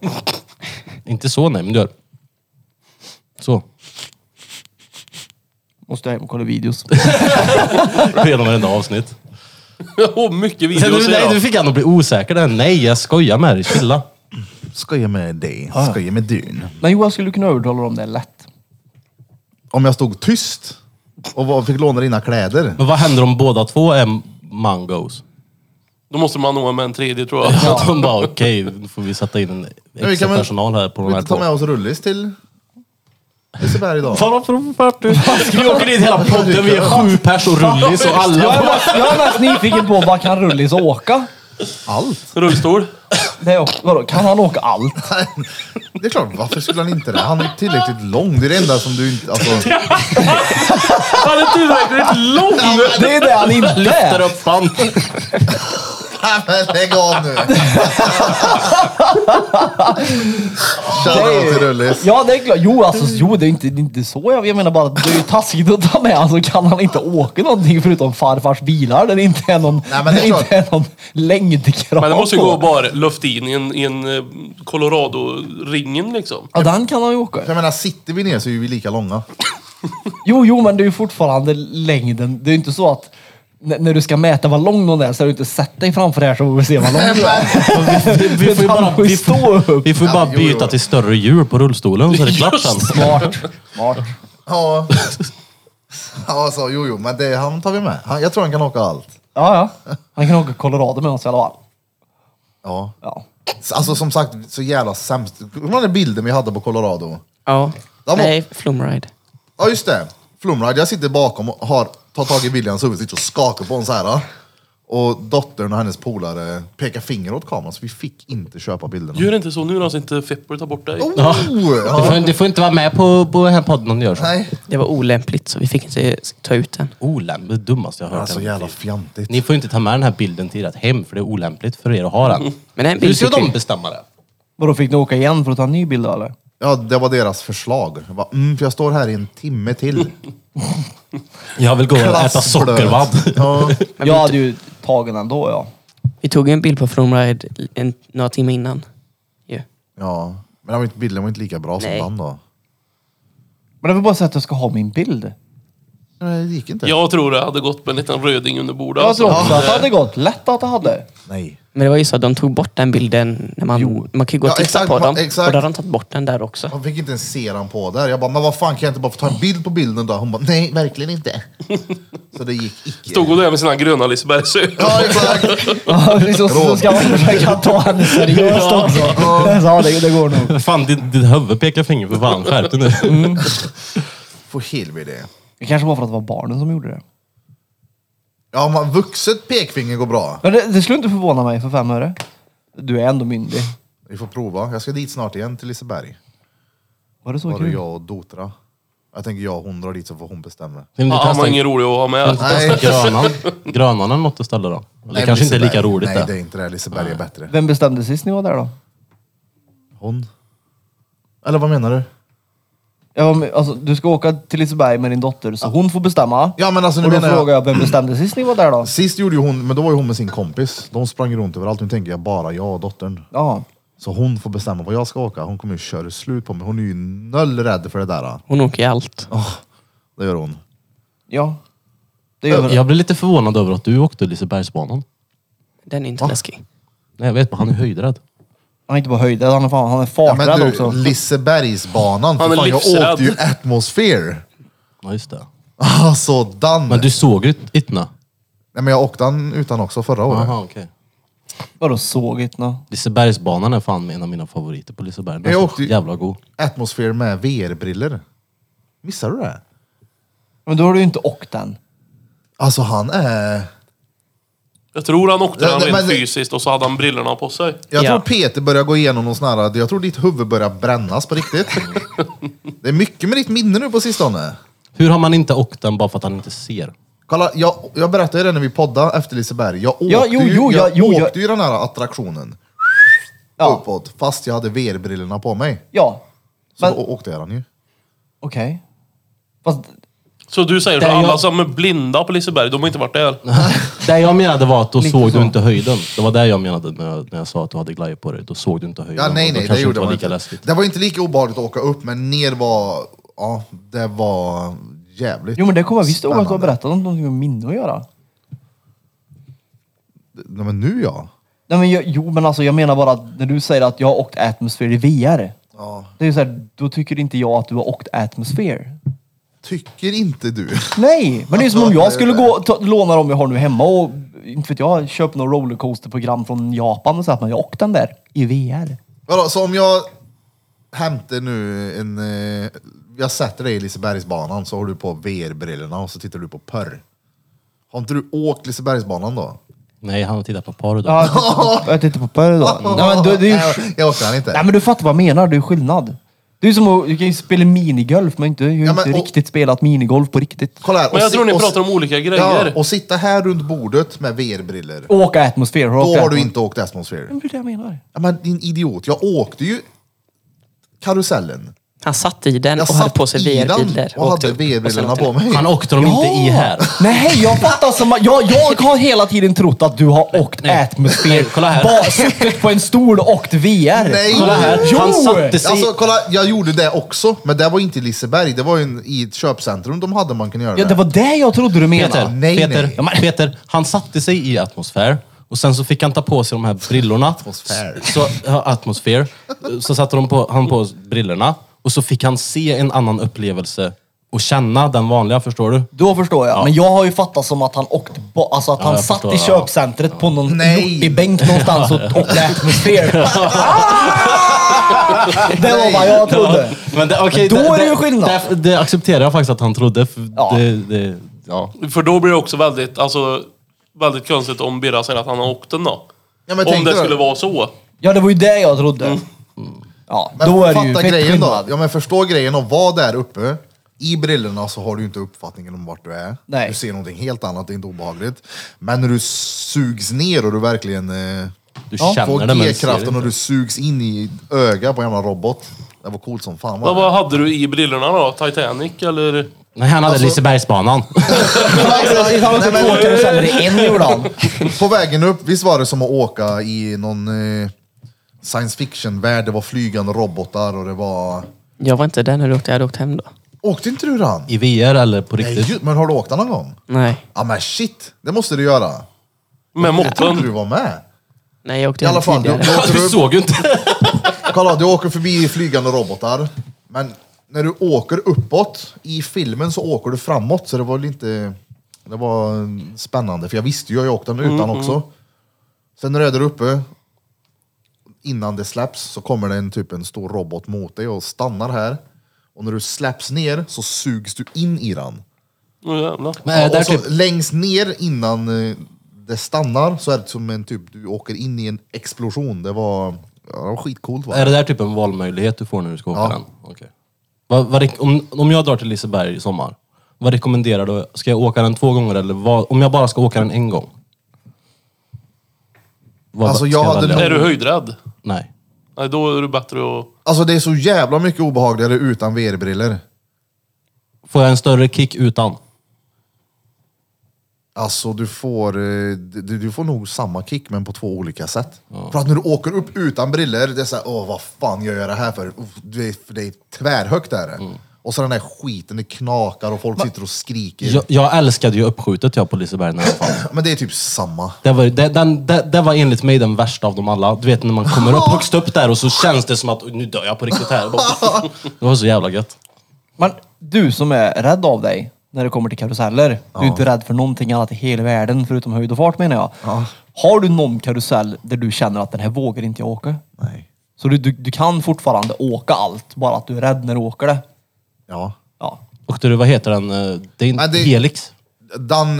Speaker 4: inte så nej, men du gör. Så.
Speaker 2: Måste jag hem och kolla videos.
Speaker 4: Genom varenda avsnitt.
Speaker 5: Åh, mycket
Speaker 4: Du,
Speaker 5: videos
Speaker 4: nej,
Speaker 5: ser
Speaker 4: du
Speaker 5: jag.
Speaker 4: fick han att bli osäker där. Nej, jag skojar med dig. Chilla.
Speaker 1: Skoja med dig, skoja med dyn.
Speaker 2: Nej, Johan skulle kunna övertala dem det är lätt.
Speaker 1: Om jag stod tyst och var- fick låna dina kläder.
Speaker 4: Men vad händer om båda två är mangos?
Speaker 5: Då måste man nog ha med en tredje tror jag.
Speaker 4: De bara okej, nu får vi sätta in en
Speaker 1: vi kan
Speaker 4: extra
Speaker 1: väl-
Speaker 4: personal här på
Speaker 1: Får
Speaker 4: de
Speaker 1: vi
Speaker 4: här
Speaker 1: inte ta med
Speaker 4: två.
Speaker 1: oss rullis till Liseberg idag?
Speaker 4: Fan vad provfart du Vi åker dit hela podden, vi är sju pers och rullis och
Speaker 2: Jag är
Speaker 4: alla.
Speaker 2: mest, jag är mest nyfiken på vad kan Rullis åka?
Speaker 1: Allt?
Speaker 5: Rullstol.
Speaker 2: Det är också, vadå, kan han åka allt?
Speaker 1: Det är klart, varför skulle han inte det? Han är tillräckligt lång. Det är det enda som du inte... Alltså,
Speaker 5: Han är tillräckligt lång!
Speaker 2: Det är det han inte
Speaker 4: Lyfter
Speaker 1: Äh.
Speaker 2: är.
Speaker 4: upp fan.
Speaker 1: Nej, men lägg av nu!
Speaker 2: Det är-
Speaker 1: Shoutout till Rullis.
Speaker 2: Ja, det är klart. Jo, alltså, jo det, är inte, det är inte så. Jag, jag menar bara att det är ju taskigt att ta med. Alltså, kan han inte åka någonting förutom farfars bilar där det inte är någon,
Speaker 1: Nej, men det är
Speaker 2: där det inte
Speaker 1: klart.
Speaker 2: är någon längdkrav?
Speaker 5: Men det måste ju
Speaker 2: på.
Speaker 5: gå bara luft in i en, i en eh, Colorado-ringen liksom.
Speaker 2: Ja, den kan han ju åka.
Speaker 1: Jag menar, sitter vi ner så är vi lika långa.
Speaker 2: Jo, jo, men det är ju fortfarande längden. Det är ju inte så att n- när du ska mäta vad lång någon är så har du inte sett dig framför här så får vi se vad lång du är.
Speaker 4: Vi, vi får ju
Speaker 2: Han
Speaker 4: bara,
Speaker 2: får ju
Speaker 4: vi
Speaker 2: stå
Speaker 4: får,
Speaker 2: upp.
Speaker 4: vi får ju bara
Speaker 1: Ja, jo, jo.
Speaker 4: byta till större hjul på rullstolen så är det klart sen.
Speaker 5: Just
Speaker 2: Smart. Smart.
Speaker 1: Ja. Ja, så, jo, jo, men det, han tar vi med. Han, jag tror han kan åka allt.
Speaker 2: Ja, ja. Han kan åka Colorado med oss i alla fall.
Speaker 1: Ja.
Speaker 2: Ja.
Speaker 1: Alltså som sagt, så jävla sämst. Kommer du ihåg den bilden vi hade på Colorado?
Speaker 6: Ja.
Speaker 1: var-
Speaker 6: Nej, Flumride.
Speaker 1: Ja, just det. Flumride. Jag sitter bakom och har, tar tag i Williams huvud, sitter och skakar på honom så här. ja. Och dottern och hennes polare pekar finger åt kameran, så vi fick inte köpa bilderna.
Speaker 5: Gör inte så nu när inte Fepper tar bort dig.
Speaker 1: Oh,
Speaker 4: Ja. Du
Speaker 1: ja.
Speaker 4: får, du får inte vara med på, på den här podden om du gör så.
Speaker 1: Nej.
Speaker 6: Det var olämpligt så vi fick inte ta ut den.
Speaker 4: Olämpligt, det dummaste jag har hört.
Speaker 1: Alltså
Speaker 4: hela mitt
Speaker 1: jävla
Speaker 4: liv.
Speaker 1: fjantigt.
Speaker 4: Ni får inte ta med den här bilden till ert hem för det är olämpligt för er att ha den.
Speaker 6: Men en
Speaker 4: Hur
Speaker 6: bild
Speaker 4: ska
Speaker 6: fick
Speaker 4: de
Speaker 6: vi.
Speaker 4: bestämma det?
Speaker 2: Vadå, fick ni åka igen för att ta en ny bild då, eller?
Speaker 1: Ja, det var deras förslag. Jag bara, mm, för jag står här i en timme till.
Speaker 4: Jag vill gå och äta
Speaker 1: Klassblöt.
Speaker 4: sockervadd.
Speaker 1: Ja.
Speaker 6: Men
Speaker 2: jag
Speaker 6: vi,
Speaker 2: hade ju tagen ändå, ja.
Speaker 6: vi tog ju en bild på Flumride en, några timmar innan. Ja.
Speaker 1: ja. Men den var inte- bilden var inte lika bra
Speaker 6: Nej.
Speaker 1: som den då.
Speaker 2: Men det var bara så att jag ska ha min bild.
Speaker 1: Nej, det gick inte.
Speaker 5: Jag tror det hade gått på en liten röding under bordet.
Speaker 2: Jag
Speaker 5: alltså.
Speaker 2: tror också att det hade gått. Lätt att det hade.
Speaker 1: Nej.
Speaker 6: Men det var ju så att de tog bort den bilden. När man, man kan ju gå och
Speaker 1: Ja,
Speaker 6: titta
Speaker 1: exakt,
Speaker 6: på
Speaker 1: man-
Speaker 6: dem.
Speaker 1: exakt.
Speaker 6: Och då har de tagit bort den där också.
Speaker 1: Man fick inte ens se den på där. Jag bara, men vad fan kan jag inte bara få ta en bild på bilden då? Hon bara, nej, verkligen inte. Så det gick icke.
Speaker 5: Stod och där med sina gröna Lisebergsögon.
Speaker 1: Ja, exakt.
Speaker 2: Ja, liksom, så ska man försöka ta henne seriöst också. Ja, det, det går nog.
Speaker 4: Fan, ditt, ditt huvud pekar finger för fan. Skärp dig nu.
Speaker 1: För helvete.
Speaker 2: Det kanske var för att det var barnen som gjorde det.
Speaker 1: Ja, man, vuxet pekfinger går bra.
Speaker 2: Men det, det skulle inte förvåna mig för fem öre. Du är ändå myndig.
Speaker 1: Vi får prova. Jag ska dit snart igen till Liseberg.
Speaker 2: Var det så
Speaker 1: Var det
Speaker 2: kul?
Speaker 1: jag och Dotra. Jag tänker jag och hon drar dit så får hon bestämma.
Speaker 4: Nej, men du
Speaker 5: Ja, han
Speaker 4: testar
Speaker 5: var
Speaker 4: en-
Speaker 5: ingen rolig att ha med.
Speaker 1: Nej.
Speaker 4: testa Grönan. Grönan är något att ställa då. Det
Speaker 1: Nej,
Speaker 4: kanske inte är lika
Speaker 1: Liseberg.
Speaker 4: roligt
Speaker 1: Nej, det är
Speaker 4: det.
Speaker 1: inte det. Liseberg är bättre.
Speaker 2: Vem bestämde sist ni var där då?
Speaker 1: Hon? Eller vad menar du?
Speaker 2: Ja, men, alltså, du ska åka till Liseberg med din dotter, så hon får bestämma.
Speaker 1: Ja, men alltså, nu
Speaker 2: och då
Speaker 1: menar jag-
Speaker 2: frågar jag, vem bestämde sist ni var där då?
Speaker 1: Sist gjorde ju hon, men då var ju hon med sin kompis. De sprang runt överallt. Nu tänker jag bara jag och dottern.
Speaker 2: Ja.
Speaker 1: Så hon får bestämma vad jag ska åka. Hon kommer ju köra slut på mig. Hon är ju noll rädd för det där. då.
Speaker 6: Hon åker i allt.
Speaker 1: Det gör hon.
Speaker 2: Ja. Det gör jag.
Speaker 4: Jag blir lite förvånad över att du åkte Lisebergsbanan.
Speaker 6: Den är inte läskig.
Speaker 4: Nej, jag vet bara, han är höjdrädd.
Speaker 2: Han är inte bara höjdrädd, han är, fan, han är
Speaker 1: Ja, men
Speaker 2: farträdd
Speaker 1: du,
Speaker 2: också.
Speaker 1: Lisebergsbanan.
Speaker 5: Han
Speaker 1: för
Speaker 5: är
Speaker 1: fan, jag
Speaker 5: livsrädd.
Speaker 1: åkte ju Atmosphere.
Speaker 4: Ja, just det.
Speaker 1: Alltså, Dan.
Speaker 4: Men du såg ju Itna?
Speaker 1: Nej, men jag åkte den utan också förra året.
Speaker 4: Jaha, okej.
Speaker 2: Vadå sågigt nu?
Speaker 4: Lisebergsbanan är fan en av mina favoriter på Liseberg. Den
Speaker 1: Jag
Speaker 4: är så
Speaker 1: åkte ju-
Speaker 4: jävla god.
Speaker 1: Atmosphere med VR-briller. Missar du det?
Speaker 2: Men då har du ju inte åkt den.
Speaker 1: Alltså han är...
Speaker 5: Jag tror han åkte
Speaker 1: Ja,
Speaker 5: den
Speaker 1: men-
Speaker 5: rent
Speaker 1: men-
Speaker 5: fysiskt och så hade han brillorna på sig.
Speaker 1: Jag
Speaker 6: Ja.
Speaker 1: tror Peter börjar gå igenom någon sån här... Jag tror ditt huvud börjar brännas på riktigt. det är mycket med ditt minne nu på sistone.
Speaker 4: Hur har man inte åkt den bara för att han inte ser?
Speaker 1: Kolla, jag, jag berättade ju det när vi poddade efter Liseberg. Jag åkte,
Speaker 2: Ja, jo,
Speaker 1: ju,
Speaker 2: jo,
Speaker 1: jag,
Speaker 2: ja, jo,
Speaker 1: åkte
Speaker 2: jag-
Speaker 1: ju den här attraktionen
Speaker 2: Ja.
Speaker 1: uppåt, fast jag hade VR-brillorna på mig.
Speaker 2: Ja.
Speaker 1: Så
Speaker 2: Men-
Speaker 1: då åkte jag den ju.
Speaker 2: Okej. Fast
Speaker 5: Så du säger
Speaker 4: Där
Speaker 5: att alla
Speaker 4: jag-
Speaker 5: som är blinda på Liseberg, de har inte varit där.
Speaker 4: Det jag menade var att då
Speaker 2: Lite
Speaker 4: såg
Speaker 2: så.
Speaker 4: du inte höjden. Det var det jag menade när jag, när jag sa att du hade glajjor på dig. Då såg du inte höjden.
Speaker 1: Ja, nej,
Speaker 4: och då
Speaker 1: nej, det
Speaker 4: kanske
Speaker 1: gjorde
Speaker 4: var
Speaker 1: man
Speaker 4: lika
Speaker 1: inte.
Speaker 4: läskigt.
Speaker 1: Det var inte lika obehagligt att åka upp, men ner var... Ja, det var jävligt
Speaker 2: Jo men det kommer jag visst ihåg att du har
Speaker 1: spännande.
Speaker 2: berättat om någonting med minne att göra.
Speaker 1: Nej, men nu ja.
Speaker 2: Nej men jag, jo men alltså jag menar bara att när du säger att jag har åkt Atmosphere i VR.
Speaker 1: ja.
Speaker 2: Det är ju såhär, då tycker inte jag att du har åkt Atmosphere.
Speaker 1: Tycker inte du?
Speaker 2: Nej! Men det är ju som om
Speaker 1: Alltså,
Speaker 2: jag skulle
Speaker 1: eh,
Speaker 2: gå, ta, låna dem jag har nu hemma och, inte vet jag, köpa något rollercoasterprogram från Japan och säga att man har åkt den där i VR.
Speaker 1: Vadå, så om jag hämtar nu en... Eh, jag sätter dig i Lisebergsbanan så har du på VR-brillorna och så tittar du på Pörr. Har inte du åkt Lisebergsbanan då?
Speaker 4: Nej, han tittar på par idag.
Speaker 2: Ja, jag tittar på- jag tittar på Pörr idag. Nej men då, det är ju...
Speaker 1: Nej, jag åkte den inte.
Speaker 2: Nej men du fattar vad jag menar, det är skillnad. Det är ju som att, du kan ju spela minigolf men inte, jag har ju
Speaker 1: Ja, men
Speaker 2: inte
Speaker 1: och-
Speaker 2: riktigt spelat minigolf på riktigt.
Speaker 1: Kolla här,
Speaker 5: Men jag
Speaker 1: si-
Speaker 5: tror ni
Speaker 1: och si-
Speaker 5: pratar om olika
Speaker 1: Ja,
Speaker 5: grejer.
Speaker 1: och sitta här runt bordet med VR-brillor.
Speaker 2: Och Åka Atmosphere, har
Speaker 1: Då
Speaker 2: åkt
Speaker 1: har du
Speaker 2: Atmos-
Speaker 1: inte åkt Atmosphere.
Speaker 2: Men Det är det jag menar.
Speaker 1: Ja, men din idiot, jag åkte ju karusellen.
Speaker 6: Han satt i den
Speaker 1: Jag
Speaker 6: och hade
Speaker 1: satt
Speaker 6: på sig
Speaker 1: i den
Speaker 6: VR-briller.
Speaker 1: och
Speaker 6: åkte
Speaker 1: hade
Speaker 6: upp och
Speaker 2: Alltså,
Speaker 6: sen
Speaker 1: VR-brillorna
Speaker 6: åkte
Speaker 1: på mig.
Speaker 4: Han åkte dem inte i här.
Speaker 2: Nej, jag fattar som att... Jag, jag har hela tiden trott att du har åkt
Speaker 4: nej.
Speaker 2: Atmosphere.
Speaker 4: Nej, kolla här.
Speaker 2: Bara suttit på en stol och åkt VR.
Speaker 1: Nej.
Speaker 4: Kolla här.
Speaker 2: Jo!
Speaker 4: Han satte sig...
Speaker 1: Alltså kolla, jag gjorde det också, men det var inte i Liseberg. Det var ju en, i ett köpcentrum de hade man kunde göra
Speaker 2: Ja, det var det jag trodde du menade.
Speaker 4: Peter,
Speaker 1: Nej,
Speaker 4: Peter,
Speaker 1: nej.
Speaker 4: Ja, men Peter, han satte sig i atmosfär och sen så fick han ta på sig de här brillorna.
Speaker 1: Atmosfär.
Speaker 4: Så, ja, atmosfär. Så satte de på, han på brillorna och så fick han se en annan upplevelse och känna den vanliga, förstår du?
Speaker 2: Då förstår jag. Men jag har ju fattat som att han åkte bo- Alltså att
Speaker 4: Ja,
Speaker 2: han
Speaker 4: jag
Speaker 2: satt
Speaker 4: förstår,
Speaker 2: i
Speaker 4: ja.
Speaker 2: köpcentret på någon
Speaker 1: Nej.
Speaker 2: jobbig bänk någonstans och åkte Atmosphere. Ah! det var vad jag trodde.
Speaker 4: Men det, okay,
Speaker 2: Men då är det ju skillnad.
Speaker 4: Det, det accepterar jag faktiskt att han trodde. För
Speaker 2: Ja.
Speaker 4: det, det, ja.
Speaker 5: För då blir det också väldigt, alltså, väldigt konstigt om Birra säger att han har åkt den då.
Speaker 1: Ja, men
Speaker 5: om
Speaker 1: tänk
Speaker 5: det
Speaker 1: dig-
Speaker 5: skulle vara så.
Speaker 2: Ja, det var ju det jag trodde. Ja,
Speaker 1: Men
Speaker 2: då är det ju
Speaker 1: fatta
Speaker 2: fett
Speaker 1: grejen då.
Speaker 2: skillnad.
Speaker 1: Ja, men förstå grejen och vara där uppe. I brillorna så har du ju inte uppfattningen om vart du är.
Speaker 2: Nej.
Speaker 1: Du ser någonting helt annat, det är inte obehagligt. Men när du sugs ner och du verkligen eh,
Speaker 4: Du
Speaker 1: får
Speaker 4: känner det men ser det
Speaker 1: G-kraften och
Speaker 4: inte.
Speaker 1: du sugs in i ögat på en jävla robot. Det var coolt som fan. Var
Speaker 5: Vad,
Speaker 1: det?
Speaker 5: vad hade du i brillorna då? Titanic eller?
Speaker 4: Nej, han hade
Speaker 1: Alltså-
Speaker 2: Han
Speaker 4: Lisebergsbanan.
Speaker 2: åkte
Speaker 1: Nej,
Speaker 2: två
Speaker 1: men-
Speaker 2: karuseller i en gjorde han.
Speaker 1: På vägen upp, visst var det som att åka i någon eh, science fiction-värld. Det var flygande robotar och det var...
Speaker 6: Jag var inte där när du åkte, jag hade åkt hem då.
Speaker 1: Åkte inte du den?
Speaker 4: I VR eller på
Speaker 1: Nej,
Speaker 4: riktigt.
Speaker 1: ju- men har du åkt den någon gång?
Speaker 6: Nej,
Speaker 1: Ja men shit, det måste du göra.
Speaker 5: Med
Speaker 1: Jag trodde du
Speaker 5: motorn?
Speaker 1: var med.
Speaker 6: nej jag åkte
Speaker 1: I alla
Speaker 6: hem
Speaker 1: fall, du,
Speaker 6: tidigare.
Speaker 1: du, åker
Speaker 4: Du
Speaker 1: upp,
Speaker 4: såg ju inte.
Speaker 1: kolla, du åker förbi flygande robotar. Men när du åker uppåt i filmen så åker du framåt. Så det var lite det var eh, spännande. För jag visste ju, jag åkte den
Speaker 4: Mm,
Speaker 1: utan också. Sen när du är där uppe, innan det släpps, så kommer det en, typ, en stor robot mot dig och stannar här. Och när du släpps ner så sugs du in i den.
Speaker 5: Åh, jävlar.
Speaker 4: Men är det där
Speaker 1: och så
Speaker 4: typ
Speaker 1: längst ner innan eh, det stannar så är det som en typ, du åker in i en explosion. Det var, ja, det var skitcoolt va?
Speaker 4: Är det där typ en valmöjlighet du får när du ska åka
Speaker 1: Ja.
Speaker 4: den? Okej. Vad, vad, rek- om, om jag drar till Liseberg i sommar, vad rekommenderar du? Ska jag åka den två gånger eller vad, om jag bara ska åka den en gång? Vad
Speaker 1: Alltså,
Speaker 4: ska
Speaker 1: jag hade
Speaker 4: välja?
Speaker 1: nog-
Speaker 5: Är du höjdrädd?
Speaker 4: Nej.
Speaker 5: Nej, då är det bättre att...
Speaker 1: Alltså det är så jävla mycket obehagligare utan VR-briller.
Speaker 4: Får jag en större kick utan?
Speaker 1: Alltså du får, eh, du, du får nog samma kick men på två olika sätt. För att när du åker upp utan briller, det är såhär, åh vad fan gör jag det här för? Uff, Det är, för det är tvärhögt där. Och så den där skiten, det knakar och folk sitter och skriker.
Speaker 4: Jag, jag älskade ju uppskjutet jag på Liseberg när jag var fan.
Speaker 1: Men det är typ samma.
Speaker 4: Det var, det, den, det, det var enligt mig den värsta av dem alla. Du vet när man kommer upp högst upp där och så känns det som att nu dör jag på riktigt här. Det var så jävla gött.
Speaker 2: Men du som är rädd av dig när det kommer till karuseller. Du är inte rädd för någonting annat i hela världen förutom höjd och fart menar jag. Har du någon karusell där du känner att den här vågar inte jag åka?
Speaker 1: Nej.
Speaker 2: Så du, du, du kan fortfarande åka allt, bara att du är rädd när du åker det.
Speaker 1: Ja.
Speaker 2: Ja.
Speaker 4: Och du, vad heter den? eh, Det är en
Speaker 1: Ja, det-
Speaker 4: Helix.
Speaker 1: Den,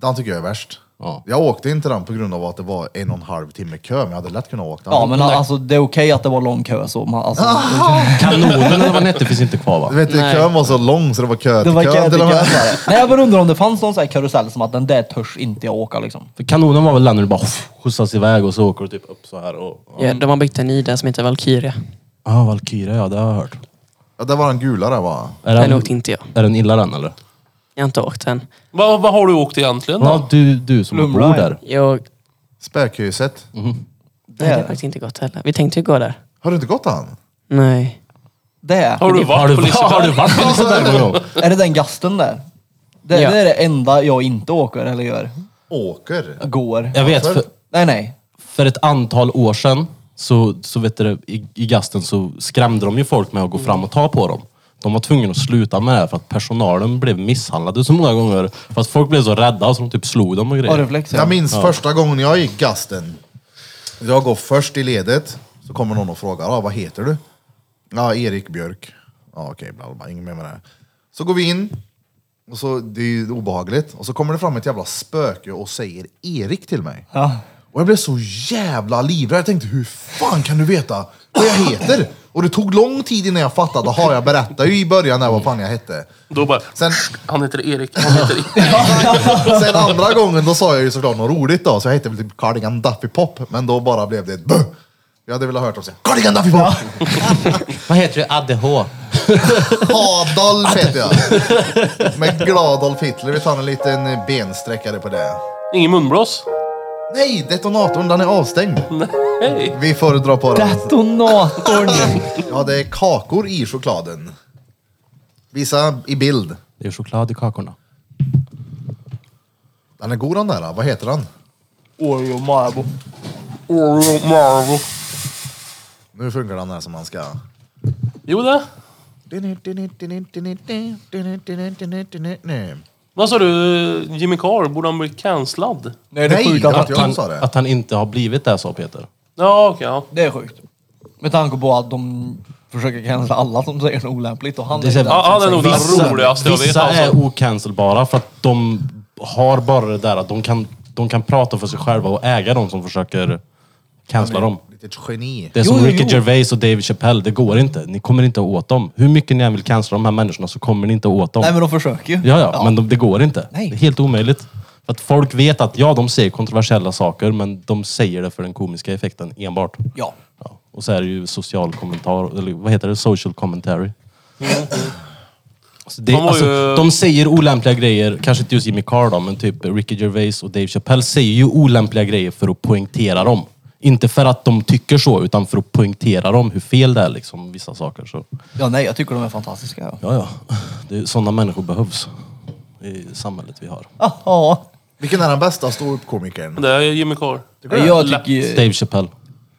Speaker 1: den tycker jag är värst.
Speaker 4: Ja.
Speaker 1: Jag åkte inte den på grund av att det var en och en halv timme kö, men jag hade lätt kunnat åka den.
Speaker 2: Ja, men alltså det är okej att det var lång kö så. Man, alltså,
Speaker 1: Ah,
Speaker 4: Kanonen eller vad den hette finns inte kvar
Speaker 1: Du
Speaker 4: va?
Speaker 1: vet, kön var så lång så det var kö
Speaker 2: det
Speaker 1: till
Speaker 2: var
Speaker 1: kö.
Speaker 2: kö
Speaker 1: till
Speaker 2: till
Speaker 1: och med.
Speaker 2: kö. Nej, jag bara undrar om det fanns någon sån här karusell som att den där törs inte jag åka liksom.
Speaker 4: För kanonen var väl den när du bara skjutsas iväg och så åker du typ upp så här och... Ja,
Speaker 6: Ja, de har byggt en ny där som heter Valkyria.
Speaker 4: ah, Valkyria ja, det har jag hört.
Speaker 1: Ja, det var den gula där va?
Speaker 4: Är
Speaker 6: Den åkte inte jag.
Speaker 4: Är den illa den eller?
Speaker 6: Jag har inte åkt den.
Speaker 5: Vad, vad har du åkt egentligen då?
Speaker 4: Ja, du, du som
Speaker 2: Plum
Speaker 4: bor
Speaker 2: Ride.
Speaker 4: där.
Speaker 6: Jag...
Speaker 1: Spökhuset.
Speaker 6: Det har faktiskt inte gått heller. Vi tänkte ju gå där.
Speaker 1: Har du inte gått han?
Speaker 6: Nej.
Speaker 2: Det,
Speaker 5: Har du
Speaker 4: Har
Speaker 5: varit
Speaker 4: du,
Speaker 5: på
Speaker 4: har du
Speaker 5: Liseberg?
Speaker 4: varit på Liseberg någon gång?
Speaker 2: är det den gasten där? Det,
Speaker 6: Ja.
Speaker 2: det är det enda jag inte åker eller gör.
Speaker 1: Åker.
Speaker 2: Går.
Speaker 4: Jag vet, för,
Speaker 2: Nej, nej.
Speaker 4: för ett antal år sedan så, så vet du, i, i gasten så skrämde de ju folk med att gå fram och ta på dem. De var tvungna att sluta med det här för att personalen blev misshandlade så många gånger. För att folk blev så rädda så de typ slog dem och
Speaker 2: Ja,
Speaker 4: grejer.
Speaker 2: reflex. Ja.
Speaker 1: Jag minns första gången jag gick gasten. Jag går först i ledet, så kommer någon och frågar ah, vad heter du? Ja, Erik Björk. Ja, okej, bla bla bla, inget mer med det. här. Så går vi in, och så, det är ju obehagligt. Och så kommer det fram ett jävla spöke och säger Erik till mig.
Speaker 2: Ja.
Speaker 1: Och jag blev så jävla livrädd. Jag tänkte, hur fan kan du veta vad jag heter? Och det tog lång tid innan jag fattade. Jaha, jag berättade ju i början där vad fan jag hette.
Speaker 5: Då bara,
Speaker 1: Sen,
Speaker 5: han heter Erik, han heter Erik.
Speaker 1: Sen andra gången då sa jag ju såklart något roligt då, så jag hette väl typ Cardigan Duffy Pop, men då bara blev det ett bö. Jag hade velat ha hört dem säga Cardigan Duffy Pop!
Speaker 4: Vad heter du? ADH?
Speaker 1: Adolf heter jag! Med Gladolf Hitler, vi tar en liten bensträckare på det.
Speaker 5: Ingen munblås?
Speaker 1: Nej, detonatorn den är avstängd.
Speaker 5: Hej!
Speaker 1: Vi får dra på den.
Speaker 2: Detonatorn!
Speaker 1: Ja, det är kakor i chokladen. Visa i bild.
Speaker 4: Det är choklad i kakorna.
Speaker 1: Den är god den där, vad heter den?
Speaker 2: Oreo Marabou.
Speaker 5: Oreo Marvel.
Speaker 1: Nu funkar den här som man ska.
Speaker 5: Jo det. Vad sa du? Jimmy Carr, borde han bli cancellad?
Speaker 2: Nej, det är
Speaker 1: Nej,
Speaker 2: sjukt att
Speaker 1: ja.
Speaker 2: han...
Speaker 1: jag
Speaker 4: han,
Speaker 1: sa det.
Speaker 4: att han inte har blivit det sa Peter.
Speaker 5: Ja, okej. ja.
Speaker 2: Det är sjukt. Med tanke på att de försöker cancella alla som säger något olämpligt och han
Speaker 4: Det är så
Speaker 2: är
Speaker 4: här-
Speaker 5: Ja,
Speaker 2: den.
Speaker 5: han är nog den roligaste jag vet
Speaker 4: vissa
Speaker 5: alltså.
Speaker 4: är ocancelbara för att de har bara det där att de kan, de kan prata för sig själva och äga de som försöker cancella dem.
Speaker 1: Litet geni.
Speaker 4: Det är
Speaker 2: Jo,
Speaker 4: som
Speaker 2: jo,
Speaker 4: Ricky
Speaker 2: jo.
Speaker 4: Gervais och David Chappelle, det går inte. Ni kommer inte åt dem. Hur mycket ni än vill cancella de här människorna så kommer ni inte åt dem.
Speaker 2: Nej, men de försöker ju.
Speaker 4: Ja, ja, men de, det går inte.
Speaker 2: Nej.
Speaker 4: Det är helt omöjligt. För att folk vet att ja, de säger kontroversiella saker, men de säger det för den komiska effekten enbart.
Speaker 2: Ja.
Speaker 4: Ja. Och så är det ju social kommentar, eller vad heter det? Social commentary. Så det,
Speaker 5: Han var
Speaker 4: alltså,
Speaker 5: ju-
Speaker 4: De säger olämpliga grejer, kanske inte just Jimmy Carr då, men typ Ricky Gervais och Dave Chappelle säger ju olämpliga grejer för att poängtera dem. Inte för att de tycker så, utan för att poängtera dem hur fel det är liksom, vissa saker. Så.
Speaker 2: Ja, nej, jag tycker de är fantastiska. Ja.
Speaker 4: Ja, ja. Det är, sådana människor behövs i samhället vi har.
Speaker 2: Aha.
Speaker 1: Vilken är den bästa ståuppkomikern?
Speaker 5: Det är Jimmy Carr.
Speaker 2: Jag tycker ju,
Speaker 4: Dave Chappelle.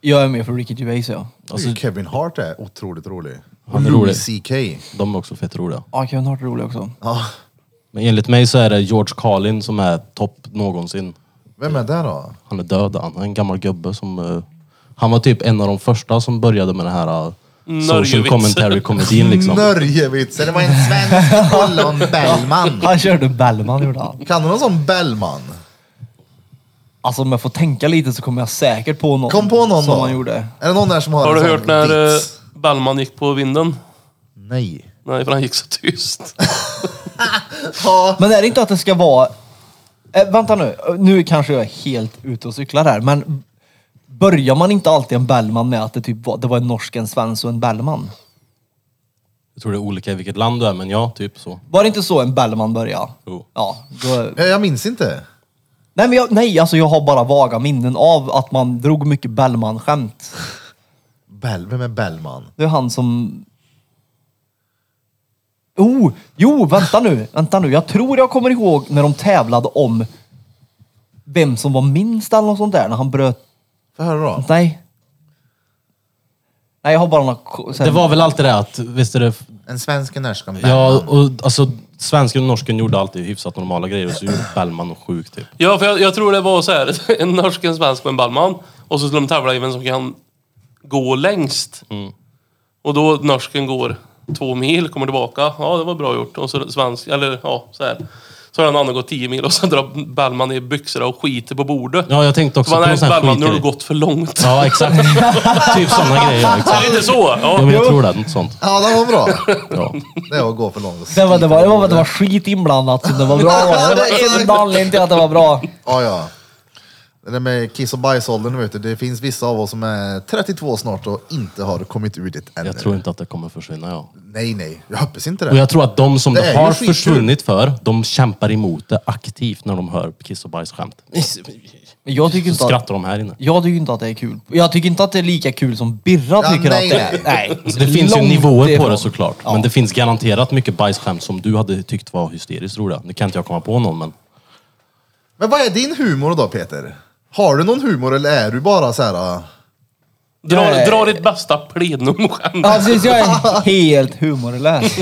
Speaker 2: Jag är med för Ricky Gervais, ja.
Speaker 1: Alltså, Kevin Hart är otroligt rolig.
Speaker 4: Han är
Speaker 1: Louis CK.
Speaker 4: De är också fett roliga.
Speaker 2: Ja, Kevin Hart är rolig också.
Speaker 1: Ja.
Speaker 4: Men enligt mig så är det George Carlin som är topp någonsin.
Speaker 1: Vem är det då?
Speaker 4: Han är död, han är en gammal gubbe som... eh, han var typ en av de första som började med den här eh, social
Speaker 5: Nörjevits.
Speaker 4: commentary-komedin liksom.
Speaker 1: Nörjevitsen, det var en svensk ollon Bellman.
Speaker 2: Han körde Bellman, gjorde han.
Speaker 1: Kan du någon sån Bellman?
Speaker 2: Alltså om jag får tänka lite så kommer jag säkert på någon.
Speaker 1: Kom på någon
Speaker 2: Som
Speaker 1: då.
Speaker 2: han gjorde.
Speaker 1: Är det någon här som har
Speaker 5: Har du
Speaker 1: en sån
Speaker 5: hört när eh,
Speaker 1: vits?
Speaker 5: Bellman gick på vinden?
Speaker 1: Nej.
Speaker 5: Nej, för han gick så tyst.
Speaker 2: Men är det inte att det ska vara... Eh, vänta nu, nu kanske jag är helt ute och cyklar här, men börjar man inte alltid en Bellman med att det, typ var, det var en norsk, en svensk och en Bellman?
Speaker 4: Jag tror det är olika i vilket land du är, men ja, typ så.
Speaker 2: Var det inte så en Bellman började?
Speaker 4: Jo.
Speaker 2: Ja, då,
Speaker 1: Jag, jag minns inte.
Speaker 2: nej, men jag, nej, alltså jag har bara vaga minnen av att man drog mycket Bellman-skämt.
Speaker 1: Bell, vem är Bellman?
Speaker 2: Det är han som... Oh, jo, vänta nu, vänta nu. Jag tror jag kommer ihåg när de tävlade om vem som var minst eller något sånt där, när han bröt
Speaker 1: Får jag höra då?
Speaker 2: Nej. Nej, jag har bara något... ko- så här-
Speaker 4: Det var väl alltid det att, visst är det...
Speaker 1: En svensk och norsk om Bellman.
Speaker 4: Ja, och alltså svensken och norsken gjorde alltid hyfsat normala grejer och så gjorde Bellman och sjuk typ.
Speaker 5: Ja, för jag, jag tror det var så här. En norsk, en svensk och en ballman. Och så skulle de tävla i vem som kan gå längst.
Speaker 4: Mm.
Speaker 5: Och då norsken går två mil, kommer tillbaka. Ja, det var bra gjort. Och så svensk, eller ja, så här. Så har den andra gått tio mil och så drar Bellman ner byxorna och skiter på bordet.
Speaker 4: Ja, jag tänkte också
Speaker 5: Man
Speaker 4: på en
Speaker 5: är
Speaker 4: sån här
Speaker 5: Bellman, nu har du
Speaker 4: skitgrej.
Speaker 5: gått för långt.
Speaker 4: Ja, exakt. typ såna grejer. Ja, exakt.
Speaker 5: Är det inte så?
Speaker 4: Ja,
Speaker 5: Ja.
Speaker 4: men jag tror det. Något sånt.
Speaker 1: Ja, det var bra.
Speaker 4: Ja.
Speaker 1: Det är att gå för långt.
Speaker 2: Det var, det, var, det, var, det var skit inblandat, så det var bra. Det var enda anledningen till att det var bra.
Speaker 1: Ja, ja. Det där med kiss och bajsåldern, vet du. Det finns vissa av oss som är 32 snart och inte har kommit ur det ännu.
Speaker 4: Jag tror inte att det kommer försvinna, ja.
Speaker 1: Nej, nej. Jag hoppas inte det.
Speaker 4: Och jag tror att de som
Speaker 1: Det
Speaker 4: det,
Speaker 1: är ju
Speaker 4: har
Speaker 1: skitkul.
Speaker 4: försvunnit för, de kämpar emot det aktivt när de hör kiss och bajsskämt.
Speaker 2: Men jag tycker
Speaker 4: Så
Speaker 2: inte att...
Speaker 4: skrattar de här inne.
Speaker 2: Jag tycker inte att det är kul. Jag tycker inte att det är lika kul som Birra
Speaker 1: Ja,
Speaker 2: tycker
Speaker 1: nej.
Speaker 2: att det är. Nej.
Speaker 4: Det finns ju
Speaker 2: Långt
Speaker 4: nivåer på
Speaker 2: ifrån.
Speaker 4: det såklart.
Speaker 2: Ja.
Speaker 4: Men det finns garanterat mycket bajsskämt som du hade tyckt var hysteriskt roliga. Nu kan inte jag komma på någon, men...
Speaker 1: Men vad är din humor då, Peter? Har du någon humor eller är du bara så här... äh,
Speaker 5: Dra, dra ditt bästa plenumskämt.
Speaker 2: Ja, precis. Jag är helt humorlös.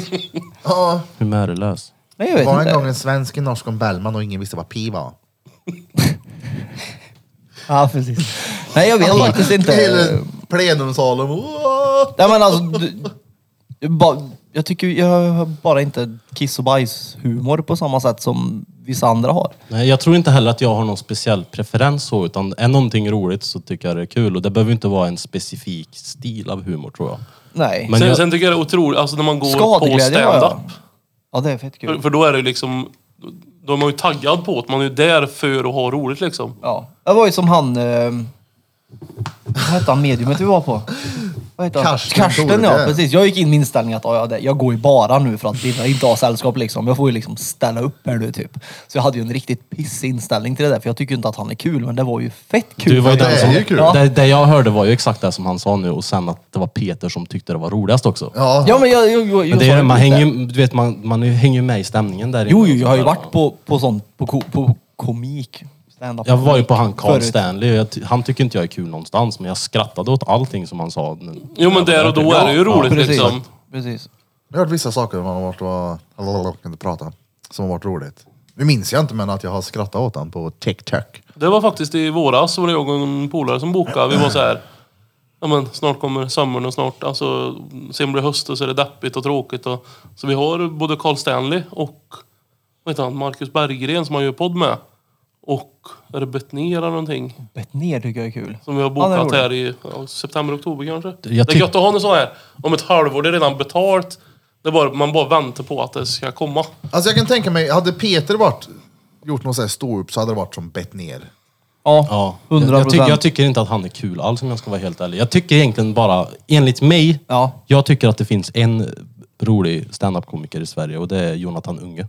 Speaker 1: Ja,
Speaker 4: Humörlös.
Speaker 2: Nej, jag vet
Speaker 1: var en
Speaker 2: inte.
Speaker 1: gång en svensk i norsk om Bellman och ingen visste vad pi var.
Speaker 2: Ja, precis. Nej, jag vet faktiskt inte.
Speaker 1: Hela plenumsalen. "Åh!"
Speaker 2: Nej, men alltså... Du, du ba, jag tycker jag har bara inte kiss och bajs-humor på samma sätt som vissa andra har.
Speaker 4: Nej, jag tror inte heller att jag har någon speciell preferens så, utan är någonting roligt så tycker jag det är kul. Och det behöver inte vara en specifik stil av humor, tror jag.
Speaker 2: Nej.
Speaker 4: Men
Speaker 5: sen,
Speaker 4: jag,
Speaker 5: sen tycker jag det är otroligt, alltså när man går på
Speaker 2: Skadeglädje har
Speaker 5: stand-up.
Speaker 2: jag. Ja, det är fett
Speaker 5: För,
Speaker 2: kul.
Speaker 5: för då är det ju liksom, då är man ju taggad på det. Man är ju där för att ha roligt liksom.
Speaker 2: Ja. Det var ju som han... Eh, vad hette han mediumet vi var på? Vad hette han?
Speaker 1: Karsten
Speaker 2: Karsten
Speaker 1: Torebjer.
Speaker 2: ja, precis. Jag gick in med inställningen att ja, ja, det- jag går ju bara nu för att vinna, inte ha sällskap liksom. Jag får ju liksom ställa upp här nu typ. Så jag hade ju en riktigt pissig inställning till det där, för jag tycker ju inte att han är kul, men det var ju fett kul.
Speaker 4: du var ju
Speaker 1: Det
Speaker 4: den
Speaker 1: är
Speaker 4: som,
Speaker 1: ju kul.
Speaker 4: Det, det jag hörde var ju exakt det som han sa nu och sen att det var Peter som tyckte det var roligast också.
Speaker 1: Ja,
Speaker 2: Ja, men jag... jag, jag,
Speaker 4: Men
Speaker 2: jag
Speaker 4: det
Speaker 2: sa
Speaker 4: är, det, man,
Speaker 2: lite.
Speaker 4: hänger, ju- du vet, man, man hänger ju med i stämningen där
Speaker 2: Jo,
Speaker 4: inne.
Speaker 2: jo, jag har ju varit på, på sånt, på, ko- på komik. Stand-up
Speaker 4: Jag var ju på han Carl
Speaker 2: förut.
Speaker 4: Stanley. och Jag, ty- han tycker inte jag är kul någonstans, men jag skrattade åt allting som han sa.
Speaker 5: Jo men där och då är det ju roligt
Speaker 2: precis,
Speaker 5: liksom.
Speaker 2: Precis.
Speaker 1: Jag har hört vissa saker man har varit och... Jag kan inte prata. Som har varit roligt. Nu minns jag inte men att jag har skrattat åt den på TikTok.
Speaker 5: Det var faktiskt i våras så var det jag och en polare som bokade. Vi var så här. Ja men snart kommer sommaren och snart, alltså sen blir det höst och så är det deppigt och tråkigt och... Så vi har både Carl Stanley och, vad heter han, Marcus Berggren som han gör podd med. Och, är det Betnér eller någonting?
Speaker 2: Bett ner tycker jag är kul.
Speaker 5: Som vi har
Speaker 2: Ja, det är
Speaker 5: bokat
Speaker 2: roligt.
Speaker 5: här i ja, september, oktober kanske.
Speaker 4: Jag
Speaker 5: det är
Speaker 4: tyck-
Speaker 5: gött att ha en sån här. Om ett halvår, det är redan betalt. Det är bara, man bara väntar på att det ska komma.
Speaker 1: Alltså jag kan tänka mig, hade Peter varit, gjort någon sån här ståupp så hade det varit som bett ner.
Speaker 2: Ja,
Speaker 4: Ja. Jag,
Speaker 2: hundra
Speaker 4: jag, tycker, jag
Speaker 2: procent.
Speaker 4: tycker inte att han är kul alls om jag ska vara helt ärlig. Jag tycker egentligen bara, enligt mig,
Speaker 2: Ja.
Speaker 4: jag tycker att det finns en rolig standup-komiker i Sverige och det är Jonathan Unge.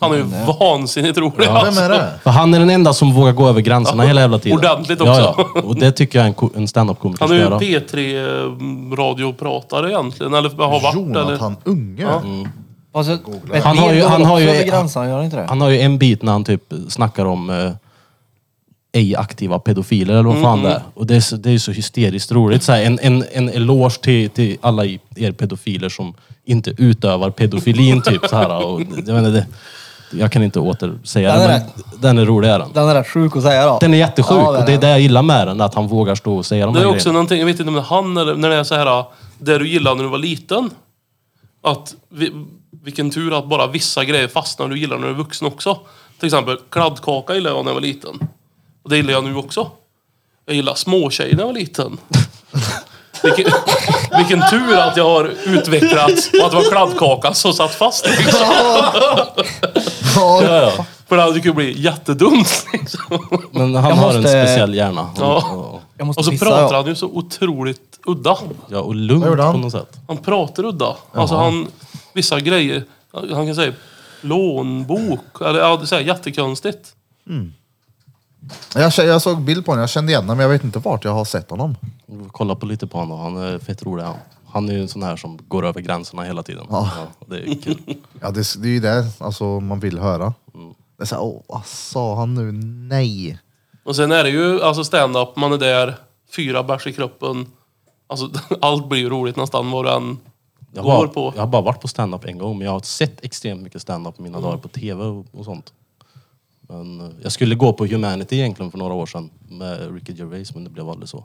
Speaker 5: Han är ju vansinnigt rolig.
Speaker 1: Vem
Speaker 5: alltså.
Speaker 1: är det?
Speaker 4: För han är den enda som vågar gå över gränserna hela jävla tiden.
Speaker 5: ordentligt
Speaker 4: Ja,
Speaker 5: också.
Speaker 4: ja. Och det tycker jag en, ko- en standup-komiker
Speaker 5: Han
Speaker 4: ska
Speaker 5: är ju
Speaker 4: göra.
Speaker 5: P3-radiopratare eh, egentligen. Eller har varit eller?
Speaker 1: Jonathan Unge.
Speaker 5: Mm.
Speaker 2: Alltså, Bett
Speaker 4: Han har
Speaker 2: Ner
Speaker 4: ju-
Speaker 2: går
Speaker 4: han har
Speaker 2: också
Speaker 4: ju-
Speaker 2: över gränserna, gör han inte det?
Speaker 4: Han har ju en bit när han typ snackar om eh, ej aktiva pedofiler eller vad fan det är. Och det är, så, det är ju så hysteriskt roligt. Så här, en, en, en eloge till, till alla i- er pedofiler som inte utövar pedofilin typ så här. Och, det- jag, menar, det, jag kan inte återsäga
Speaker 2: Den
Speaker 4: den,
Speaker 2: är
Speaker 4: men den är rolig är den.
Speaker 2: Den är rätt sjuk att säga då.
Speaker 4: Den är jättesjuk
Speaker 2: Ja,
Speaker 4: och det är det jag gillar med den, att han vågar stå och säga de
Speaker 5: Det är
Speaker 4: här
Speaker 5: också någonting, jag vet inte om det är han eller när det är så här. Det du gillade när du var liten. Att vi, vilken tur att bara vissa grejer fastnar du gillar när du är vuxen också. Till exempel kladdkaka gillade jag när jag var liten. Och det gillar jag nu också. Jag gillar småtjejer när jag var liten. Vilken, vilken tur att jag har utvecklats och att det var kladdkakan som satt fast. Liksom.
Speaker 1: Ja,
Speaker 5: För det hade ju kunnat bli jättedumt. Liksom.
Speaker 4: Men han
Speaker 2: Jag
Speaker 4: har en
Speaker 2: måste-
Speaker 4: speciell hjärna.
Speaker 5: Ja.
Speaker 4: Och,
Speaker 2: Jag måste
Speaker 5: Och så
Speaker 2: pissa.
Speaker 5: pratar han ju så otroligt udda.
Speaker 4: ja, och lugnt
Speaker 1: Vad gjorde
Speaker 4: på
Speaker 1: han?
Speaker 4: något sätt.
Speaker 5: Han pratar udda. Alltså han, vissa grejer. Han kan säga lånbok. Eller ja, det är så här jättekonstigt.
Speaker 1: jag, k- jag såg bild på honom, jag kände igen honom, men jag vet inte vart jag har sett honom.
Speaker 4: Kolla på lite på honom, han är fett rolig han. Han är ju en sån här som går över gränserna hela tiden. Ja. det är kul.
Speaker 1: Ja, det, det är ju det alltså, man vill höra.
Speaker 5: Mm.
Speaker 1: Det är såhär, åh, vad sa han nu? Nej.
Speaker 5: Och sen är det ju alltså stand-up, man är där, fyra bärs i kroppen. Alltså allt blir ju roligt nästan vad du än
Speaker 4: Jag
Speaker 5: går
Speaker 4: har,
Speaker 5: på.
Speaker 4: jag har bara varit på stand-up en gång, men jag har sett extremt mycket stand-up i mina
Speaker 1: Mm.
Speaker 4: dagar på TV och, och sånt. Men, eh, jag skulle gå på Humanity egentligen för några år sedan med Ricky Gervais, men det blev aldrig så.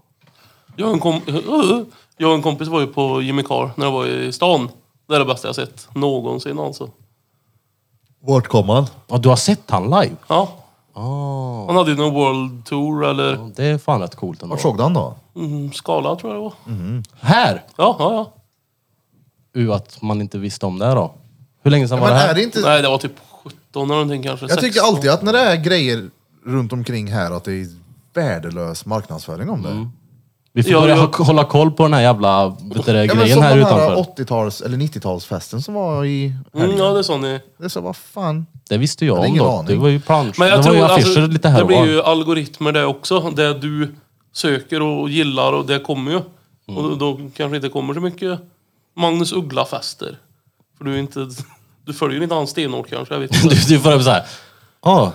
Speaker 5: Jag och, en kom- uh, jag och en kompis var ju på Jimmy Carr när jag var i stan. Det är det bästa jag sett någonsin alltså.
Speaker 1: Vart kom han?
Speaker 4: Ja, du har sett han live?
Speaker 5: Ja.
Speaker 4: Ah,
Speaker 5: Han hade ju någon World Tour eller
Speaker 4: det är fan rätt coolt ändå.
Speaker 1: Vart såg du han då?
Speaker 5: mm, Skala tror jag det var.
Speaker 4: Här!
Speaker 5: Ja, ja, ja.
Speaker 4: U att man inte visste om det här då. Hur länge sedan var
Speaker 1: Men
Speaker 4: det här?
Speaker 1: är det inte...
Speaker 5: Nej, det var typ 17 eller någonting kanske.
Speaker 1: Jag tycker
Speaker 5: 16.
Speaker 1: alltid att när det är grejer runt omkring här att det är värdelös marknadsföring om det.
Speaker 5: Mm.
Speaker 4: Vi får
Speaker 5: Ja,
Speaker 4: börja
Speaker 5: jag-
Speaker 4: ha- hålla koll på den här jävla vet du, det,
Speaker 1: Ja, men
Speaker 4: grejen
Speaker 1: som
Speaker 4: här
Speaker 1: den här
Speaker 4: utanför.
Speaker 1: 80-tals eller 90-talsfesten som var i
Speaker 5: Mm,
Speaker 1: helgen.
Speaker 5: ja, det är så ni...
Speaker 1: Det är så, vad fan.
Speaker 4: Det visste jag
Speaker 1: hade
Speaker 4: om
Speaker 1: ingen
Speaker 4: då.
Speaker 1: aning.
Speaker 4: Det var ju plansch.
Speaker 5: Men jag
Speaker 4: det var
Speaker 5: tror
Speaker 4: ju affischer
Speaker 5: alltså,
Speaker 4: lite här
Speaker 5: det
Speaker 4: och
Speaker 5: blir
Speaker 4: var.
Speaker 5: ju algoritmer det också. Det du söker och gillar och det kommer ju.
Speaker 4: Mm.
Speaker 5: Och då, då kanske inte kommer så mycket Magnus Uggla-fester. För du är inte... Du följer inte han stenhårt kanske, jag vet inte.
Speaker 4: Du, du får upp såhär. Ah,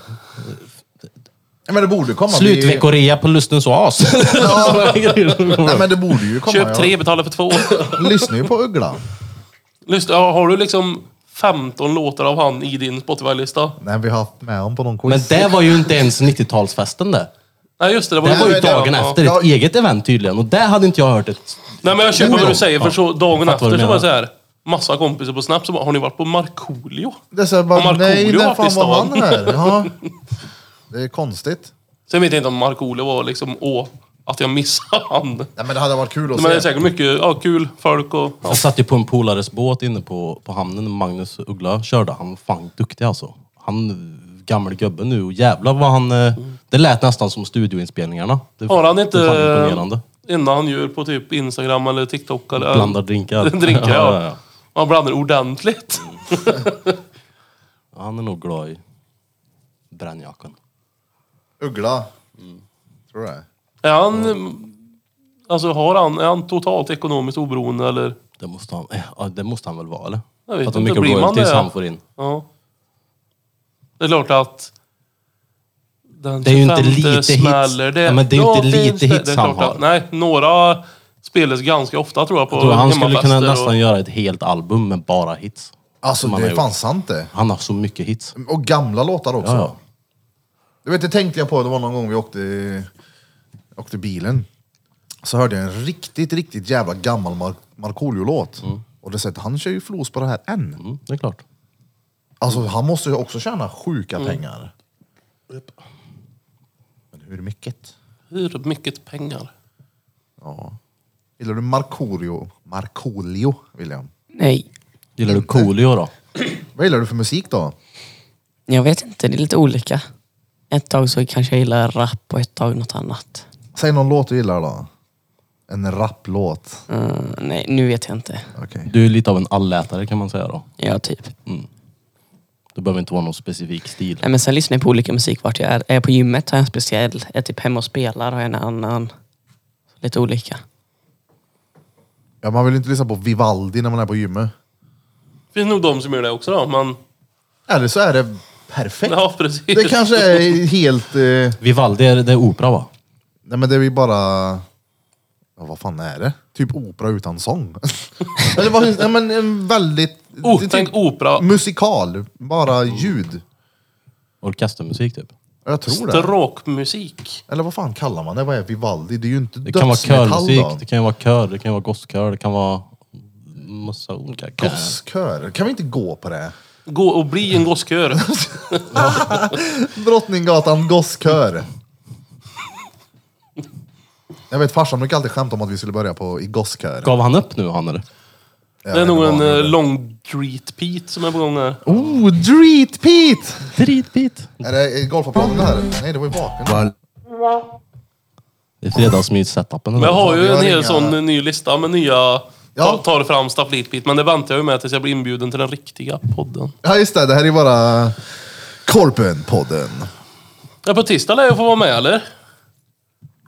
Speaker 1: Ja, men det borde komma. Vi...
Speaker 4: slutveckorea på lustens oas. Såna grejer som kommer.
Speaker 1: Nej men det borde ju komma.
Speaker 5: Köp tre, betala för två.
Speaker 1: Jag lyssnar ju på Uggla.
Speaker 5: Lyssna, ja, har du liksom 15 låtar av han i din Spotify-lista?
Speaker 1: Nej vi har haft med honom på någon quiz.
Speaker 4: Men det var ju inte ens 90-talsfesten det.
Speaker 5: Nej just det, det var,
Speaker 4: Det var ju
Speaker 1: Nej, det var-
Speaker 4: dagen
Speaker 5: ja.
Speaker 4: efter.
Speaker 1: Ja.
Speaker 4: Ett eget event tydligen. Och det hade inte jag hört ett...
Speaker 5: Nej men jag köper vad du säger, för så dagen
Speaker 4: fattar vad du
Speaker 5: efter så
Speaker 4: menar.
Speaker 5: var det så här. Massa kompisar på Snap som bara, har ni varit på Markoolio?
Speaker 1: Det är så här,
Speaker 5: Om
Speaker 1: bara,
Speaker 5: Markoolio
Speaker 1: nej
Speaker 5: har
Speaker 1: när
Speaker 5: varit i
Speaker 1: fan var
Speaker 5: stan.
Speaker 1: han här? Ja. Det är konstigt.
Speaker 5: Sen vet jag inte om Markoolio var liksom, åh, att jag missade han.
Speaker 1: Nej men det hade varit kul att
Speaker 5: Men det är
Speaker 1: se.
Speaker 5: säkert mycket ja, kul folk och...
Speaker 4: Jag satt ju på en polares båt inne på, på hamnen när Magnus Uggla körde. Han var fan duktig alltså. Han gammal gubbe nu och jävlar vad han... eh, Det lät nästan som studioinspelningarna. Det,
Speaker 5: Har han
Speaker 4: det är fan
Speaker 5: inte
Speaker 4: imponerande.
Speaker 5: enda han gör på typ Instagram eller TikTok eller...
Speaker 4: Blandar drinkar.
Speaker 5: drinkar
Speaker 4: Ja,
Speaker 5: ja.
Speaker 4: ja, ja.
Speaker 5: Han blandar ordentligt.
Speaker 4: Han är nog glad i brännjackan.
Speaker 1: Uggla.
Speaker 5: Mm.
Speaker 1: Tror det.
Speaker 5: Är han... Alltså har han, är han totalt ekonomiskt oberoende eller?
Speaker 4: Det måste han, eh, ja, det måste han väl vara eller?
Speaker 5: Jag vet
Speaker 4: För att det är
Speaker 5: inte,
Speaker 4: mycket
Speaker 5: blir man
Speaker 4: royalties
Speaker 5: det?
Speaker 4: han får in.
Speaker 5: Ja. Det är klart att... Den
Speaker 4: Det är ju inte
Speaker 5: 25
Speaker 4: lite hits.
Speaker 5: smäller det.
Speaker 4: Ja, men det är ju
Speaker 5: Då
Speaker 4: inte lite
Speaker 5: finns
Speaker 4: hits
Speaker 5: det är
Speaker 4: han
Speaker 5: klart
Speaker 4: har.
Speaker 5: nej, några spelas ganska ofta tror jag på
Speaker 4: Jag tror han skulle kunna
Speaker 5: hemmafester
Speaker 4: nästan göra ett helt album med bara hits.
Speaker 1: Alltså
Speaker 4: Som han
Speaker 1: det
Speaker 4: har
Speaker 1: är fan
Speaker 4: gjort.
Speaker 1: sant det.
Speaker 4: Han har så mycket hits.
Speaker 1: Och gamla låtar också.
Speaker 4: Ja, ja.
Speaker 1: Du vet, det tänkte jag på, det var någon gång vi åkte, åkte bilen. Så hörde jag en riktigt, riktigt jävla gammal Mar- Markoolio-låt.
Speaker 5: Mm.
Speaker 1: Och det sättet, han kör ju flos på det här än.
Speaker 4: Mm, det är klart.
Speaker 1: Alltså han måste ju också tjäna sjuka
Speaker 5: Mm.
Speaker 1: pengar. Men hur mycket?
Speaker 5: Hur mycket pengar?
Speaker 1: Ja. Gillar du Markoolio? Markoolio, William.
Speaker 6: Nej,
Speaker 4: Gillar du Coolio då?
Speaker 1: Vad gillar du för musik då?
Speaker 6: jag vet inte. Det är lite olika. Ett tag så kanske jag gillar rap och ett tag något annat.
Speaker 1: Säg någon låt du gillar då. En rapplåt.
Speaker 6: Eh, nej, nu vet jag inte.
Speaker 1: Okej.
Speaker 4: Du är lite av en allätare kan man säga då.
Speaker 6: Ja, typ.
Speaker 4: Det behöver inte vara någon specifik stil.
Speaker 6: Nej, men sen lyssnar jag på olika musik vart jag är. Är jag på gymmet har jag en speciell. Är jag typ hemma och spelar har jag en annan. Lite olika.
Speaker 1: Ja, man vill inte lyssna på Vivaldi när man är på gymmet.
Speaker 5: Det finns nog de som gör det också då, men...
Speaker 1: Eller så är det perfekt.
Speaker 5: Ja, precis.
Speaker 1: Det kanske är helt... Eh,
Speaker 4: Vivaldi, är det är opera va?
Speaker 1: nej men det är ju bara... Ja, vad fan är det? Typ opera utan sång. Eller vad, nej, men en väldigt...
Speaker 5: Oh,
Speaker 1: det är
Speaker 5: tänk
Speaker 1: typ
Speaker 5: opera.
Speaker 1: Musikal. Bara ljud.
Speaker 4: Orkestermusik typ.
Speaker 1: Ja, Jag tror det.
Speaker 5: Stråkmusik.
Speaker 1: Eller vad fan kallar man det? Vad är Vivaldi? Det är ju inte
Speaker 4: Det kan vara
Speaker 1: dödsmetall då.
Speaker 4: körmusik, det kan ju vara kör, det kan ju vara gosskör, det kan vara massa olika.
Speaker 1: Gosskör. Kan vi inte gå på det?
Speaker 5: Gå och bli en gosskör.
Speaker 1: Drottninggatan gosskör. Jag vet farsan brukar alltid skämta om att vi skulle börja på i gosskör.
Speaker 4: Gav han upp nu, han eller?
Speaker 1: Jag
Speaker 5: Det är
Speaker 1: vet
Speaker 5: nog
Speaker 1: inte
Speaker 5: en
Speaker 1: vad han-
Speaker 5: eh, long treat Pete som är på gång här.
Speaker 1: Oh, Dreet Pete!
Speaker 4: Dritbit.
Speaker 1: Är det golfapparaten det här? Nej, det var ju baken.
Speaker 4: Det är fredagsmys-setupen.
Speaker 5: Men jag
Speaker 4: eller?
Speaker 5: har ju
Speaker 1: vi har
Speaker 5: en hel
Speaker 1: inga-
Speaker 5: sån eh, ny lista med nya...
Speaker 1: Ja.
Speaker 5: Ta, tar fram staflitbit, men det väntar jag ju med tills jag blir inbjuden till den riktiga podden.
Speaker 1: Ja, just det. Det här är ju bara Korpen-podden.
Speaker 5: Ja, på tisdag lär jag få vara med eller?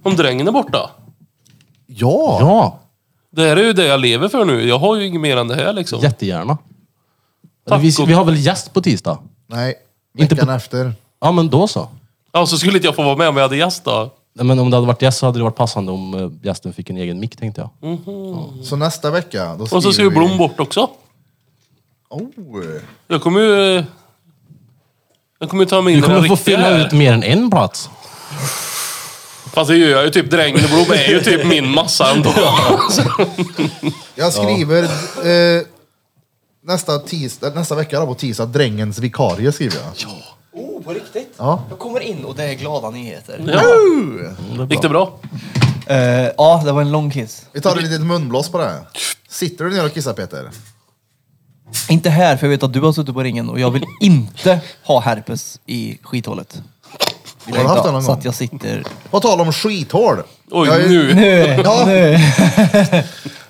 Speaker 5: Om drängen är borta.
Speaker 1: Ja!
Speaker 4: Ja,
Speaker 5: Det här är ju det jag lever för nu. Jag har ju inget mer än det här liksom.
Speaker 4: jättegärna.
Speaker 5: Tack
Speaker 4: Vi,
Speaker 5: och-
Speaker 4: vi har väl gäst på tisdag?
Speaker 1: Nej,
Speaker 4: Inte
Speaker 1: veckan efter.
Speaker 4: Ja, men då så.
Speaker 5: Ja, så skulle inte jag få vara med om jag hade gäst då.
Speaker 4: Nej, Men om det hade varit gäst så hade det varit passande om eh, gästen fick en egen mick, tänkte jag.
Speaker 1: Så nästa vecka, då
Speaker 5: Och så ska ju
Speaker 1: skriver vi-
Speaker 5: Blom bort också.
Speaker 1: Oh.
Speaker 5: Jag kommer ju... eh, Jag kommer ju ta mig in
Speaker 4: Du
Speaker 5: i den
Speaker 4: kommer få
Speaker 5: riktiga
Speaker 4: fylla
Speaker 5: här.
Speaker 4: ut mer än en plats.
Speaker 5: Fast det gör jag ju typ. Drängen och Blom är ju typ min massa ändå.
Speaker 1: Jag skriver eh, nästa, tisdag, nästa vecka då, på tisdag, drängens vikarie skriver jag. Ja.
Speaker 2: Oh, på riktigt?
Speaker 1: Ja.
Speaker 2: Jag kommer in och det är glada nyheter.
Speaker 5: Ja. Gick det bra?
Speaker 2: Eh, ja, det var en lång kiss.
Speaker 1: Vi tar ett litet munblås på det här. Sitter du ner och kissar Peter?
Speaker 2: Inte här, för jag vet att du har suttit på ringen och jag vill inte ha herpes i skithålet. Vill
Speaker 1: Har du
Speaker 2: jag
Speaker 1: haft
Speaker 2: inte
Speaker 1: det någon
Speaker 2: ha, så att
Speaker 1: gång?
Speaker 2: jag sitter...
Speaker 1: På tal om skithål.
Speaker 5: Oj,
Speaker 1: jag har ju-
Speaker 5: nu.
Speaker 2: Nu!
Speaker 1: Ja.
Speaker 2: Nu!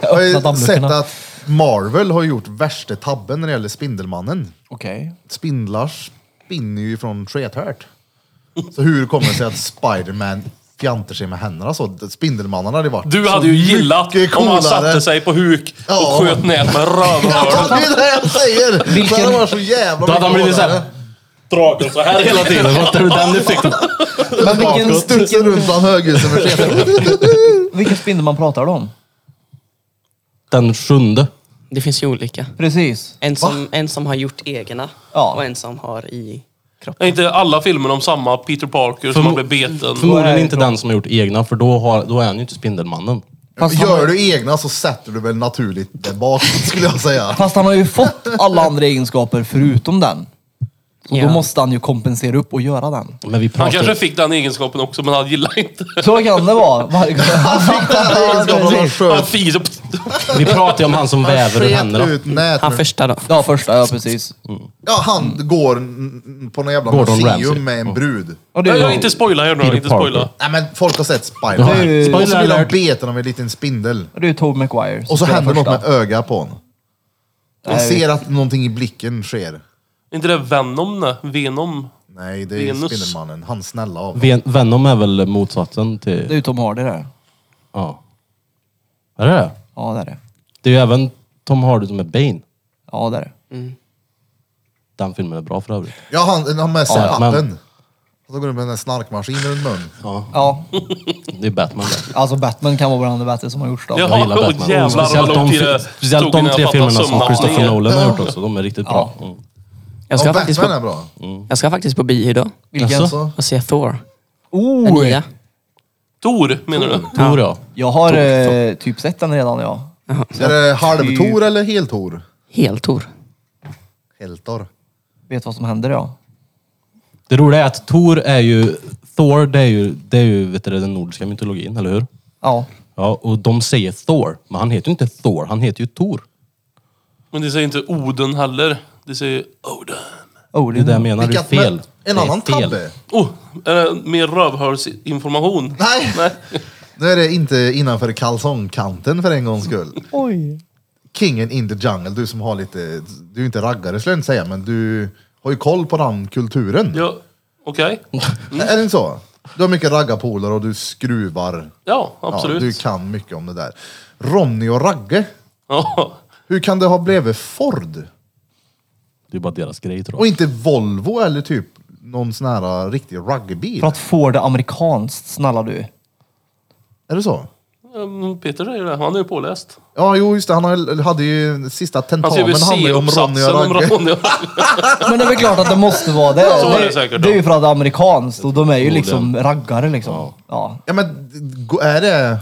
Speaker 1: Jag har
Speaker 2: Öppna
Speaker 1: ju sett
Speaker 2: dammluckorna.
Speaker 1: att Marvel har gjort värsta tabben när det gäller Spindelmannen.
Speaker 2: Okej.
Speaker 1: Spindlar spinner ju från trätärt. Så hur kommer det sig att Spiderman fjantar sig med händerna så? Spindelmannen hade ju varit
Speaker 5: Du
Speaker 1: så
Speaker 5: hade ju gillat
Speaker 1: mycket
Speaker 5: om han
Speaker 1: coolare.
Speaker 5: satte sig på huk och
Speaker 1: Ja.
Speaker 5: sköt nät med
Speaker 1: Ja,
Speaker 5: rövhålet.
Speaker 1: det är det jag säger!
Speaker 2: Vilken-
Speaker 1: Vilken... Det var så jävla
Speaker 4: Då hade han
Speaker 1: mycket
Speaker 4: blivit
Speaker 1: hårdare.
Speaker 4: såhär...
Speaker 5: Draken så här hela tiden.
Speaker 4: Vad tror du den effekten?
Speaker 1: Men vilken
Speaker 2: bakåt.
Speaker 1: studsen runt bland höghusen med sketen.
Speaker 2: Vilken spindel man pratar om?
Speaker 4: Den sjunde.
Speaker 6: Det finns ju olika.
Speaker 2: Precis.
Speaker 6: En som, en som har gjort egna
Speaker 2: Ja.
Speaker 6: och en som har i kroppen.
Speaker 5: Är inte alla filmer om samma Peter Parker som
Speaker 4: Förmo-
Speaker 5: har blivit beten?
Speaker 4: Förmodligen
Speaker 2: Nej,
Speaker 4: inte den som har gjort egna, för då, har, då är han ju inte Spindelmannen.
Speaker 2: Fast han,
Speaker 1: Gör
Speaker 2: har,
Speaker 1: du egna så sätter du väl naturligt där bak, skulle jag säga.
Speaker 2: fast han har ju fått alla andra egenskaper förutom den. Så
Speaker 6: Ja.
Speaker 2: då måste han ju kompensera upp och göra den.
Speaker 4: Men vi
Speaker 5: Han
Speaker 4: pratar...
Speaker 5: kanske fick den egenskapen också, men han gillar inte.
Speaker 2: Så kan det vara. Varje gång.
Speaker 1: Egenskapen att han
Speaker 5: Han
Speaker 1: sköt-
Speaker 5: fiser på...
Speaker 4: Vi pratar ju om han som väver ur
Speaker 1: sket
Speaker 4: händerna.
Speaker 1: ut nät.
Speaker 6: Han
Speaker 1: med-
Speaker 6: första då.
Speaker 2: Ja, första. Ja, precis.
Speaker 1: Ja, han går mm, på någon jävla
Speaker 4: Gordon Ramsay.
Speaker 1: museum med en brud.
Speaker 2: Och det
Speaker 5: Nej,
Speaker 2: är
Speaker 5: jag
Speaker 2: ju-
Speaker 5: inte spoila här nu.
Speaker 4: Peter
Speaker 5: Inte spoila.
Speaker 4: Parker.
Speaker 1: Nej men folk har sett
Speaker 4: Ja.
Speaker 1: Spider-Man.
Speaker 2: ju-
Speaker 1: Och så
Speaker 4: Spoiler
Speaker 1: blir han
Speaker 4: alert.
Speaker 1: beten av en liten spindel.
Speaker 2: Det är ju Tobey Maguire. som
Speaker 1: Och så
Speaker 2: spelar
Speaker 1: händer något
Speaker 2: första.
Speaker 1: med ögat på honom. Man
Speaker 2: Nej, jag
Speaker 1: ser att någonting i blicken sker.
Speaker 5: Är inte det Venom ne? Venom?
Speaker 1: Nej, det är
Speaker 5: Venus.
Speaker 1: Spindelmannen. Han snälla av.
Speaker 4: Ven- Venom är väl motsatsen
Speaker 2: Det är
Speaker 4: till...
Speaker 2: ju Tom Hardy det.
Speaker 4: Ja. Är det det?
Speaker 2: Ja, det är det.
Speaker 4: Det är ju även Tom Hardy som är Bane.
Speaker 2: Ja, det är det.
Speaker 4: Den filmen är bra för övrigt.
Speaker 1: Ja, han, han med sig
Speaker 4: Ja, men-
Speaker 1: appen. Och så går du med en snarkmaskin runt munnen.
Speaker 2: Ja,
Speaker 4: Det är Batman där.
Speaker 2: alltså Batman kan vara bland det bästa som har gjorts då.
Speaker 5: Ja.
Speaker 4: Jag gillar
Speaker 5: Åh,
Speaker 4: Batman.
Speaker 5: jävlar, vad
Speaker 4: speciellt
Speaker 5: lång
Speaker 4: de,
Speaker 5: tid det
Speaker 4: speciellt
Speaker 5: tog innan
Speaker 4: de
Speaker 5: jag
Speaker 4: tre
Speaker 5: fattade
Speaker 4: filmerna som
Speaker 5: sömnen.
Speaker 4: Christopher
Speaker 5: Ja.
Speaker 4: Nolan har gjort också. De är riktigt bra.
Speaker 2: Ja.
Speaker 4: Mm.
Speaker 6: Jag ska,
Speaker 1: Ja,
Speaker 6: faktiskt
Speaker 1: Batman är
Speaker 6: på,
Speaker 1: bra.
Speaker 6: jag ska faktiskt på bio idag
Speaker 2: Vilken?
Speaker 4: Jaså?
Speaker 6: och se Thor. Alltså. Den
Speaker 2: Oh,
Speaker 6: nya.
Speaker 5: Tor, menar du?
Speaker 4: Tror jag.
Speaker 2: jag har eh, typ sett den redan ja.
Speaker 1: Är det halvtor eller heltor?
Speaker 6: Helt Thor.
Speaker 1: Heltor.
Speaker 2: Vet vad som händer ja.
Speaker 4: Det roliga är att Thor är ju... Thor, det är ju, det är ju vet du, det, den nordiska mytologin, eller hur?
Speaker 2: Ja.
Speaker 4: Ja, och de säger Thor. Men han heter ju inte Thor, han heter ju Thor.
Speaker 5: Men de säger inte Oden heller. De säger Oden.
Speaker 2: Oh,
Speaker 4: Det är det jag menar, det är
Speaker 1: Vilket-
Speaker 4: fel.
Speaker 1: Mm. En
Speaker 4: Det är
Speaker 1: annan
Speaker 4: fel.
Speaker 1: tabbe.
Speaker 5: Oh, är det mer rövhålsinformation?
Speaker 1: Nej.
Speaker 5: Nej.
Speaker 1: Nu är det inte innanför kalsongkanten för en gångs skull.
Speaker 2: Oj.
Speaker 1: Kingen in the jungle, du som har lite, du är inte raggare skulle jag inte säga, men du har ju koll på den kulturen.
Speaker 5: Ja, okej.
Speaker 1: Är det inte så? Du har mycket raggarpolare och du skruvar.
Speaker 5: Ja,
Speaker 1: Ja, du
Speaker 5: absolut.
Speaker 1: kan mycket om det där. Ronny och Ragge,
Speaker 5: Ja.
Speaker 1: hur kan det ha blivit Ford?
Speaker 4: Det är bara deras grej tror
Speaker 1: Och
Speaker 4: jag.
Speaker 1: inte Volvo eller typ någon sån här äh, riktig rugbybil?
Speaker 2: För att få det amerikanskt, snälla du.
Speaker 1: Är det så?
Speaker 5: Mm, Peter säger det. Han är ju påläst.
Speaker 1: Ja, jo just det. Han har- hade ju sista
Speaker 5: Han skrev ju
Speaker 1: tentamen handlade ju om Ronny
Speaker 5: C-uppsatsen
Speaker 1: och
Speaker 5: om
Speaker 1: Ragge.
Speaker 5: Ronny och
Speaker 2: Men det är väl klart att det måste vara det.
Speaker 5: Så är det
Speaker 2: är-
Speaker 5: säkert,
Speaker 2: det är ju
Speaker 5: ja.
Speaker 2: för att det är amerikanskt och de är ju liksom raggare liksom. Ja.
Speaker 1: Ja men, är det...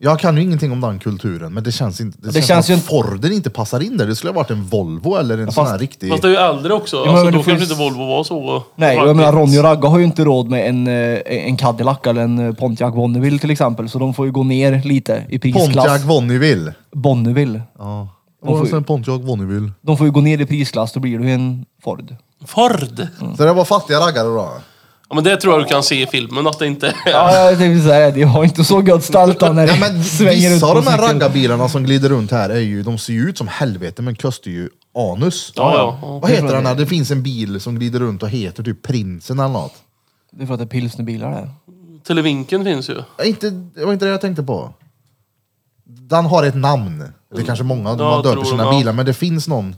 Speaker 1: Jag kan ju ingenting om den kulturen, men det känns inte... Det,
Speaker 2: Det känns
Speaker 1: som
Speaker 2: ju
Speaker 1: att
Speaker 2: inte-
Speaker 1: Forden inte passar in där. Det skulle ha varit en Volvo eller en sån här riktig...
Speaker 5: Fast det är ju äldre också.
Speaker 2: men
Speaker 5: alltså,
Speaker 2: det
Speaker 5: då kanske
Speaker 2: finns-
Speaker 5: inte Volvo var så...
Speaker 2: Nej, och jag menar Ronny och Ragga har ju inte råd med en, eh, en Cadillac eller en eh, Pontiac Bonneville till exempel. Så de får ju gå ner lite i prisklass.
Speaker 1: Pontiac Bonneville.
Speaker 2: Bonneville.
Speaker 1: Ja.
Speaker 2: får
Speaker 1: Och
Speaker 2: ju-
Speaker 1: sen Pontiac Bonneville.
Speaker 2: De får ju gå ner i prisklass, då blir det ju en Ford.
Speaker 5: Ford!
Speaker 1: Så det var fattiga raggare då?
Speaker 5: Ja, men det tror jag du kan se i filmen att det inte är.
Speaker 2: Ja, jag tänkte säga det. Jag har inte så gött ställt då när
Speaker 1: Ja,
Speaker 2: det
Speaker 1: men
Speaker 2: svänger ut
Speaker 1: vissa
Speaker 2: på
Speaker 1: av de här
Speaker 2: cykeln.
Speaker 1: raggarbilarna som glider runt här är ju, de ser ju ut som helvete men kostar ju anus.
Speaker 5: Ja, ja, ja.
Speaker 1: Vad heter den här? Det finns en bil som glider runt och heter typ Prinsen eller något.
Speaker 2: Det är för att det är pilsnerbilar det.
Speaker 5: Televinken finns ju.
Speaker 1: Ja, Inte, det var inte det jag tänkte på. Den har ett namn. Det är kanske många de
Speaker 5: Ja,
Speaker 1: har döper
Speaker 5: tror
Speaker 1: sina
Speaker 5: de, ja.
Speaker 1: bilar, men det finns någon.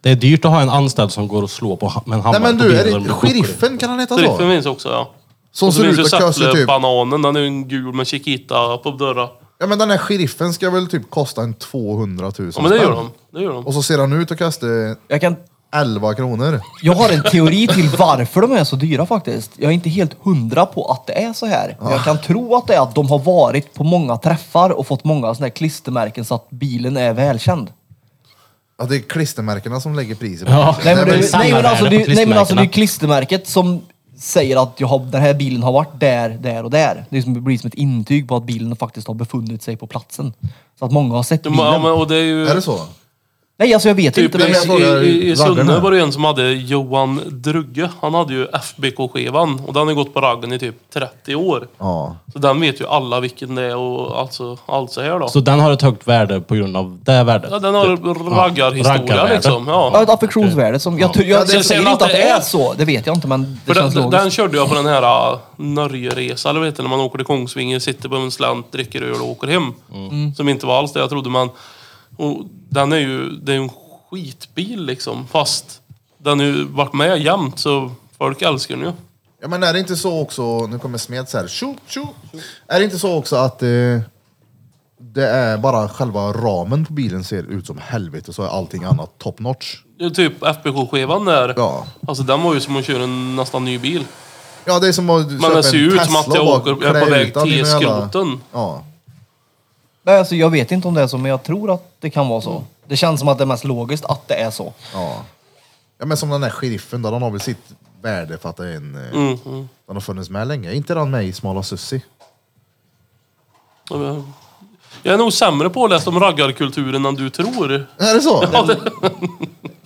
Speaker 4: Det är dyrt att ha en anställd som går och slår på ha- med en hammare
Speaker 1: Nej men
Speaker 4: på
Speaker 1: du,
Speaker 4: bilen
Speaker 1: är
Speaker 4: när de
Speaker 1: det
Speaker 4: blir skickliga.
Speaker 1: sheriffen kan han heta
Speaker 5: Sheriffen
Speaker 1: så?
Speaker 5: finns också, ja.
Speaker 1: Som
Speaker 5: Och så
Speaker 1: ser
Speaker 5: finns ju
Speaker 1: ut att kösa typ...
Speaker 5: Säffle-bananen. Den är ju en gul med Chiquita på dörren.
Speaker 1: Ja men den här sheriffen ska väl typ kosta en 200 000
Speaker 5: Ja, men det gör
Speaker 1: spänn.
Speaker 5: de. Det gör de.
Speaker 1: Och så ser han ut att kosta
Speaker 2: Jag, kan,
Speaker 1: 11 kronor.
Speaker 2: jag har en teori till varför de är så dyra faktiskt. Jag är inte helt hundra på att det är så här. Men jag kan tro att det är att de har varit på många träffar och fått många sådana här klistermärken så att bilen är välkänd.
Speaker 1: Ja, det är klistermärkena som lägger priset.
Speaker 4: Ja.
Speaker 2: Nej men,
Speaker 1: Nej, men
Speaker 2: det, nej, men,
Speaker 4: samma
Speaker 2: alltså,
Speaker 4: värde
Speaker 2: det,
Speaker 4: på
Speaker 2: nej, men alltså det är
Speaker 4: klistermärkena.
Speaker 2: klistermärket som säger att jag har, den här bilen har varit där, där och där. Det är som, det blir som ett intyg på att bilen faktiskt har befunnit sig på platsen. Så att många har sett
Speaker 5: De, ja,
Speaker 2: bilen.
Speaker 5: men, och det är ju...
Speaker 1: Är det så?
Speaker 2: Nej alltså jag vet
Speaker 5: Typ
Speaker 2: inte. Men,
Speaker 5: i,
Speaker 1: jag frågar
Speaker 5: i, i, i
Speaker 1: raggarna.
Speaker 5: Sunne var det en som hade Johan Drugge. Han hade ju FBK-skivan och den har ju gått på raggen i typ 30 år.
Speaker 1: Ja.
Speaker 5: Så den vet ju alla vilken det är och alltså, allt så här då.
Speaker 4: Så den har ett högt värde på grund av det värdet? Typ.
Speaker 5: ja, den har raggarhistoria
Speaker 4: Raggarvärde.
Speaker 5: liksom.
Speaker 2: ja,
Speaker 5: Ja.
Speaker 2: ett affektionsvärde som... Jag, tror- jag,
Speaker 5: Ja, det-
Speaker 2: jag säger inte att det är så, det vet jag inte men det
Speaker 5: För
Speaker 2: känns
Speaker 5: den, den
Speaker 2: logiskt.
Speaker 5: körde jag på den här äh, Norgeresa, eller vad heter det, när man åker till Kongsvinger, sitter på en slant, dricker öl och åker hem.
Speaker 2: Mm.
Speaker 5: Som inte var alls det jag trodde, men... Och den är ju... Det är ju en skitbil liksom, fast den har ju varit med jämt, så folk älskar den ju.
Speaker 1: ja, men är det inte så också, nu kommer Smed så här, tjo, tjo. Är det inte så också att eh, det är bara själva ramen på bilen ser ut som helvete så är allting annat top notch?
Speaker 5: Ja, Typ FPK-skivan där.
Speaker 1: Ja.
Speaker 5: Alltså den var ju som att köra en nästan ny bil.
Speaker 1: Ja, det är som att
Speaker 5: Men
Speaker 1: köpa
Speaker 5: det ser
Speaker 1: en
Speaker 5: ju ut som
Speaker 1: Tesla
Speaker 5: att jag
Speaker 1: och bara
Speaker 5: åker, jag är
Speaker 1: klä
Speaker 5: på väg
Speaker 1: ut den i
Speaker 5: till
Speaker 1: någon jävla-
Speaker 5: skroten.
Speaker 1: Ja.
Speaker 2: Nej, alltså, jag vet inte om det är så men jag tror att det kan vara så. Det känns som att det är mest logiskt att det är så.
Speaker 1: Ja. ja, men som den där sheriffen då, den har väl sitt värde för att det är en... eh,
Speaker 5: Mm, mm.
Speaker 1: Den har funnits med länge. Är inte den med i Smala Sussi?
Speaker 5: Jag är nog sämre påläst om raggarkulturen än du tror.
Speaker 1: Är det så?
Speaker 2: Det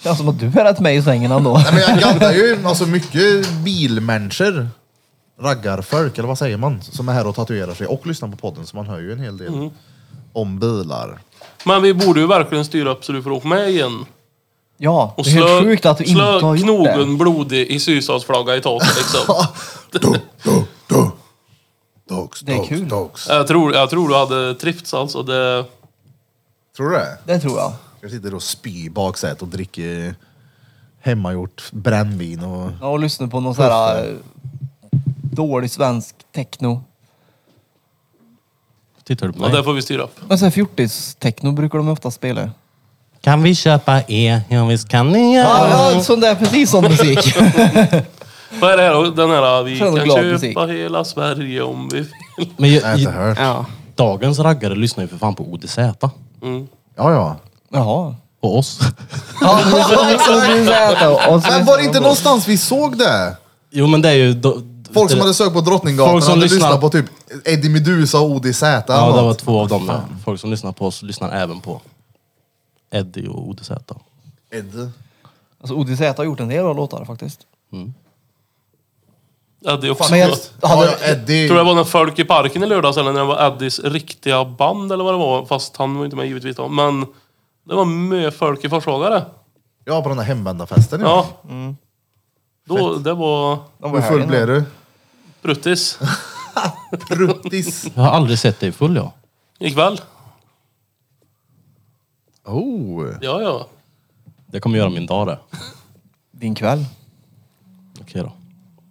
Speaker 2: känns som att du är rätt med i svängen ändå.
Speaker 1: Men jag gaddar ju alltså mycket bilmänniskor, raggarfolk eller vad säger man, som är här och tatuerar sig och lyssnar på podden så man hör ju en hel del om bilar.
Speaker 5: Men vi borde ju verkligen styra upp så du får åka med igen.
Speaker 2: Ja,
Speaker 5: Och
Speaker 2: det är helt sjukt att du inte
Speaker 5: slö
Speaker 2: har gjort
Speaker 5: knogen
Speaker 2: det.
Speaker 5: blodig i sydstatsflagga i taket liksom.
Speaker 1: Dogs,
Speaker 2: Det är
Speaker 1: dogs,
Speaker 2: kul.
Speaker 1: dogs.
Speaker 5: jag, tror, jag tror du hade trivts alltså. Det,
Speaker 1: Tror du det?
Speaker 2: Det tror jag.
Speaker 1: Jag sitter och spyr i baksätet och dricker hemmagjort brännvin och...
Speaker 2: Ja, och lyssna på någon sån här eh, dålig svensk techno.
Speaker 4: Tittar du på
Speaker 5: ja,
Speaker 4: mig?
Speaker 5: det får vi styra upp.
Speaker 2: Men sån här fjortis-techno brukar de ofta spela.
Speaker 4: Kan vi köpa E? Ja visst kan ni
Speaker 2: Ja,
Speaker 4: göra.
Speaker 2: ja sån där, precis sån musik.
Speaker 5: Vad är det här då? Den här ah, vi
Speaker 2: Kör någon
Speaker 5: kan
Speaker 2: glad
Speaker 5: köpa
Speaker 2: musik.
Speaker 5: hela Sverige om vi vill.
Speaker 4: Men
Speaker 1: Jag har
Speaker 4: jag,
Speaker 1: inte
Speaker 4: i,
Speaker 1: hört.
Speaker 6: Ja.
Speaker 4: dagens raggare lyssnar ju för fan på ODZ.
Speaker 5: Mm.
Speaker 1: Ja, ja.
Speaker 2: Jaha.
Speaker 4: På oss.
Speaker 2: Ja, men
Speaker 1: Men var det inte någonstans vi såg det?
Speaker 4: Jo men det är ju... do-
Speaker 1: Folk som
Speaker 4: det-
Speaker 1: hade sökt på Drottninggatan
Speaker 4: Folk som
Speaker 1: hade
Speaker 4: lyssnar-
Speaker 1: lyssnat på typ Eddie Meduza och ODZ.
Speaker 4: Ja det var två av dem. Ja. Folk som lyssnar på oss lyssnar även på Eddie och ODZ.
Speaker 1: Eddie.
Speaker 2: Alltså ODZ har gjort en del av låtar faktiskt.
Speaker 5: Ja, det är också...
Speaker 2: Men jag
Speaker 1: Ja, ja,
Speaker 2: hade...
Speaker 1: Eddie.
Speaker 5: tror det var när Folk i parken i lördags, eller när det var Eddies riktiga band eller vad det var. Fast han var inte med givetvis då. Men det var mycket folk i Forsagare.
Speaker 1: Ja, på den där hemvändarfesten.
Speaker 5: Ja.
Speaker 2: Mm.
Speaker 5: Då, det var
Speaker 2: de
Speaker 1: Hur
Speaker 2: var här
Speaker 1: full
Speaker 2: innan.
Speaker 1: blev du?
Speaker 5: bruttis.
Speaker 1: Bruttis.
Speaker 4: Jag har aldrig sett dig full jag.
Speaker 5: Ikväll.
Speaker 1: Oh.
Speaker 5: Ja, ja.
Speaker 4: Det kommer göra min dag det.
Speaker 2: Din kväll.
Speaker 4: Okej då.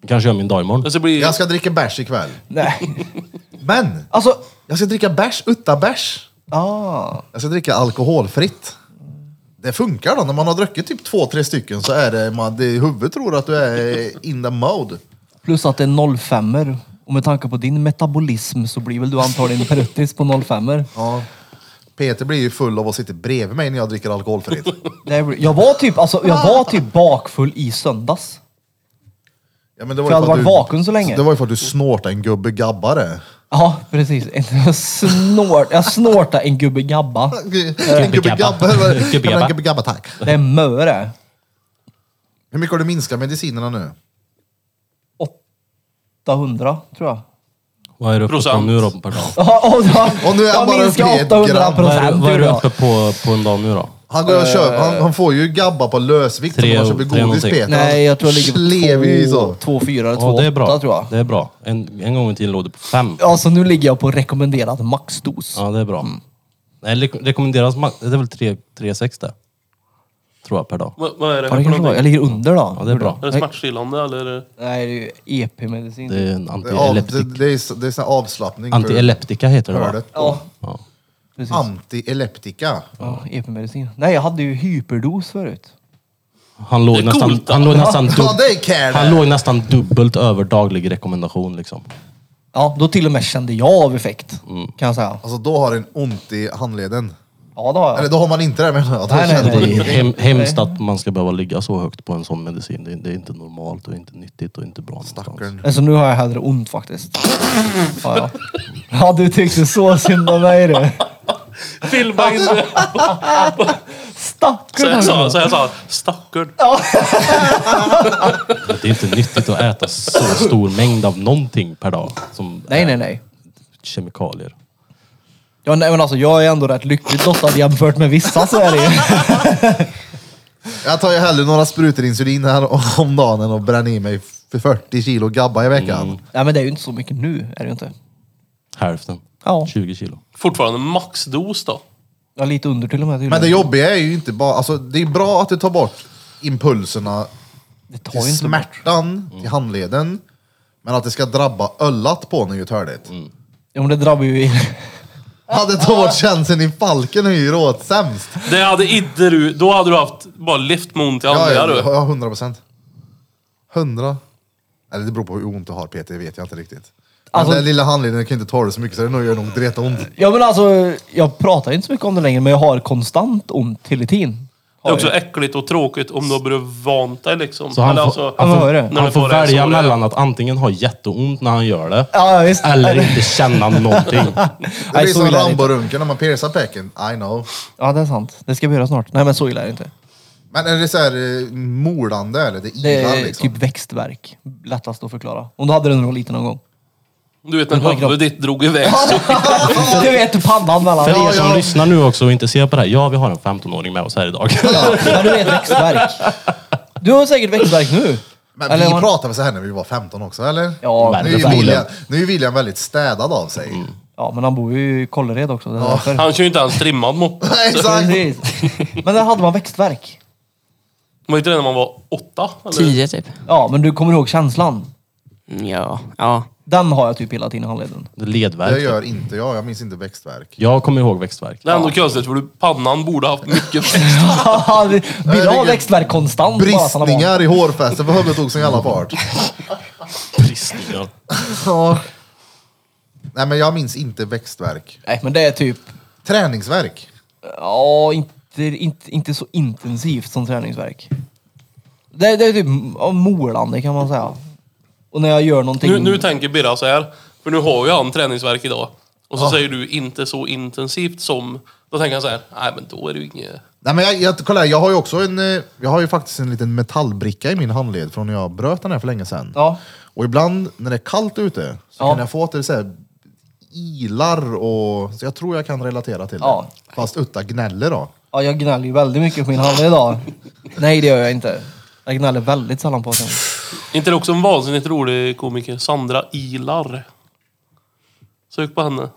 Speaker 4: Jag kanske gör min dag imorgon.
Speaker 5: Men så blir
Speaker 1: Jag ska dricka bärs ikväll.
Speaker 2: Nej.
Speaker 1: Men!
Speaker 2: Alltså...
Speaker 1: Jag ska dricka bärs utan bärs.
Speaker 2: Ah.
Speaker 1: Jag ska dricka alkoholfritt. Det funkar då. När man har druckit typ två, tre stycken så är det man, det, huvudet tror att du är in the mode.
Speaker 2: Plus att det är 05 och Och med tanke på din metabolism så blir väl du antagligen pruttis på 05 er
Speaker 1: Ja. Peter blir ju full av att sitta bredvid mig när jag dricker alkoholfritt.
Speaker 2: Jag var typ, alltså, jag var typ bakfull i söndags.
Speaker 1: Ja, men det
Speaker 2: För jag
Speaker 1: ju
Speaker 2: hade
Speaker 1: för att
Speaker 2: varit vaken så länge.
Speaker 1: Det var ju för att du snortade en gubbe gabbare.
Speaker 2: Ja, precis. Jag, snort, jag snortade en gubbe gabba.
Speaker 1: En gubbe gabba.
Speaker 4: Gubbe
Speaker 1: Ja, men
Speaker 4: gabba.
Speaker 1: En gubbe gabba, tack.
Speaker 2: Det är mö det.
Speaker 1: Hur mycket har du minskat medicinerna nu?
Speaker 2: 800 tror jag.
Speaker 4: Vad är du uppe på
Speaker 5: Procent.
Speaker 4: nu då per dag?
Speaker 2: Ja, och då-
Speaker 1: Och nu är
Speaker 2: jag
Speaker 1: han bara uppe i
Speaker 2: minskar
Speaker 1: ett
Speaker 2: 800
Speaker 1: gram.
Speaker 4: Vad är,
Speaker 2: procent.
Speaker 4: vad är
Speaker 2: tror
Speaker 4: du
Speaker 2: jag.
Speaker 4: uppe på, på en dag nu då?
Speaker 1: Han, går och köper, han, han får ju gabba på lösvikt om
Speaker 4: Eh, Tre-
Speaker 1: han köper
Speaker 4: tre
Speaker 1: godis
Speaker 4: någonting.
Speaker 1: Peter.
Speaker 2: Nej, jag tror jag ligger
Speaker 1: Slev ju
Speaker 2: på
Speaker 1: så.
Speaker 2: 2,4 eller
Speaker 4: Ja, det är
Speaker 2: 2,8
Speaker 4: bra.
Speaker 2: tror jag.
Speaker 4: Det är bra. En, en gång i tiden låg det på fem.
Speaker 2: Ja, så nu ligger jag på rekommenderad maxdos.
Speaker 4: Ja, det är bra. Mm. Nej, le- rekommenderas ma- det är väl tre- 3,6 det? Tror jag per dag.
Speaker 5: Vad, vad är det?
Speaker 2: Ja, det
Speaker 5: för
Speaker 2: kanske var. Jag
Speaker 5: någonting?
Speaker 2: ligger under då.
Speaker 4: Ja, det är bra.
Speaker 5: Är det smärtstillande eller?
Speaker 2: Nej, det är ju EP-medicin.
Speaker 4: Det är en
Speaker 1: Ja, det,
Speaker 4: antieleptik.
Speaker 1: det är, det är sån här avslappning för
Speaker 4: Antieleptika heter det va?
Speaker 1: hördet.
Speaker 2: Ja,
Speaker 4: Ja.
Speaker 2: precis.
Speaker 1: Antieleptika.
Speaker 2: Ja, EP-medicin. Nej, jag hade ju hyperdos förut.
Speaker 4: Han
Speaker 5: Det
Speaker 4: låg
Speaker 5: är
Speaker 4: nästan,
Speaker 5: coolt.
Speaker 4: han låg nästan,
Speaker 1: Ja,
Speaker 4: dub-
Speaker 1: det är care
Speaker 4: han
Speaker 1: det.
Speaker 4: låg nästan dubbelt över daglig rekommendation liksom.
Speaker 2: Ja, då till och med kände jag av effekt.
Speaker 4: Mm.
Speaker 2: Kan jag säga.
Speaker 1: Alltså då har en ont i handleden.
Speaker 2: Ja, det har jag.
Speaker 1: Eller då har man inte det menar jag. Då
Speaker 2: Nej, nej,
Speaker 1: känner
Speaker 2: nej.
Speaker 1: man-
Speaker 4: Det är hem, hemskt att man ska behöva ligga så högt på en sån medicin. Det, det är inte normalt och inte nyttigt och inte bra någonstans.
Speaker 1: Stackarn.
Speaker 2: Alltså nu har jag hellre ont faktiskt. Ja, ja. ja du tyckte så synd om mig du.
Speaker 5: Filma inte! Så jag
Speaker 2: Stackarn.
Speaker 5: sa, så jag sa stackarn.
Speaker 4: Det är inte nyttigt att äta så stor mängd av någonting per dag. Som
Speaker 2: Nej,
Speaker 4: är
Speaker 2: nej, nej.
Speaker 4: kemikalier.
Speaker 2: Ja, nej, men alltså, jag är ändå rätt lyckligt lottad jämfört med vissa så är det ju.
Speaker 1: Jag tar ju hellre några sprutor insulin här om dagen än att bränna i mig för 40 kilo gabba i veckan.
Speaker 4: Mm.
Speaker 2: Nej, men det är ju inte så mycket nu, är det ju inte.
Speaker 4: Hälften.
Speaker 2: Ja.
Speaker 4: 20 kilo.
Speaker 5: Fortfarande maxdos då.
Speaker 2: Ja, lite under till och med.
Speaker 1: Men det jobbiga är ju inte bara, alltså det är bra att du tar bort impulserna
Speaker 2: det tar ju
Speaker 1: till
Speaker 2: inte bort.
Speaker 1: smärtan, till handleden. Men att det ska drabba öllat på när ju törligt.
Speaker 2: Ja, men det drabbar ju i...
Speaker 1: Hade tagit bort chansen i falken är ju råt sämst.
Speaker 5: Det hade inte du... Då hade du haft bara lyft med ont i
Speaker 1: Ja,
Speaker 5: andra
Speaker 1: ja,
Speaker 5: du.
Speaker 1: ja, 100 procent. 100. Eller det beror på hur ont du har Peter, det vet jag inte riktigt. Men
Speaker 2: Alltså-
Speaker 1: den där lilla handleden kan ju inte ta det så mycket så det nog gör nog dreta ont.
Speaker 2: Ja, men alltså, jag pratar ju inte så mycket om det längre, men jag har konstant ont hela tiden.
Speaker 5: Det
Speaker 2: Har
Speaker 5: är också
Speaker 2: jag.
Speaker 5: äckligt och tråkigt om du har börjat vant dig liksom.
Speaker 4: Så han
Speaker 5: Eller
Speaker 4: får-
Speaker 5: alltså,
Speaker 2: Ja, men vad är det?
Speaker 5: när
Speaker 4: Han
Speaker 5: det
Speaker 4: får
Speaker 5: bara är
Speaker 4: välja
Speaker 5: så det är.
Speaker 4: mellan att antingen ha jätteont när han gör det,
Speaker 2: Ja, visst.
Speaker 4: eller inte känna någonting.
Speaker 1: Det blir
Speaker 2: så
Speaker 1: som
Speaker 2: illa är det inte.
Speaker 1: Rambo-runken när man piercar pecken. I know.
Speaker 2: Ja, det är sant. Det ska vi göra snart. Nej, men så illa är det inte.
Speaker 1: Men är det så här eh, molande eller? Det
Speaker 2: Det
Speaker 1: ilar
Speaker 2: är
Speaker 1: liksom?
Speaker 2: typ växtverk. Lättast att förklara. Om du hade det när du var liten någon gång.
Speaker 5: Du vet när huvudet drog iväg. Så
Speaker 2: Du vet pannan mellan
Speaker 4: För er
Speaker 2: ja,
Speaker 4: som lyssnar nu också och inte ser på det här, ja vi har en 15-åring med oss här idag.
Speaker 2: ja, du vet växtverk. Du har säkert växtverk nu.
Speaker 1: Men
Speaker 2: Eller
Speaker 1: vi
Speaker 2: man-
Speaker 1: pratade väl så här när vi var 15 också eller?
Speaker 2: Ja,
Speaker 1: nu, är ju
Speaker 4: verkligen.
Speaker 1: William, nu är ju William väldigt städad av sig.
Speaker 2: Ja, men han bor ju i Kållered också. Det är därför.
Speaker 5: Han kör ju inte ens trimmad moppe.
Speaker 1: Exakt!
Speaker 2: Precis. Men där hade man växtverk.
Speaker 5: Var inte det när man var åtta? Eller?
Speaker 6: Tio typ.
Speaker 2: Ja, men du kommer ihåg känslan.
Speaker 6: Mm, Ja, ja.
Speaker 2: Den har jag typ hela tiden i handleden.
Speaker 1: Det
Speaker 4: Ledvärk.
Speaker 1: gör inte jag, jag minns inte växtverk.
Speaker 4: Jag kommer ihåg växtverk.
Speaker 5: Det är ändå konstigt för du, pannan borde ha haft mycket växt.
Speaker 2: Vill ha växtverk konstant? bara så han har barn.
Speaker 1: Bristningar i hårfästet för huvudet tog sin jävla fart.
Speaker 4: Bristningar.
Speaker 1: Ja. Nej men jag minns inte växtverk.
Speaker 2: Nej, men det är typ...
Speaker 1: Träningsverk.
Speaker 2: Ja, inte, inte, inte så intensivt som träningsverk. Det, det är typ ja, molande kan man säga. Och när jag gör någonting...
Speaker 5: Nu, nu tänker Birra så här. För nu har ju han träningsverk idag. Och så säger du inte så intensivt som... Då tänker han så här. Nej men då är det ju inget...
Speaker 1: Nej men jag, jag, kolla, här, jag har ju också en, eh, jag har ju faktiskt en liten metallbricka i min handled från när jag bröt den här för länge sedan.
Speaker 2: Ja.
Speaker 1: Och ibland när det är kallt ute så
Speaker 2: Ja.
Speaker 1: kan jag få att det så här, ilar och... Så jag tror jag kan relatera till
Speaker 2: Ja.
Speaker 1: det. Fast utta gnäller då.
Speaker 2: Ja, jag gnäller ju väldigt mycket på min handled idag. Nej, det gör jag inte. Jag gnäller väldigt sällan på den.
Speaker 5: inte det också en vansinnigt rolig komiker? Sandra Ilar. Sök på henne.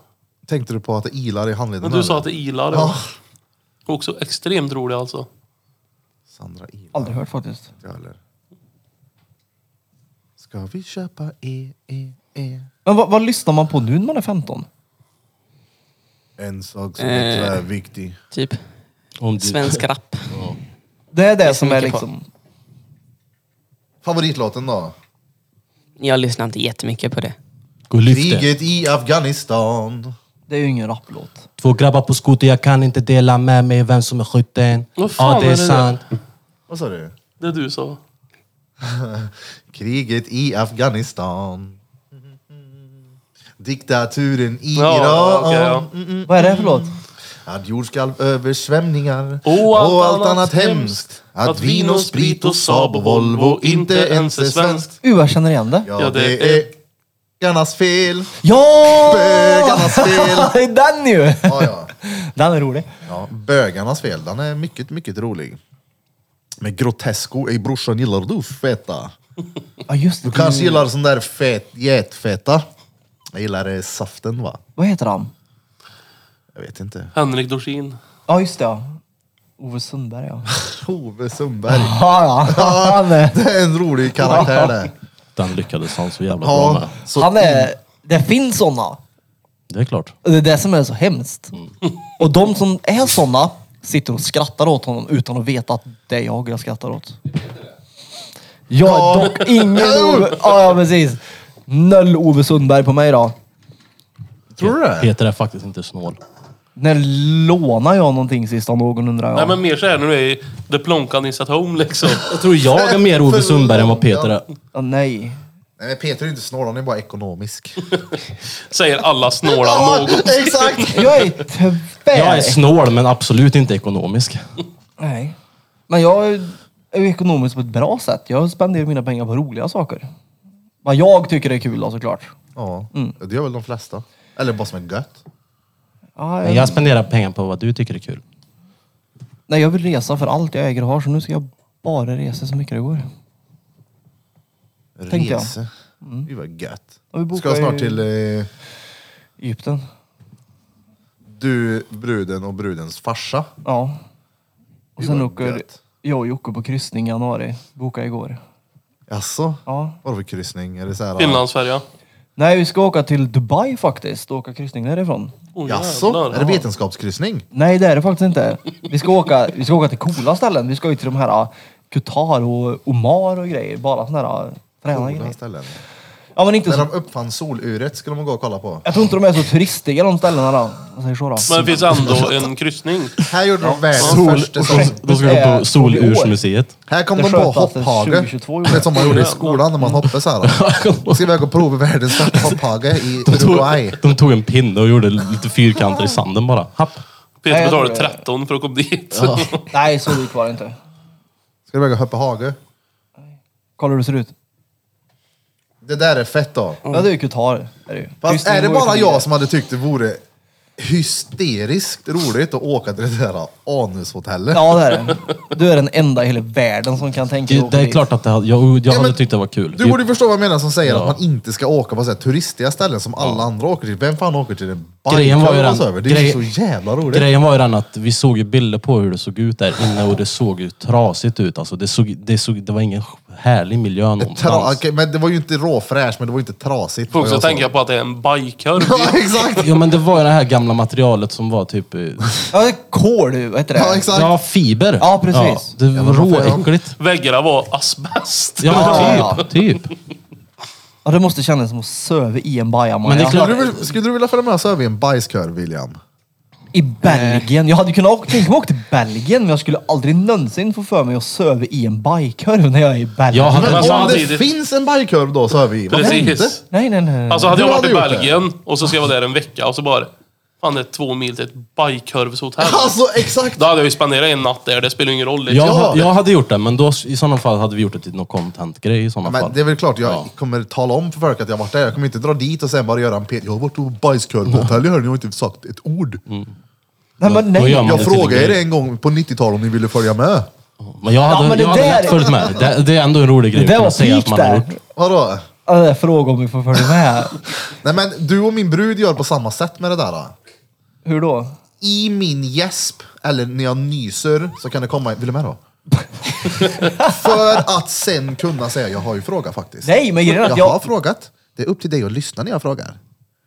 Speaker 1: Tänkte du på att det ilar i handleden?
Speaker 5: Men du sa
Speaker 1: eller?
Speaker 5: att det är Ilar.
Speaker 1: Ja.
Speaker 5: Också extremt rolig alltså.
Speaker 1: Sandra ilar.
Speaker 2: Aldrig hört faktiskt.
Speaker 1: Eller? Ska vi köpa e, e, e?
Speaker 2: Men vad, vad lyssnar man på nu när man är 15?
Speaker 1: En sak som är tyvärr viktig.
Speaker 6: Typ
Speaker 4: Om du,
Speaker 6: svensk rap.
Speaker 2: Det är det som
Speaker 6: så
Speaker 2: är
Speaker 6: mycket på.
Speaker 2: liksom...
Speaker 1: Favoritlåten då?
Speaker 6: Jag lyssnar inte jättemycket på det.
Speaker 4: Gå och lyft det.
Speaker 1: Kriget i Afghanistan.
Speaker 2: Det är ju ingen rapplåt.
Speaker 4: Två grabbar på skoter, jag kan inte dela med mig vem som är skytten.
Speaker 5: Vad fan
Speaker 4: Ja, det
Speaker 5: är
Speaker 4: är
Speaker 5: det där?
Speaker 4: sant.
Speaker 1: Vad sa du?
Speaker 5: Det du sa.
Speaker 1: Kriget i Afghanistan. Diktaturen i
Speaker 5: Ja,
Speaker 1: Iran.
Speaker 5: okej, ja.
Speaker 1: Mm,
Speaker 2: Vad är det för låt?
Speaker 1: Att jordskalv, översvämningar
Speaker 5: Och allt annat
Speaker 1: hemskt. Att,
Speaker 5: Att
Speaker 1: vin och sprit och Saab och Volvo inte ens är svenskt.
Speaker 2: Uh, jag känner igen det.
Speaker 1: Ja, det är bögarnas fel.
Speaker 2: Ja!
Speaker 1: Bögarnas fel.
Speaker 2: Det är den ju!
Speaker 1: Ja, ja.
Speaker 2: Den är rolig.
Speaker 1: ja, bögarnas fel. Den är mycket, mycket rolig. Med Grotesco, ej brorsan gillar du feta?
Speaker 2: Ja just det.
Speaker 1: Du kanske gillar sån där fet, getfeta? Jag gillar eh, saften va?
Speaker 2: Vad heter han?
Speaker 1: Jag vet inte.
Speaker 5: Henrik Dorsin.
Speaker 2: Ja just det ja. Ove Sundberg ja.
Speaker 1: Ove Sundberg.
Speaker 2: Ja ja. Han är...
Speaker 1: Det är en rolig karaktär det.
Speaker 4: Den lyckades han så jävla bra
Speaker 1: Ja,
Speaker 4: med.
Speaker 1: så
Speaker 2: Han är... Det finns såna.
Speaker 4: Det är klart.
Speaker 2: Och Det är det som är så hemskt.
Speaker 4: Mm.
Speaker 2: Och de som är såna sitter och skrattar åt honom utan att veta att det är jag jag skrattar åt. Jag är
Speaker 1: Ja.
Speaker 2: dock ingen Ove... Ja, ja precis. Noll Ove Sundberg på mig då.
Speaker 1: Tror du det?
Speaker 4: Peter är faktiskt inte snål.
Speaker 2: När lånar jag någonting sist av någon undrar jag.
Speaker 5: Nej men mer så här när du är i The Plonkan is at home liksom.
Speaker 4: Jag tror jag är mer Ove Sundberg än vad Peter är.
Speaker 2: Ja, nej.
Speaker 1: Nej men Peter är inte snål, han är bara ekonomisk.
Speaker 5: Säger alla snåla
Speaker 1: Ja,
Speaker 5: något.
Speaker 1: exakt!
Speaker 2: Jag är tvär.
Speaker 4: Jag är snål men absolut inte ekonomisk.
Speaker 2: Nej. Men jag är ju ekonomisk på ett bra sätt. Jag spenderar mina pengar på roliga saker. Vad jag tycker är kul då såklart.
Speaker 1: Ja,
Speaker 2: Mm.
Speaker 1: det gör väl de flesta. Eller bara som är gött.
Speaker 2: Ja,
Speaker 4: Men jag spenderar pengar på vad du tycker är kul.
Speaker 2: Nej, jag vill resa för allt jag äger och har så nu ska jag bara resa så mycket det går. Tänkte jag.
Speaker 1: Rese. Gud vad gött.
Speaker 2: Ja, vi bokar
Speaker 1: Ska snart
Speaker 2: ju-
Speaker 1: till eh,
Speaker 2: Egypten.
Speaker 1: du, bruden och brudens farsa.
Speaker 2: Ja. Och
Speaker 1: Gud,
Speaker 2: sen
Speaker 1: vad
Speaker 2: åker
Speaker 1: gött.
Speaker 2: jag och Jocke på kryssning i januari. Bokade igår.
Speaker 1: Jaså?
Speaker 2: Ja.
Speaker 1: Vadå för kryssning? Är det så här,
Speaker 5: Finlandsfärja.
Speaker 2: Nej, vi ska åka till Dubai faktiskt och åka kryssning därifrån.
Speaker 5: Oh,
Speaker 1: Jaså?
Speaker 5: jävlar.
Speaker 1: Är det vetenskapskryssning?
Speaker 2: Nej, det är det faktiskt inte. Vi ska åka, vi ska åka till coola ställen. Vi ska ju till de här ah, Qatar och Omar och grejer. Bara såna här ah, fräna
Speaker 1: Coola
Speaker 2: grejer.
Speaker 1: ställen.
Speaker 2: Ja, men inte
Speaker 1: När
Speaker 2: så,
Speaker 1: de uppfann soluret skulle man gå och kolla på.
Speaker 2: jag tror inte de är så turistiga de ställena då. Vad säger så då?
Speaker 5: Men det finns ändå en kryssning.
Speaker 1: Här gjorde de världens
Speaker 4: Sol,
Speaker 1: första sån.
Speaker 4: då ska jag på Solursmuseet.
Speaker 1: Här kom
Speaker 2: Det
Speaker 1: de på
Speaker 2: skötaste
Speaker 1: hopphage.
Speaker 2: 2022 gjorde
Speaker 1: Det som man gjorde i skolan när man hoppade så här. Då ska vi iväg och prova världens första hopphage i
Speaker 4: De tog,
Speaker 1: Uruguay.
Speaker 4: de tog en pinne och gjorde lite fyrkanter i sanden bara. Happ.
Speaker 2: Nej,
Speaker 5: Peter
Speaker 2: jag
Speaker 5: betalade
Speaker 2: tror det.
Speaker 5: 13 för att komma dit.
Speaker 2: Nej, så dyrt var det inte.
Speaker 1: Ska vi iväg och hoppa hage?
Speaker 2: Kolla hur det ser ut.
Speaker 1: Det där är fett då.
Speaker 2: Ja, det är ju Qatar. Det är, det ju.
Speaker 1: Mm. Fast
Speaker 2: Kryssning
Speaker 1: är det
Speaker 2: går ju
Speaker 1: bara
Speaker 2: förbi
Speaker 1: jag som hade tyckt det vore hysteriskt roligt att åka till det där anushotellet?
Speaker 2: Ja, det är det. Du är den enda i hela världen som kan tänka dig
Speaker 4: Det,
Speaker 2: att
Speaker 4: det
Speaker 2: åka
Speaker 4: är
Speaker 2: dit.
Speaker 4: klart att det hade, jag, jag hade
Speaker 1: men
Speaker 4: tyckt det var kul.
Speaker 1: Du borde ju förstå vad jag menar som säger
Speaker 4: Ja.
Speaker 1: att man inte ska åka på så här turistiga ställen som alla andra åker till. Vem fan åker till en
Speaker 4: Grejen var ju
Speaker 1: bajkalas
Speaker 4: den-
Speaker 1: över? Det är ju så
Speaker 4: grej-
Speaker 1: jävla roligt.
Speaker 4: Grejen var ju den att vi såg ju bilder på hur det såg ut där inne och det såg ju trasigt ut. Alltså, det, såg, det, såg, det var ingen härlig miljö
Speaker 1: Tra-
Speaker 4: någonstans.
Speaker 1: okej, men det var ju inte råfräscht, men det var ju inte trasigt.
Speaker 5: Får
Speaker 1: vad
Speaker 5: också
Speaker 1: jag sa.
Speaker 5: tänka på att det är en
Speaker 1: Ja,
Speaker 5: bajkorv.
Speaker 1: exakt!
Speaker 4: Ja men det var ju det här gamla materialet som var typ... eh,
Speaker 2: Ja, det är kol, du. Vad heter det?
Speaker 1: Ja, exakt.
Speaker 4: Ja, fiber.
Speaker 2: Ja, precis.
Speaker 4: Ja, det var råäckligt.
Speaker 5: Väggarna var asbest.
Speaker 4: Ja, men
Speaker 2: Ja,
Speaker 4: typ. typ.
Speaker 2: Ja, det måste kännas som att söva i en bajamaja.
Speaker 4: Men det är klart-
Speaker 1: Skulle du, vilja- skulle du vilja följa med oss över i en bajskör, William?
Speaker 2: I Belgien. Jag hade kunnat åka, tänk mig åka till Belgien, men jag skulle aldrig någonsin få för mig att söva i en bajkorv när jag är i Belgien.
Speaker 4: Jag hade-
Speaker 1: Men
Speaker 5: alltså,
Speaker 1: om det
Speaker 5: samtidigt-
Speaker 1: finns en bajkör då så är vi Vad hände?
Speaker 5: Precis.
Speaker 2: Nej, nej, nej. nej.
Speaker 5: Alltså hade
Speaker 1: Mm. Du
Speaker 5: jag varit
Speaker 1: hade
Speaker 5: i
Speaker 1: gjort det.
Speaker 5: Belgien och så ska jag vara där en vecka och så bara... Fan det är två mil till ett bajkorvshotell.
Speaker 1: Alltså exakt!
Speaker 5: Då hade jag ju spenderat en natt där, det spelar ingen roll. Liksom.
Speaker 4: Jag, ha- jag hade gjort det, men då, i sådana fall hade vi gjort det till någon content-grej i sådana fall.
Speaker 1: Men det är väl klart, jag kommer tala om för folk att jag varit där. Jag kommer inte dra dit och sen bara göra en pet. Jag har varit på bajskorvhotell, jag hörde, jag har inte sagt ett ord.
Speaker 2: nej, men
Speaker 4: Då
Speaker 2: nej.
Speaker 4: gör man
Speaker 1: Jag
Speaker 4: det till
Speaker 1: frågade
Speaker 4: en
Speaker 1: er
Speaker 4: grej.
Speaker 1: en gång på 90-talet om ni ville följa med.
Speaker 4: Men jag hade,
Speaker 2: Ja, men det
Speaker 4: jag hade
Speaker 2: där-
Speaker 4: lätt följt med. Det, det är ändå en rolig grej
Speaker 2: Det
Speaker 4: att
Speaker 2: där
Speaker 4: kunna
Speaker 2: var
Speaker 4: säga att
Speaker 2: peak
Speaker 4: man har
Speaker 2: där.
Speaker 4: gjort.
Speaker 1: Vadå?
Speaker 2: Ja, det är fråga om vi får följa med.
Speaker 1: Nej men du och min brud gör på samma sätt med det där. då.
Speaker 2: Hur då?
Speaker 1: I min gäsp, eller när jag nyser, så kan det komma... Vill du med då? för att sen kunna säga, jag har ju frågat faktiskt.
Speaker 2: Nej, men grejen är att
Speaker 1: Jag har
Speaker 2: jag...
Speaker 1: frågat. Det är upp till dig att lyssna när jag frågar.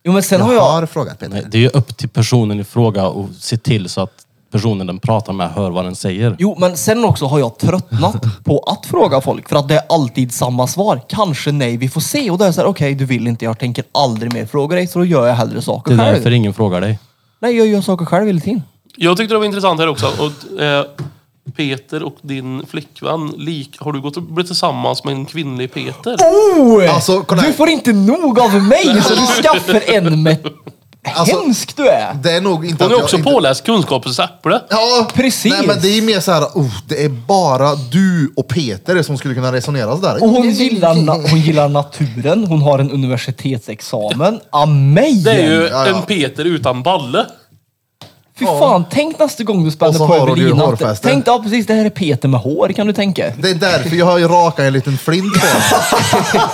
Speaker 2: Jo, men sen
Speaker 1: Jag
Speaker 2: har jag...
Speaker 1: har frågat Peter.
Speaker 4: Nej, det är ju upp till personen i fråga att se till så att personen den pratar med hör vad den säger.
Speaker 2: Jo, men sen också har jag tröttnat på att fråga folk för att det är alltid samma svar. Kanske nej, vi får se. Och då är jag så här, okej, du vill inte, jag tänker aldrig mer fråga dig, så då gör jag hellre saker
Speaker 4: Det är
Speaker 2: själv.
Speaker 4: därför ingen frågar dig.
Speaker 2: Nej, jag gör saker själv hela tiden.
Speaker 5: Jag tyckte det var intressant här också. Och, eh, Peter och din flickvän, lik, har du gått och blivit tillsammans med en kvinnlig Peter?
Speaker 2: Oh!
Speaker 1: Alltså, kolla här.
Speaker 2: du får inte nog av mig så du skaffar en med...
Speaker 1: Alltså-
Speaker 2: Hemsk du är!
Speaker 1: Det är nog inte
Speaker 5: Hon är också
Speaker 1: inte...
Speaker 5: påläst kunskapens äpple.
Speaker 1: Ja,
Speaker 2: Precis.
Speaker 1: Nej, men det är mer så här, oh, det är bara du och Peter som skulle kunna resonera sådär.
Speaker 2: Och hon gillar, na- hon gillar naturen, hon har en universitetsexamen. Amen!
Speaker 5: Det är ju
Speaker 1: Ja, ja.
Speaker 5: en Peter utan balle.
Speaker 2: Fy fan, tänk nästa gång du
Speaker 1: Och så
Speaker 2: spänner på
Speaker 1: har hon ju
Speaker 2: Evelina. att-
Speaker 1: hårfästen.
Speaker 2: Tänk, ja precis, det här är Peter med hår kan du tänka.
Speaker 1: Det är därför jag har ju rakat en liten flint på henne.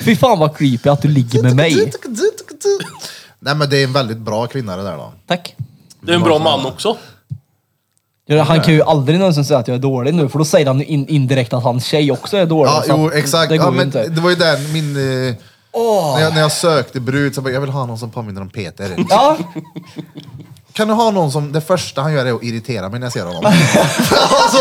Speaker 2: Fy fan vad creepy att du ligger med mig.
Speaker 1: Nej men det är en väldigt bra kvinna det där då.
Speaker 2: Tack.
Speaker 5: Det är en bra man också.
Speaker 2: Ja, Han kan ju aldrig någonsin säga att jag är dålig nu, för då säger han ju in, indirekt att hans tjej också är dålig.
Speaker 1: Ja,
Speaker 2: så
Speaker 1: jo
Speaker 2: att
Speaker 1: Alltså, exakt.
Speaker 2: Det går
Speaker 1: ja,
Speaker 2: ju
Speaker 1: men
Speaker 2: inte.
Speaker 1: det var ju där min... Eh, när, jag, när jag sökte brud så bara, jag vill ha någon som påminner om Peter.
Speaker 2: Ja,
Speaker 1: Kan du ha någon som det första han gör är att irritera mig när jag ser honom? alltså,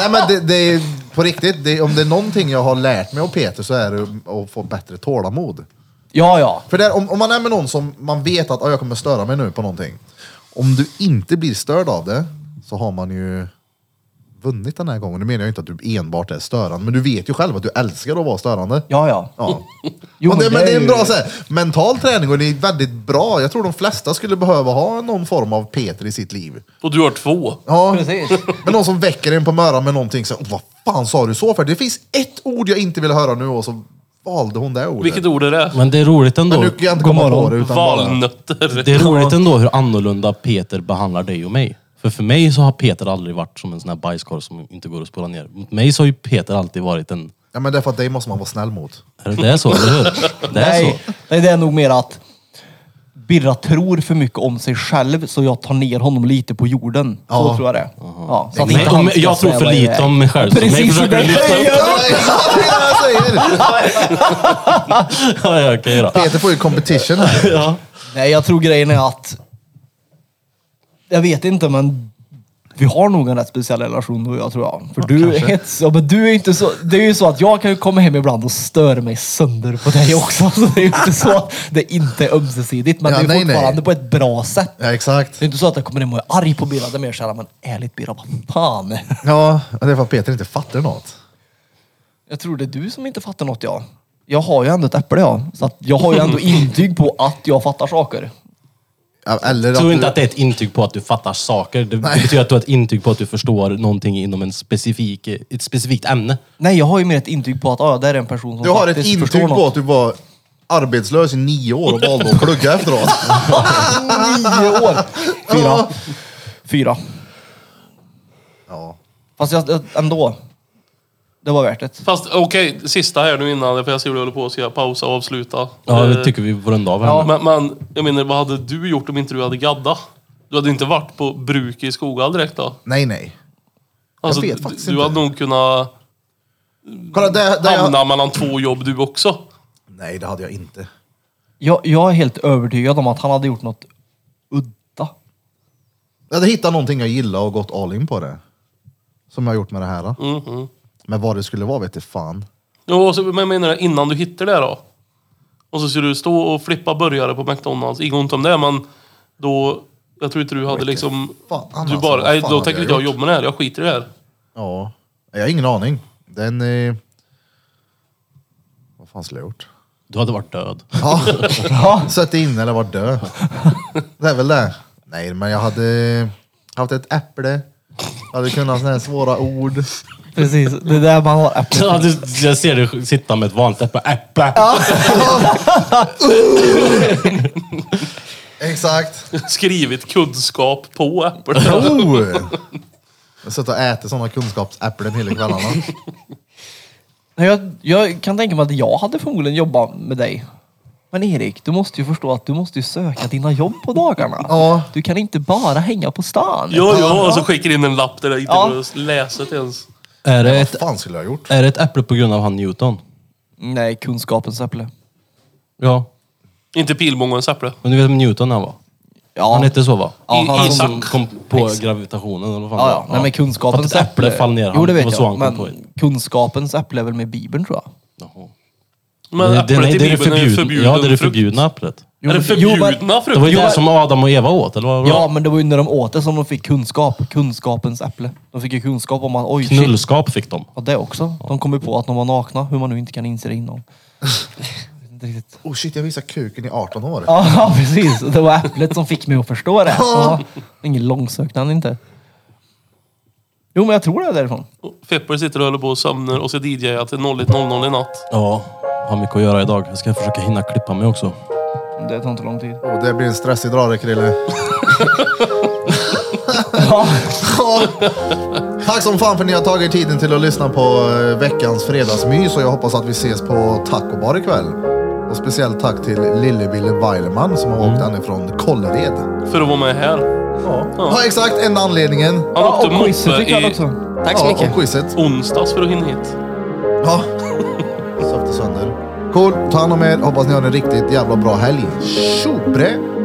Speaker 1: nej men det, det är på riktigt, det, om det är någonting jag har lärt mig av Peter så är det att få bättre tålamod.
Speaker 2: ja, ja.
Speaker 1: För där, om, om man är med någon som man vet att "Ah, jag kommer störa mig nu på någonting. Om du inte blir störd av det så har man ju vunnit den här gången. Nu menar jag inte att du enbart är störande, men du vet ju själv att du älskar att vara störande.
Speaker 2: Ja, ja.
Speaker 1: Ja.
Speaker 2: Jo,
Speaker 1: men, det, men det är en
Speaker 2: ju-
Speaker 1: bra så här, mental träning och det är väldigt bra. Jag tror de flesta skulle behöva ha någon form av Peter i sitt liv.
Speaker 5: Och du har två.
Speaker 1: Ja.
Speaker 2: Precis.
Speaker 1: Men någon som väcker en på morgonen med någonting. Så, Vad fan sa du så för? Det finns ett ord jag inte vill höra nu och så valde hon det ordet.
Speaker 5: Vilket ord är det?
Speaker 4: Men det är roligt ändå.
Speaker 1: Men nu kan jag inte komma på det. Utan bara,
Speaker 5: Valnötter.
Speaker 4: Det är roligt ändå hur annorlunda Peter behandlar dig och mig. För för mig så har Peter aldrig varit som en sån här bajskorv som inte går att spola ner. Mot mig så har ju Peter alltid varit en...
Speaker 1: ja, men det är för att dig måste man vara snäll mot.
Speaker 4: Är det- Det är så, eller hur? Det är så.
Speaker 2: Nej, nej, det är nog mer att Birra tror för mycket om sig själv så jag tar ner honom lite på jorden.
Speaker 1: Ja.
Speaker 2: Så tror jag det. Ja, så att
Speaker 4: Nej,
Speaker 2: inte
Speaker 4: om
Speaker 2: han ska
Speaker 4: jag tror för
Speaker 2: sväva
Speaker 4: lite
Speaker 2: iväg.
Speaker 4: om mig själv, så mig
Speaker 2: Precis, så
Speaker 4: försöker
Speaker 2: det
Speaker 4: du lyfta
Speaker 2: är
Speaker 4: upp.
Speaker 2: jag.
Speaker 1: det är det jag säger!
Speaker 4: Ja, ja, okej då.
Speaker 1: Peter får ju competition här.
Speaker 4: Ja.
Speaker 2: Nej, jag tror grejen är att... Jag vet inte, men vi har nog en rätt speciell relation du och jag tror jag. För du är hets, ja, men du är inte så... Det är ju så att jag kan ju komma hem ibland och störa mig sönder på dig också. Så det är ju inte så att det inte är ömsesidigt, men
Speaker 1: Ja,
Speaker 2: det är
Speaker 1: nej, nej.
Speaker 2: fortfarande på ett bra sätt.
Speaker 1: Ja, exakt.
Speaker 2: Det är inte så att jag kommer hem och är arg på Birra, det är mer såhär, men ärligt Birra, vad fan.
Speaker 1: Ja, det är för att Peter inte fattar något.
Speaker 2: Jag tror det är du som inte fattar något jag. Jag har ju ändå ett äpple jag. Så att jag har ju ändå intyg på att jag fattar saker.
Speaker 1: Ja, Eller
Speaker 4: Jag tror inte
Speaker 1: du-
Speaker 4: att det är ett intyg på att du fattar saker. Det
Speaker 1: Nej.
Speaker 4: betyder att du har ett intyg på att du förstår någonting inom en specifik, ett specifikt ämne.
Speaker 2: Nej, jag har ju mer ett intyg på att ah, ja, det är en person som
Speaker 1: Du har ett
Speaker 2: faktiskt
Speaker 1: intyg
Speaker 2: förstår
Speaker 1: på
Speaker 2: något.
Speaker 1: att du var arbetslös i nio år och valde att plugga efteråt.
Speaker 2: Nio år! Fyra. Fyra.
Speaker 1: Ja.
Speaker 2: Fast jag, jag- ändå. Det var värt det.
Speaker 5: Fast okej, sista här nu innan, för jag ser hur du håller på, så jag pausa och avsluta.
Speaker 4: Ja,
Speaker 5: Eh,
Speaker 4: det tycker vi får runda av här
Speaker 2: Ja.
Speaker 4: nu.
Speaker 5: Men, men jag menar, vad hade du gjort om inte du hade gadda? Du hade inte varit på bruk i Skoghall direkt då?
Speaker 1: Nej, nej.
Speaker 5: Alltså,
Speaker 1: vet faktiskt
Speaker 5: du
Speaker 1: inte.
Speaker 5: hade nog kunnat
Speaker 1: Kolla, där, där
Speaker 5: hamna
Speaker 1: jag...
Speaker 5: mellan två jobb du också.
Speaker 1: Nej, det hade jag inte.
Speaker 2: Jag, jag är helt övertygad om att han hade gjort något udda.
Speaker 1: Jag hade hittat någonting jag gillar och gått all in på det. Som jag har gjort med det här. då. Men vad det skulle vara vet jag fan.
Speaker 5: Mm, Jo, och så, men jag menar det, innan du hittar det då? Och så skulle du stå och flippa burgare på McDonalds. Inget ont om det, men då... Jag tror inte du hade liksom...
Speaker 1: fan,
Speaker 5: du
Speaker 1: alltså,
Speaker 5: bara,
Speaker 1: vad
Speaker 5: nej,
Speaker 1: fan
Speaker 5: då
Speaker 1: hade
Speaker 5: tänker
Speaker 1: jag
Speaker 5: inte jag
Speaker 1: gjort?"
Speaker 5: jobba med det här. Jag skiter i det här.
Speaker 1: Ja, jag har ingen aning. Den... Eh... Vad fan skulle jag ha gjort?
Speaker 4: Du hade varit död.
Speaker 1: Ja,
Speaker 2: Ja.
Speaker 1: suttit inne eller varit död. Det är väl det. Nej, men jag hade haft ett äpple. Jag hade kunnat sådana här svåra ord.
Speaker 2: Precis, det är där man har äpplet.
Speaker 4: Ja, du- Jag ser dig sitta med ett vanligt äpple. äpple.
Speaker 1: Exakt.
Speaker 5: Skrivit kunskap på äpplet.
Speaker 1: Oh. Jag satt och ätit sådana kunskapsäpplen hela kvällarna.
Speaker 2: Nej, Jag, jag kan tänka mig att jag hade förmodligen jobbat med dig. Men Erik, du måste ju förstå att du måste ju söka dina jobb på dagarna.
Speaker 1: Ja.
Speaker 2: Du kan inte bara hänga på stan.
Speaker 5: Jo, jo, och så skickar in en lapp där det inte
Speaker 2: Ja.
Speaker 5: går att läsa till ens.
Speaker 4: Är det
Speaker 1: Vad
Speaker 4: ett,
Speaker 1: fan skulle jag ha gjort?
Speaker 4: är det ett äpple på grund av han Newton?
Speaker 2: Nej, kunskapens äpple.
Speaker 4: Ja.
Speaker 5: Inte pilbångens äpple.
Speaker 4: Men du vet vem Newton han var?
Speaker 2: Ja.
Speaker 4: Han hette så va?
Speaker 2: Ja,
Speaker 4: I-
Speaker 2: han-
Speaker 4: han som kom på
Speaker 2: Isak.
Speaker 4: gravitationen eller vad fan
Speaker 2: Ja,
Speaker 4: det
Speaker 2: ja.
Speaker 4: var.
Speaker 2: Nej, men kunskapens
Speaker 4: För att ett äpple fall ner.
Speaker 2: Jo, det
Speaker 4: Det
Speaker 2: vet
Speaker 4: var så han
Speaker 2: jag.
Speaker 4: kom på det.
Speaker 2: Men kunskapens äpple är väl med Bibeln, tror jag.
Speaker 4: Jaha.
Speaker 5: Men
Speaker 4: Det-
Speaker 5: äpplet
Speaker 4: nej, det
Speaker 5: i
Speaker 4: är det
Speaker 5: Bibeln är
Speaker 4: förbjudna-
Speaker 5: förbjuden
Speaker 4: Ja, det är det
Speaker 5: frukt.
Speaker 4: förbjudna äpplet.
Speaker 5: Är det
Speaker 2: Jo, men-
Speaker 5: förbjudna
Speaker 4: Det var
Speaker 5: frukter?
Speaker 4: ju det som Adam och Eva åt, eller vad var det?
Speaker 2: Ja, men det var ju när de åt det som de fick kunskap. Kunskapens äpple. De fick ju kunskap om att oj, shit.
Speaker 4: Knullskap fick de.
Speaker 2: Ja, det också. De kom ju på att de var nakna, hur man nu inte kan inse det innan. Jag vet inte riktigt.
Speaker 1: Oh shit, jag visar kuken i 18 år.
Speaker 2: Ja, precis. Det var äpplet som fick mig att förstå det. Ja. Ingen långsökt han inte. Jo, men jag tror det är därifrån.
Speaker 5: Fepper sitter och håller på och sömnar och så DJar jag till 01.00 i natt.
Speaker 4: Ja, har mycket att göra idag. Jag ska försöka hinna klippa mig också.
Speaker 2: Det tar inte lång tid.
Speaker 1: Oh, det blir en stressig drare, Krille.
Speaker 2: Ja.
Speaker 1: Ja. Tack som fan för att ni har tagit tiden till att lyssna på eh, veckans fredagsmys och jag hoppas att vi ses på Taco Bar ikväll. Och speciellt tack till Lillebille Weilerman som har åkt
Speaker 6: Mm.
Speaker 1: anifrån Kållered.
Speaker 5: För att vara med här.
Speaker 1: Ja, exakt. Enda anledningen.
Speaker 5: Han
Speaker 2: Ja,
Speaker 5: åkte
Speaker 2: och quizet
Speaker 5: moppe
Speaker 2: ikväll
Speaker 5: i
Speaker 2: också.
Speaker 6: Tack så
Speaker 1: ja,
Speaker 6: mycket.
Speaker 1: Och quizet.
Speaker 5: onsdags för att hinna hit.
Speaker 1: Ja. Sökte sönder. Cool. Ta hand om er. Hoppas ni har en riktigt jävla bra helg. Tjobre!